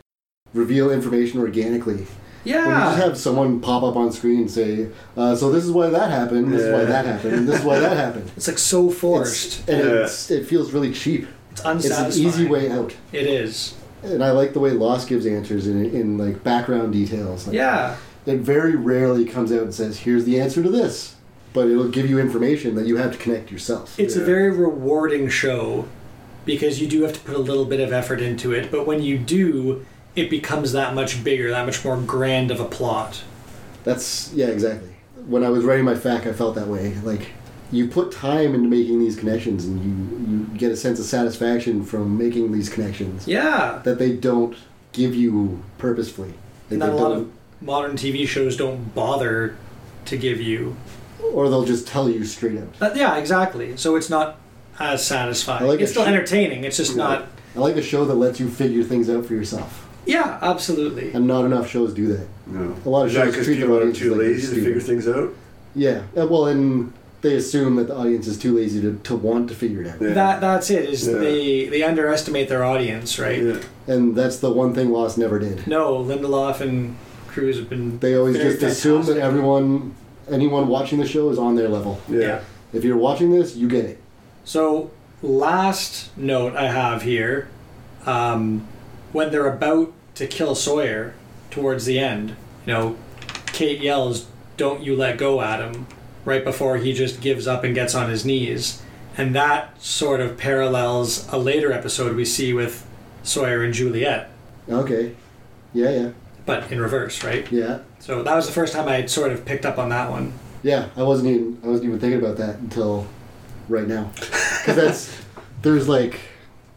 reveal information organically. When you just
Yeah.
have someone pop up on screen and say, uh, "So this is why that happened. This is why
Yeah.
that happened. and This is why that happened."
It's like so
It's,
forced.
and it's, it feels really cheap.
It's,
It's
unsatisfying.
an easy way out.
It is.
And I like the way Lost gives answers in, in like background details. Like,
Yeah.
It very rarely comes out and says, "Here's the answer to this," but it'll give you information that you have to connect yourself.
It's a
Yeah.
very rewarding show because you do have to put a little bit of effort into it, but when you do, it becomes that much bigger, that much more grand of a plot.
That's yeah, exactly. When I was writing my fact, I felt that way. Like you put time into making these connections, and you you get a sense of satisfaction from making these connections
Yeah.
that they don't give you purposefully. Like
Not
they
a lot
don't-
of modern TV shows don't bother to give you.
or they'll just tell you straight out.
But yeah, exactly. So it's not as satisfying.
I like
it's
it.
still entertaining. It's just not.
I like a show that lets you figure things out for yourself,
Yeah, absolutely.
and not enough shows do that.
No.
A lot of
Is that
shows
because
treat their
people are
audiences
too
like they're
lazy to
stupid.
figure things out?
Yeah, uh, well, and they assume that the audience is too lazy to, to want to figure it out,
Yeah.
That that's it. Is
Yeah.
they they underestimate their audience, right?
Yeah.
and that's the one thing Lost never did.
No, Lindelof and Cruz have been.
They always
very
just assume that
fantastic.
everyone, anyone watching the show is on their level.
Yeah.
If you're watching this, you get it.
So, last note I have here um, when they're about to kill Sawyer towards the end, you know, Kate yells, Don't you let go, Adam, right before he just gives up and gets on his knees. And that sort of parallels a later episode we see with Sawyer and Juliet,
Okay. Yeah, yeah,
but in reverse, right?
yeah,
So, that was the first time I had sort of picked up on that one.
yeah. I wasn't even I wasn't even thinking about that until right now, because that's there's like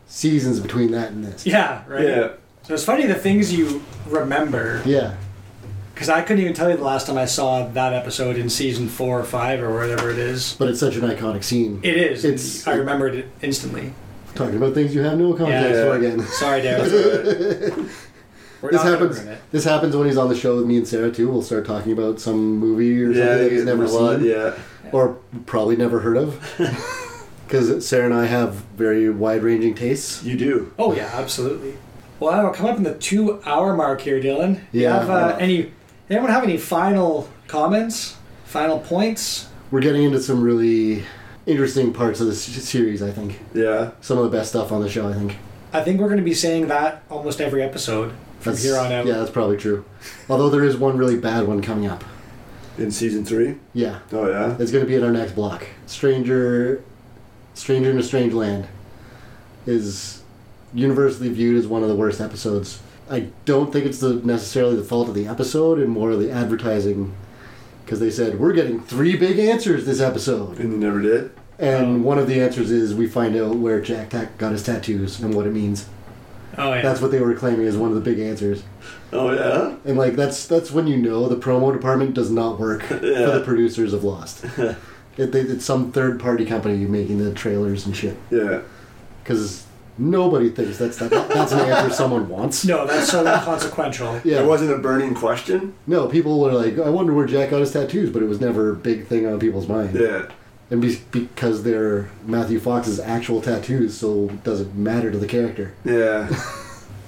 seasons between that and this.
Yeah, right?
Yeah.
So, it's funny the things you remember.
Yeah,
Because I couldn't even tell you the last time I saw that episode in season four or five or whatever it is.
but it's such an iconic scene.
It is.
It's-
I remembered it instantly.
Talking about things you have no context
Yeah.
for again.
Sorry, Derek. We're
This
not
happens.
covering it.
This happens when he's on the show with me and Sarah too. We'll start talking about some movie or something
Yeah,
that he's never
a lot,
seen.
yeah.
or probably never heard of because sarah and i have very wide-ranging tastes
You do.
Oh yeah, absolutely. Well, we're coming up in the two-hour mark here, Dylan. Do you
Yeah.
have uh, any? Anyone have any final comments? Final points?
we're getting into some really interesting parts of this s- series i think
Yeah.
some of the best stuff on the show i think
I think we're going to be saying that almost every episode from
that's
here on out.
yeah that's probably true although there is one really bad one coming up
In season three.
yeah
Oh yeah.
it's going to be in our next block stranger stranger in a strange land is universally viewed as one of the worst episodes i don't think it's the, necessarily the fault of the episode and more of the advertising because they said we're getting three big answers this episode
And you never did.
and one of the answers is we find out where jack Tack got his tattoos and what it means
Oh yeah.
that's what they were claiming as one of the big answers
Oh yeah.
and like that's that's when you know the promo department does not work
Yeah.
for the producers of Lost. it, they, it's some third party company making the trailers and shit.
Yeah.
Because nobody thinks that's that, that's an answer someone wants.
no, that's so inconsequential.
Yeah.
It wasn't a burning question.
No, people were like, I wonder where Jack got his tattoos, but it was never a big thing on people's mind.
Yeah.
And be- because they're Matthew Fox's actual tattoos, so it doesn't matter to the character.
Yeah.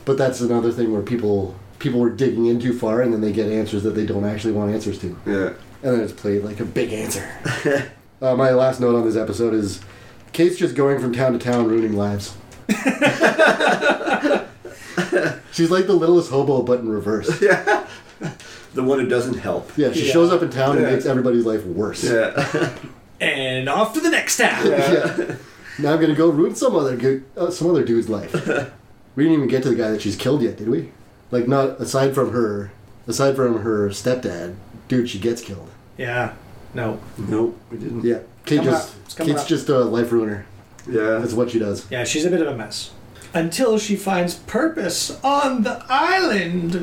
But that's another thing where people people were digging in too far, and then they get answers that they don't actually want answers to,
Yeah.
and then it's played like a big answer. uh, my last note on this episode is Kate's just going from town to town ruining lives. She's like the littlest hobo, but in reverse.
The one who doesn't help.
Yeah, she
Yeah.
shows up in town and
Yeah.
makes everybody's life worse.
Yeah.
And off to the next town.
Yeah. Now I'm gonna go ruin some other good, uh, some other dude's life. we didn't even get to the guy that she's killed yet, did we? Like not aside from her, aside from her stepdad, dude, she gets killed.
Yeah. No.
nope, we didn't.
Yeah, Kate
Coming
just
up. It's coming
Kate's
up.
just a life ruiner.
Yeah.
That's what she does.
Yeah, she's a bit of a mess. Until she finds purpose on the island.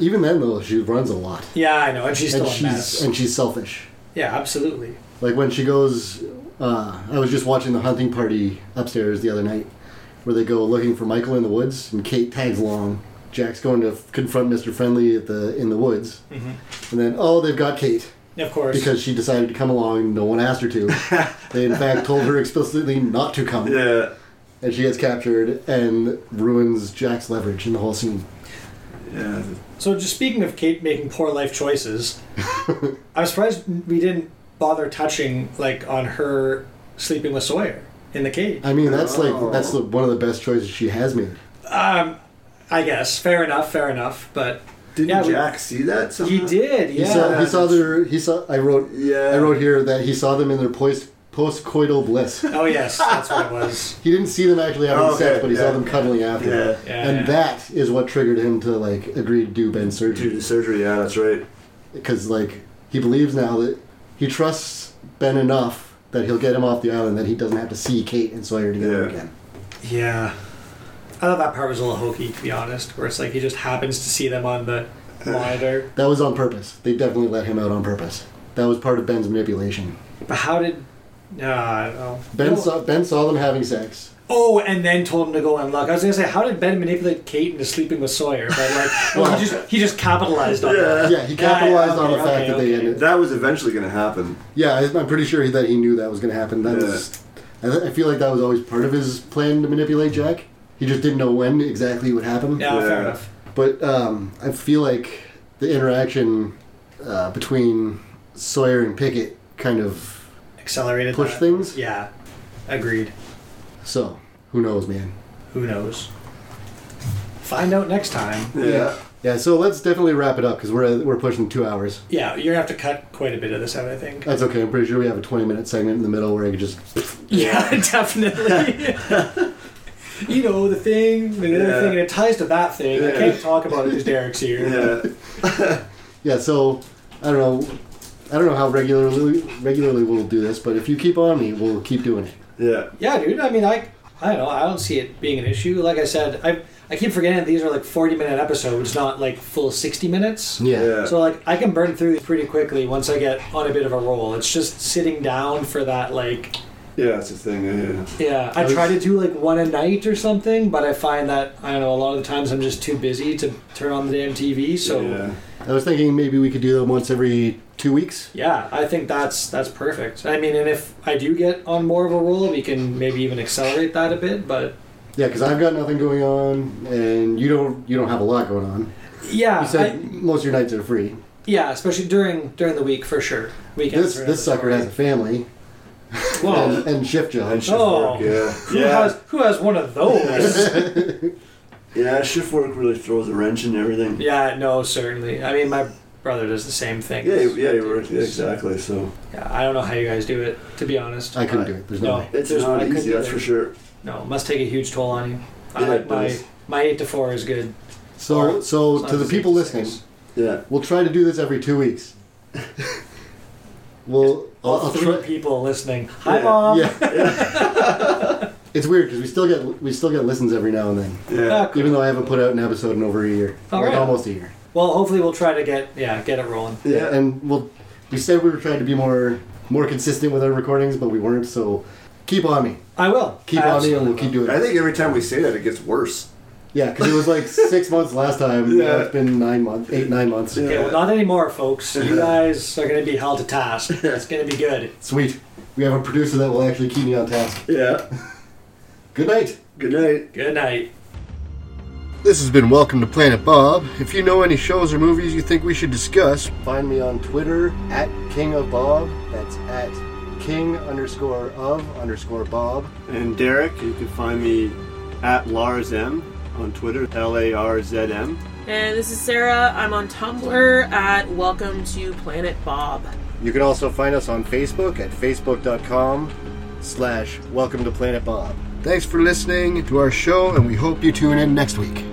Even then though, she runs a lot,
yeah, I know, and she's
and
still a
she's
mess.
and she's selfish.
yeah, absolutely.
Like when she goes, uh, I was just watching the hunting party upstairs the other night, where they go looking for Michael in the woods, and Kate tags along. Jack's going to f- confront Mr. Friendly at the in the woods,
Mm-hmm.
and then oh, they've got Kate
Of course.
because she decided to come along. No one asked her to. they in fact told her explicitly not to come,
Yeah.
and she gets captured and ruins Jack's leverage in the whole scene.
Yeah.
So, just speaking of Kate making poor life choices, I was surprised we didn't bother touching like on her sleeping with Sawyer in the cave.
I mean, that's
Oh.
like that's the, one of the best choices she has made.
Um, I guess fair enough, fair enough. But
Didn't
Yeah, we-
Jack see that? Somehow?
he did,
He saw
yeah.
he saw their he saw I wrote
Yeah.
I wrote here that he saw them in their post coital bliss.
Oh yes, that's what it was.
He didn't see them actually having
Oh, Okay,
sex, but he
yeah.
saw them cuddling after.
Yeah.
Yeah,
and
yeah.
that is what triggered him to like agree to do Ben's
Do
surgery
the surgery. Yeah, that's right.
because like he believes now that he trusts Ben enough that he'll get him off the island that he doesn't have to see Kate and Sawyer together
Yeah.
again.
Yeah. I thought that part was a little hokey, to be honest, where it's like he just happens to see them on the monitor.
That was on purpose. They definitely let him out on purpose. That was part of Ben's manipulation.
But how did. Uh, I don't know.
Ben
No.
saw Ben saw them having sex.
Oh, and then told him to go and look. I was gonna say, how did Ben manipulate Kate into sleeping with Sawyer? But like, well, he just he just capitalized on that.
Yeah, he
Yeah,
capitalized
Ah,
yeah,
on the
okay,
fact
okay,
that they
okay.
ended.
That was eventually going to happen.
Yeah, I- I'm pretty sure that he knew that was going to happen. That
Yeah.
was, I, th- I feel like that was always part of his plan to manipulate Jack. He just didn't know when exactly it would happen.
Yeah, fair
Yeah.
enough.
But um, I feel like the interaction uh, between Sawyer and Pickett kind of
Accelerated.
pushed
that.
things.
Yeah, agreed.
So who knows, man?
Who knows? Find out next time.
Yeah.
Yeah. So let's definitely wrap it up because we're we're pushing two hours.
Yeah, you're gonna have to cut quite a bit of this out, I think.
That's okay. I'm pretty sure we have a 20 minute segment in the middle where I could just
Yeah, definitely. you know, the thing, the other
Yeah.
thing, and it ties to that thing. I
Yeah.
can't talk about it because Derek's here.
Yeah.
yeah. So I don't know. I don't know how regularly regularly we'll do this, but if you keep on me, we'll keep doing it.
Yeah.
Yeah, dude. I mean, I, I don't know. I don't see it being an issue. Like I said, I, I keep forgetting that these are like forty-minute episodes, not like full sixty minutes.
Yeah.
So like, I can burn through pretty quickly once I get on a bit of a roll. It's just sitting down for that like.
Yeah, that's the thing. Yeah.
Yeah, I
was-
try to do like one a night or something, but I find that I don't know. A lot of the times I'm just too busy to turn on the damn TV. So
yeah.
I was thinking maybe we could do them once every two weeks.
Yeah, I think that's that's perfect. I mean, and if I do get on more of a roll, we can maybe even accelerate that a bit. But
Yeah, because I've got nothing going on, and you don't you don't have a lot going on.
yeah,
You said
I-
most of your nights are free.
yeah, especially during during the week for sure. Weekends.
This
are Oh.
this sucker has a family
Whoa.
and, and shift
And
jobs.
shift
Oh.
work. Yeah.
Who
Yeah.
has who has one of those?
Yeah. Shift work really throws a wrench in everything.
yeah, no, certainly. I mean, my brother does the same thing.
Yeah. you- Yeah. You were, yeah exactly. So
Yeah, I don't know how you guys do it. To be honest,
I couldn't do it. There's no,
No,
way.
it's
There's- I
not
couldn't
easy. That's
either.
for sure.
no, it must take a huge toll on you. I
Yeah,
like
it
my
does.
my eight to four is good.
So so to the people listening,
Yeah.
we'll try to do this every two weeks. we'll I'll,
all
I'll
three
try.
people listening. Hi,
Yeah.
mom.
Yeah. it's weird because we still get we still get listens every now and then,
Ah,
Yeah.
cool.
even though I haven't put out an episode in over a year,
All
like
right.
almost a year.
Well, hopefully we'll try to get yeah get it rolling.
Yeah,
Yeah.
and we'll, we said we were trying to be more more consistent with our recordings, but we weren't. So keep on me,
I will.
keep on
I
me,
absolutely
and we'll
will.
keep doing
I
it.
think every time we say that, it gets worse.
Yeah, because it was like six months last time. Yeah,
Yeah.
it's been nine months, eight nine months.
Yeah.
Okay, well, not anymore, folks. You guys are going to be held to task. It's going to be good.
Sweet, we have a producer that will actually keep me on task.
Yeah.
Good night.
Good night.
Good night.
This has been Welcome to Planet Bob. If you know any shows or movies you think we should discuss, find me on Twitter at King of Bob. That's at King underscore of underscore Bob.
And Derek, you can find me at Lars M on Twitter, L A R Z M.
And this is Sarah. I'm on Tumblr at Welcome to Planet Bob.
You can also find us on Facebook at facebook.com slash welcome to Planet Bob. Thanks for listening to our show, and we hope you tune in next week.